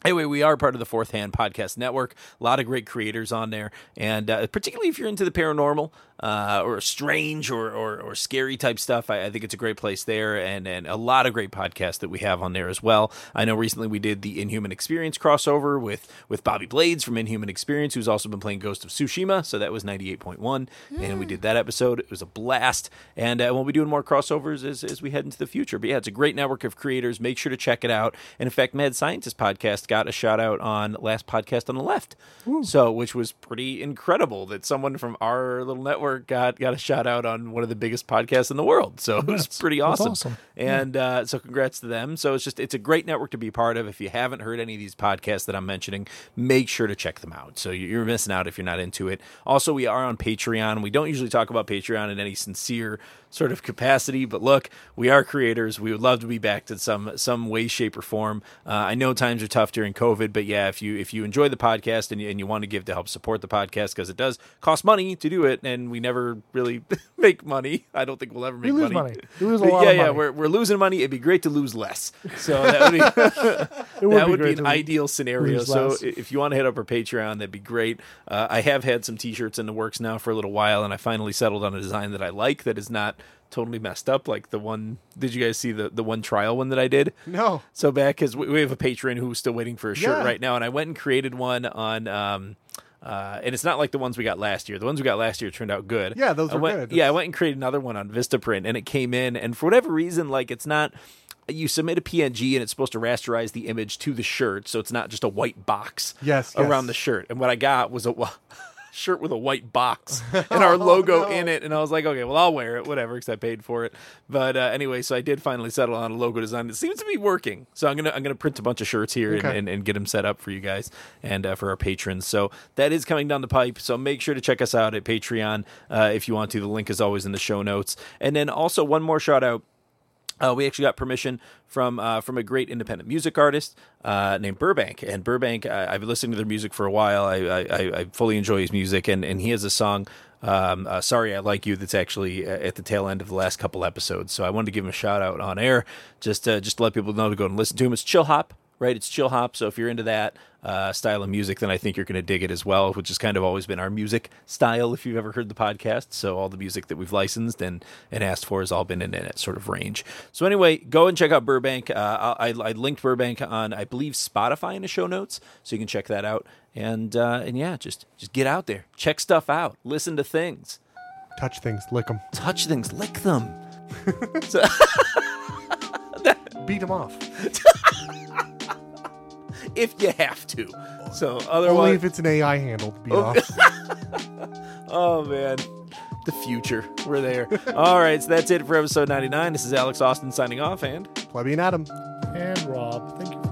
Speaker 3: Anyway, we are part of the Fourth Hand Podcast Network. A lot of great creators on there, and uh, particularly if you're into the paranormal uh, or strange or, or, or scary type stuff, I, I think it's a great place there, and and a lot of great podcasts that we have on there as well. I know recently we did the Inhuman Experience crossover with with Bobby Blades from Inhuman Experience, who's also been playing Ghost of Tsushima, so that was ninety eight point one, and we did that episode. It was a blast, and uh, we'll be doing more crossovers as as we head into the future. But yeah, it's a great network of creators. Make sure to check it out. And in fact, Mad Scientist Podcast got got a shout out on last podcast on the left. So, which was pretty incredible that someone from our little network got got a shout out on one of the biggest podcasts in the world. So it was
Speaker 2: Congrats.
Speaker 3: pretty
Speaker 2: That's
Speaker 3: awesome.
Speaker 2: awesome.
Speaker 3: And uh, so, congrats to them. So it's just it's a great network to be part of. If you haven't heard any of these podcasts that I'm mentioning, make sure to check them out. So you- you're missing out if you're not into it. Also, we are on Patreon. We don't usually talk about Patreon in any sincere sort of capacity, but look, we are creators. We would love to be back to some some way, shape, or form. Uh, I know times are tough during COVID, but yeah, if you if you enjoy the podcast and you, and you want to give to help support the podcast because it does cost money to do it, and we never really make money. I don't think we'll ever
Speaker 2: We
Speaker 3: make
Speaker 2: lose money. We lose a lot
Speaker 3: yeah,
Speaker 2: of
Speaker 3: yeah,
Speaker 2: money.
Speaker 3: we're we're losing money. It'd be great to lose less. So that would be
Speaker 2: It would
Speaker 3: that
Speaker 2: be
Speaker 3: would be
Speaker 2: great
Speaker 3: an
Speaker 2: to
Speaker 3: ideal scenario.
Speaker 2: lose
Speaker 3: So
Speaker 2: less.
Speaker 3: i- if you want to hit up our Patreon, that'd be great. Uh, I have had some T-shirts in the works now for a little while, and I finally settled on a design that I like that is not totally messed up like the one did you guys see the the one trial one that i did
Speaker 4: No.
Speaker 3: so back because we, we have a patron who's still waiting for a shirt
Speaker 4: Yeah.
Speaker 3: right now and i went and created one on um uh, and it's not like the ones we got last year. The ones we got last year turned out good.
Speaker 4: Yeah, those
Speaker 3: I
Speaker 4: were
Speaker 3: went-
Speaker 4: good.
Speaker 3: Yeah, I went and created another one on Vistaprint, and it came in, and for whatever reason, like it's not. You submit a PNG, and it's supposed to rasterize the image to the shirt, so it's not just a white box
Speaker 4: Yes,
Speaker 3: around
Speaker 4: yes.
Speaker 3: the shirt. And what I got was a wa- shirt with a white box and our logo in it, and I was like, okay, well, I'll wear it, whatever, because I paid for it. But uh, anyway, so I did finally settle on a logo design that seems to be working. So I'm gonna I'm gonna print a bunch of shirts here and-
Speaker 4: Okay.
Speaker 3: and, and, get them set up for you guys and uh, for our patrons. So that is coming down the pipe. So make sure to check us out at Patreon uh, if you want to. The link is always in the show notes. And then also one more shout out. Uh, we actually got permission from uh, from a great independent music artist uh, named Burbank, and Burbank. I, I've been listening to their music for a while. I, I, I- I fully enjoy his music, and, and he has a song, um, uh, "Sorry I Like You," that's actually uh, at the tail end of the last couple episodes. So I wanted to give him a shout out on air, just to, just to let people know to go and listen to him. It's chill hop, right? It's chill hop. So if you're into that uh, style of music, then I think you're going to dig it as well, which has kind of always been our music style. If you've ever heard the podcast, so all the music that we've licensed and and asked for has all been in that sort of range. So anyway, go and check out Burbank. Uh, I, I I linked Burbank on I believe Spotify in the show notes, so you can check that out. And uh, and yeah, just just get out there, check stuff out, listen to things,
Speaker 4: Touch things, lick them.
Speaker 3: touch things, lick them.
Speaker 4: Beat them off.
Speaker 3: if you have to. So
Speaker 4: Only
Speaker 3: otherwise,
Speaker 4: if it's an AI handled beat
Speaker 3: Oh.
Speaker 4: off.
Speaker 3: oh man, the future. We're there. All right, so that's it for episode 99. This is Alex Austin signing off, and
Speaker 4: Plebeian Adam.
Speaker 2: And Rob, thank you